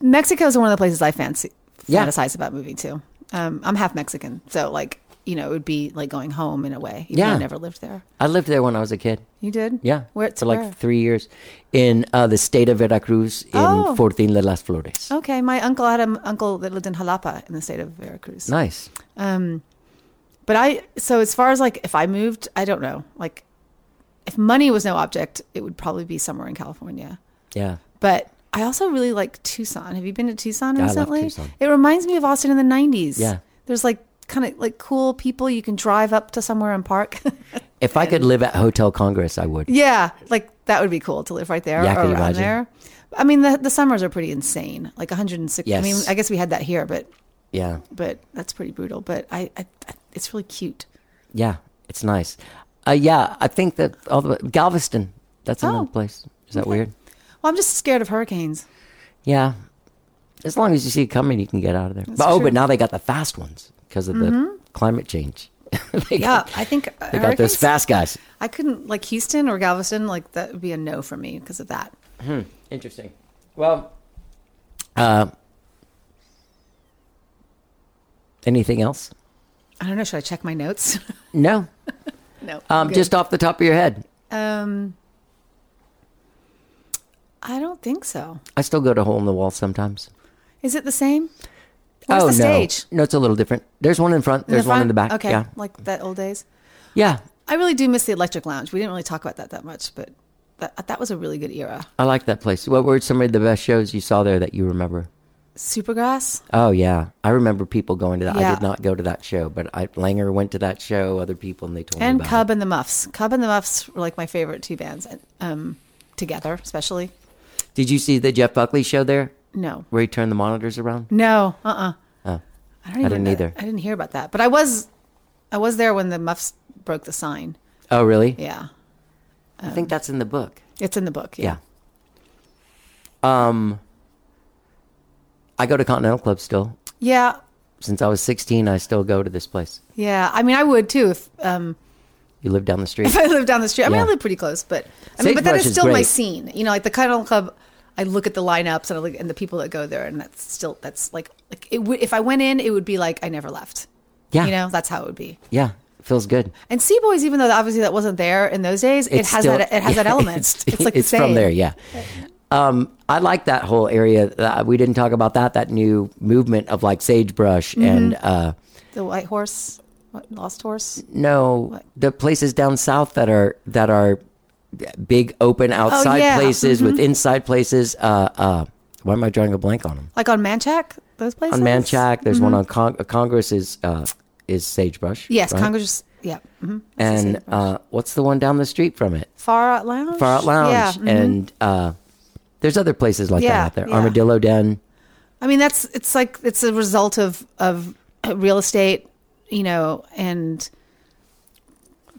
S4: Mexico is one of the places I fancy
S1: Yeah.
S4: fantasize about moving to. Um, I'm half Mexican, so like you know, it would be like going home in a way. Even though
S1: Yeah.
S4: I never lived there.
S1: i lived there when i was a kid
S4: You did?
S1: yeah
S4: Where it's
S1: for like
S4: where?
S1: three years in uh, the state of veracruz in
S4: Oh.
S1: fortin de las flores
S4: Okay, my uncle had an uncle that lived in Jalapa in the state of Veracruz.
S1: nice
S4: Um, But I so as far as like if I moved, I don't know. Like if money was no object, it would probably be somewhere in California.
S1: yeah
S4: But I also really like Tucson. Have you been to Tucson
S1: Yeah, I love
S4: recently?
S1: Tucson.
S4: It reminds me of Austin in the 90s.
S1: Yeah.
S4: There's like kind of like cool people you can drive up to somewhere and park. [LAUGHS]
S1: If I could live at Hotel Congress, I would.
S4: yeah, like that would be cool to live right there
S1: Yeah, I
S4: or
S1: can
S4: around
S1: imagine.
S4: there. I mean, the the summers are pretty insane. Like 160. I mean,
S1: Yes.
S4: I guess we had that here, but
S1: Yeah.
S4: but that's pretty brutal. But I, I, I it's really cute.
S1: Yeah. It's nice. Uh, yeah. I think that all the Galveston, that's another
S4: Oh,
S1: place. Is that weird?
S4: Well, I'm just scared of hurricanes.
S1: Yeah. As long as you see it coming, you can get out of there. But, oh,
S4: true. Mm-hmm.
S1: but now they got the fast ones because of the climate change. [LAUGHS] they
S4: Yeah,
S1: got,
S4: I think uh,
S1: they got those
S4: hurricanes-
S1: fast guys.
S4: I couldn't like Houston or Galveston. Like that would be a no for me because of that.
S1: Interesting. Well, uh, anything else?
S4: I don't know. Should I check my notes? [LAUGHS]
S1: No.
S4: no.
S1: Um,
S4: good.
S1: just off the top of your head,
S4: Um. I don't think so.
S1: I still go to hole in the wall sometimes. Oh,
S4: Is it the same? Where's the
S1: no.
S4: stage?
S1: No, it's a little different. There's one in front. There's one in
S4: front?
S1: the back.
S4: Okay,
S1: Yeah.
S4: like that old days.
S1: Yeah.
S4: I really do miss the Electric Lounge. We didn't really talk about that that much, but that uh, that was a really good era.
S1: I like that place. What were some of the best shows you saw there that you remember?
S4: Supergrass.
S1: Oh yeah, I remember people going to that. I
S4: Yeah.
S1: did not go to that show, but I, Langer went to that show. Other people and they told
S4: and
S1: me about
S4: Cub and the Muffs. Cub and the Muffs were like my favorite two bands, and, um, together especially.
S1: it. Did you see the Jeff Buckley show there,
S4: No,
S1: where he turned the monitors around?
S4: no, uh, uh I don't even
S1: didn't
S4: know-
S1: either.
S4: I didn't hear about that, but I was, I was there when the Muffs broke the sign.
S1: Oh really?
S4: Yeah,
S1: I think that's in the book.
S4: it's in the book. Yeah,
S1: Yeah. Um, I go to Continental Club still.
S4: yeah,
S1: Since I was 16, I still go to this place.
S4: yeah. I mean, I would too if um, [LAUGHS]
S1: You live down the street.
S4: if I lived down the street. I mean,
S1: Yeah.
S4: I live pretty close, but I mean, but that
S1: Sagebrush
S4: is
S1: is
S4: still my
S1: great.
S4: scene. You know, like the Cuddle Club. I look at the lineups and I look and the people that go there, and that's still that's like like it would if I went in, it would be like I never left.
S1: Yeah.
S4: you know, that's how it would be.
S1: Yeah, feels good.
S4: And Seaboys, even though obviously that wasn't there in those days, it
S1: It's
S4: has
S1: still-
S4: that
S1: [LAUGHS]
S4: it has that element. It's, like the
S1: it's
S4: same.
S1: from there, yeah. Um, I like that whole area. Uh, we didn't talk about that. That new movement of like sagebrush
S4: Mm-hmm.
S1: and uh,
S4: The White Horse, what, Lost Horse.
S1: no, the places down south that are that are big open outside
S4: Oh, yeah. Mm-hmm.
S1: places with inside places. Uh, uh, why am I drawing a blank on them?
S4: Like on Manchac, those places.
S1: On Manchac, there's one on Con- uh, Congress is uh, is sagebrush.
S4: mm-hmm. Yes,
S1: right?
S4: Congress. Yeah. mhm. It's the
S1: And
S4: same.
S1: uh, what's the one down the street from it?
S4: Far Out Lounge.
S1: Far Out Lounge.
S4: Yeah. mhm.
S1: And uh, there's other places like that
S4: Yeah,
S1: out there.
S4: yeah.
S1: Armadillo Den.
S4: mm-hmm. I mean, that's it's like it's a result of of real estate, you know, and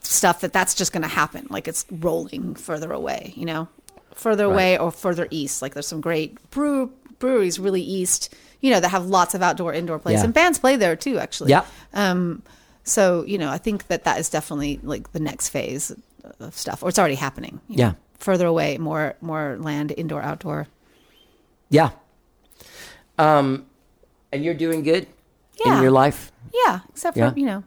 S4: stuff that that's just going to happen. Like it's rolling further away, you know, further away or further east. Like there's some great brew breweries really east, you know, that have lots of outdoor indoor plays
S1: Yeah.
S4: and bands play there too. Actually,
S1: Yeah.
S4: Um, so you know, I think that that is definitely like the next phase of stuff, or it's already happening. you
S1: Yeah.
S4: further away, more more land, indoor, outdoor.
S1: Yeah. Um, and you're doing good
S4: Yeah.
S1: in your life. [LAUGHS]
S4: Yeah, except for
S1: Yeah.
S4: you know,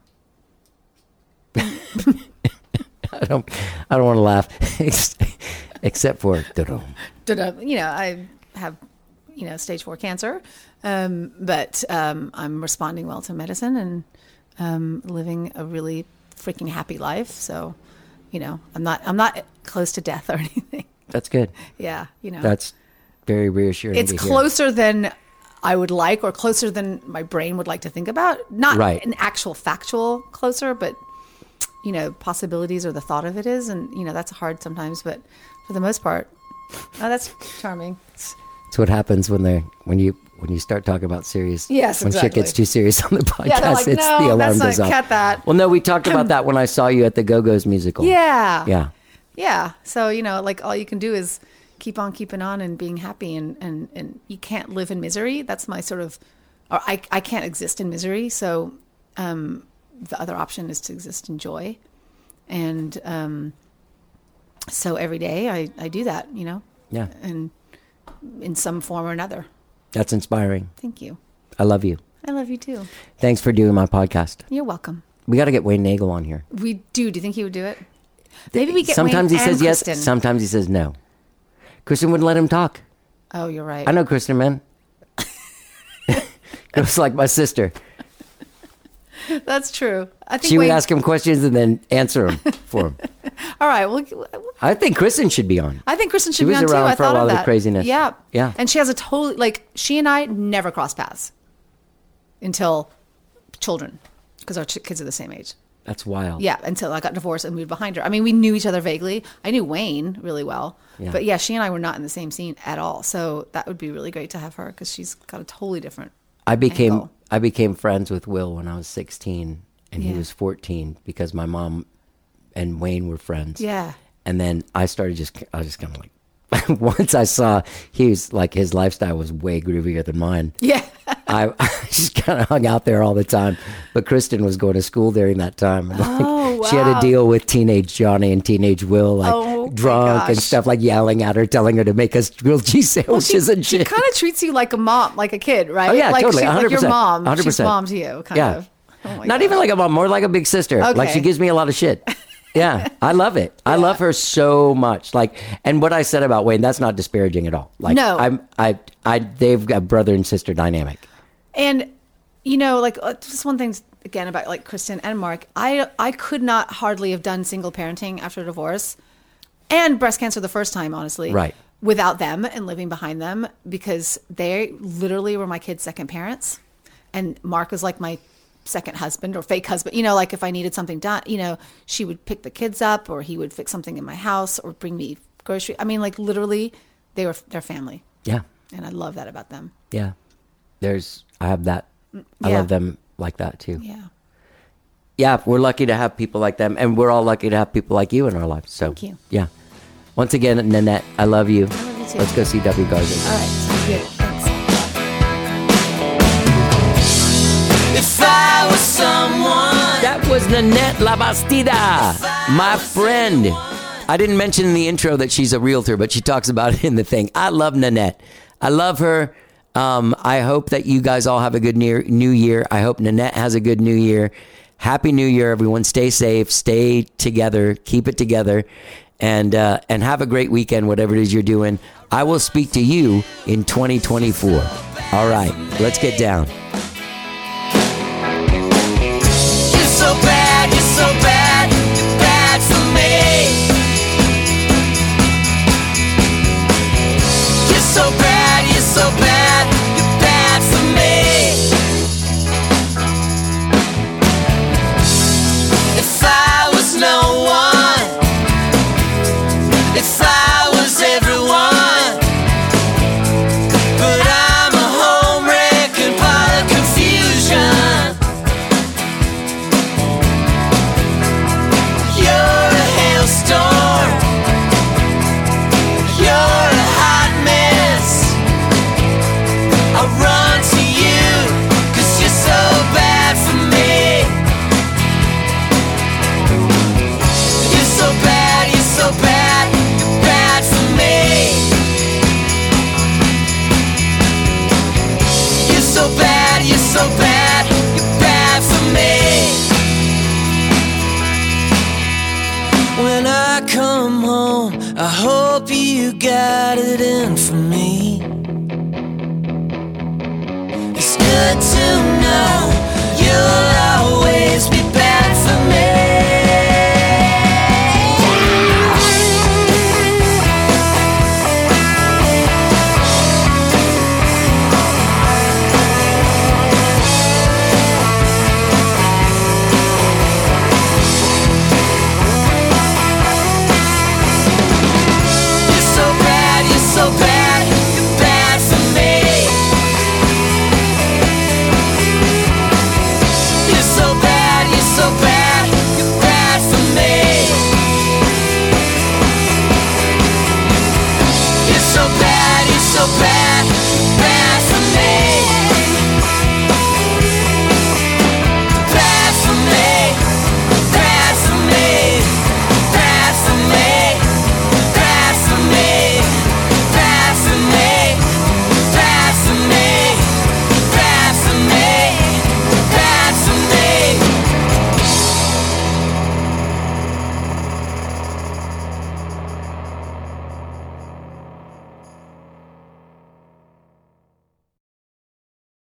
S1: I don't. I don't want to laugh, [LAUGHS] except for da-dum.
S4: da-da, you know, I have you know stage four cancer, um, but um, I'm responding well to medicine and um, living a really freaking happy life. So, you know, I'm not I'm not close to death or [LAUGHS] anything.
S1: That's good.
S4: Yeah, you know,
S1: That's very reassuring.
S4: it's
S1: to hear.
S4: closer than I would like, or closer than my brain would like to think about. Not
S1: Right.
S4: an actual factual closer, but you know, possibilities or the thought of it is, and you know, that's hard sometimes. But for the most part, oh, that's charming.
S1: It's what happens when they when you when you start talking about serious.
S4: Yes,
S1: when shit
S4: exactly.
S1: gets too serious on the podcast,
S4: Yeah, they're like,
S1: it's
S4: "No,
S1: the alarm
S4: that's not-
S1: goes off.
S4: cut that.
S1: Well, no, we talked
S4: [CLEARS THROAT]
S1: about that when I saw you at the Go Go's musical.
S4: Yeah,
S1: Oh. yeah,
S4: yeah. So you know, like all you can do is keep on keeping on and being happy, and and and you can't live in misery. That's my sort of, or I I can't exist in misery. So, um, the other option is to exist in joy, and um, so every day I I do that, you know,
S1: yeah.
S4: and in some form or another.
S1: That's inspiring.
S4: Thank you.
S1: I love you.
S4: I love you too.
S1: Thanks for doing my podcast.
S4: You're welcome.
S1: We got to get Wayne Nagel on here.
S4: We do. Do you think he would do it? Maybe we get
S1: sometimes
S4: Wayne
S1: he
S4: and
S1: says yes.
S4: Kristen.
S1: Sometimes he says no. Kristen wouldn't let him talk.
S4: oh, you're right.
S1: I know Kristen,
S4: [LAUGHS]
S1: man. Girl's like my sister.
S4: That's true. I think
S1: She would
S4: Wayne-
S1: ask him questions and then answer them for
S4: [LAUGHS]
S1: him.
S4: All right. Well,
S1: I think Kristen should be on.
S4: I think Kristen should be
S1: was
S4: on too.
S1: around
S4: I
S1: for a
S4: thought
S1: lot
S4: of
S1: of the
S4: that.
S1: craziness.
S4: Yeah,
S1: Yeah.
S4: And she has a totally like she and I never cross paths until children, because our ch- kids are the same age.
S1: That's wild.
S4: Yeah, until I got divorced and moved behind her. I mean, we knew each other vaguely. I knew Wayne really well, but yeah, she and I were not in the same scene at all. So that would be really great to have her because she's got a totally different.
S1: I became
S4: Angle.
S1: I became friends with Will when I was 16 and he
S4: Yeah.
S1: was 14 because my mom and Wayne were friends.
S4: Yeah.
S1: And then I started just I was just kind of like [LAUGHS] once I saw he was like his lifestyle was way groovier than mine.
S4: Yeah.
S1: I, [LAUGHS] I just kind of hung out there all the time. But Kristen was going to school during that time. [LAUGHS] And like,
S4: Oh,
S1: She had to
S4: wow.
S1: deal with teenage Johnny and teenage Will, like
S4: Oh, my
S1: drunk and
S4: gosh.
S1: stuff, like yelling at her, telling her to make us grilled cheese sandwiches
S4: [LAUGHS]
S1: and shit.
S4: kind of treats you like a mom, like a kid, right?
S1: Oh, yeah,
S4: like,
S1: totally.
S4: She's
S1: 100%.
S4: like your mom.
S1: 100%.
S4: She's mom to you, kind
S1: Yeah.
S4: of. Oh my
S1: Not
S4: God.
S1: even like a mom, more like a big sister. Like she
S4: Okay.
S1: gives me a lot of
S4: [LAUGHS]
S1: shit. Yeah, I love it. I love her so much. Like, and what I said about Wayne, that's not disparaging at all. Like,
S4: No.
S1: I'm, I, I, they've got brother and sister dynamic.
S4: And you know, like uh, just one thing again about like Kristen and Mark, I I could not hardly have done single parenting after divorce and breast cancer the first time, honestly.
S1: Right.
S4: Without them and living behind them because they literally were my kids' second parents, and Mark was like my second husband or fake husband. You know, like if I needed something done, you know, she would pick the kids up or he would fix something in my house or bring me grocery. I mean, like literally, they were their family,
S1: Yeah,
S4: and I love that about them.
S1: yeah. There's, I have that. I
S4: yeah.
S1: love them like that too.
S4: Yeah.
S1: yeah, we're lucky to have people like them, and we're all lucky to have people like you in our lives. So,
S4: Thank you.
S1: Yeah. Once again, Nanette, I love you.
S4: love you too.
S1: Let's go see W. Garza.
S4: All right, sounds good. Thanks.
S2: If I was someone.
S1: That was Nanette Labastida, my friend. I didn't mention in the intro that she's a realtor, but she talks about it in the thing. I love Nanette. I love her. Um, I hope that you guys all have a good near, new year. I hope Nanette has a good new year. Happy New Year, everyone. Stay safe, stay together, keep it together, and uh, and have a great weekend, whatever it is you're doing. I will speak to you in 2024. All right, let's get down.
S2: You're so bad, you're so bad, you're bad for me. You're so bad, you're so bad, you're bad for me. If I was no one, if I was everyone, but I'm a home wreck and pot of confusion. I hope you got it in for me. It's good to know you'll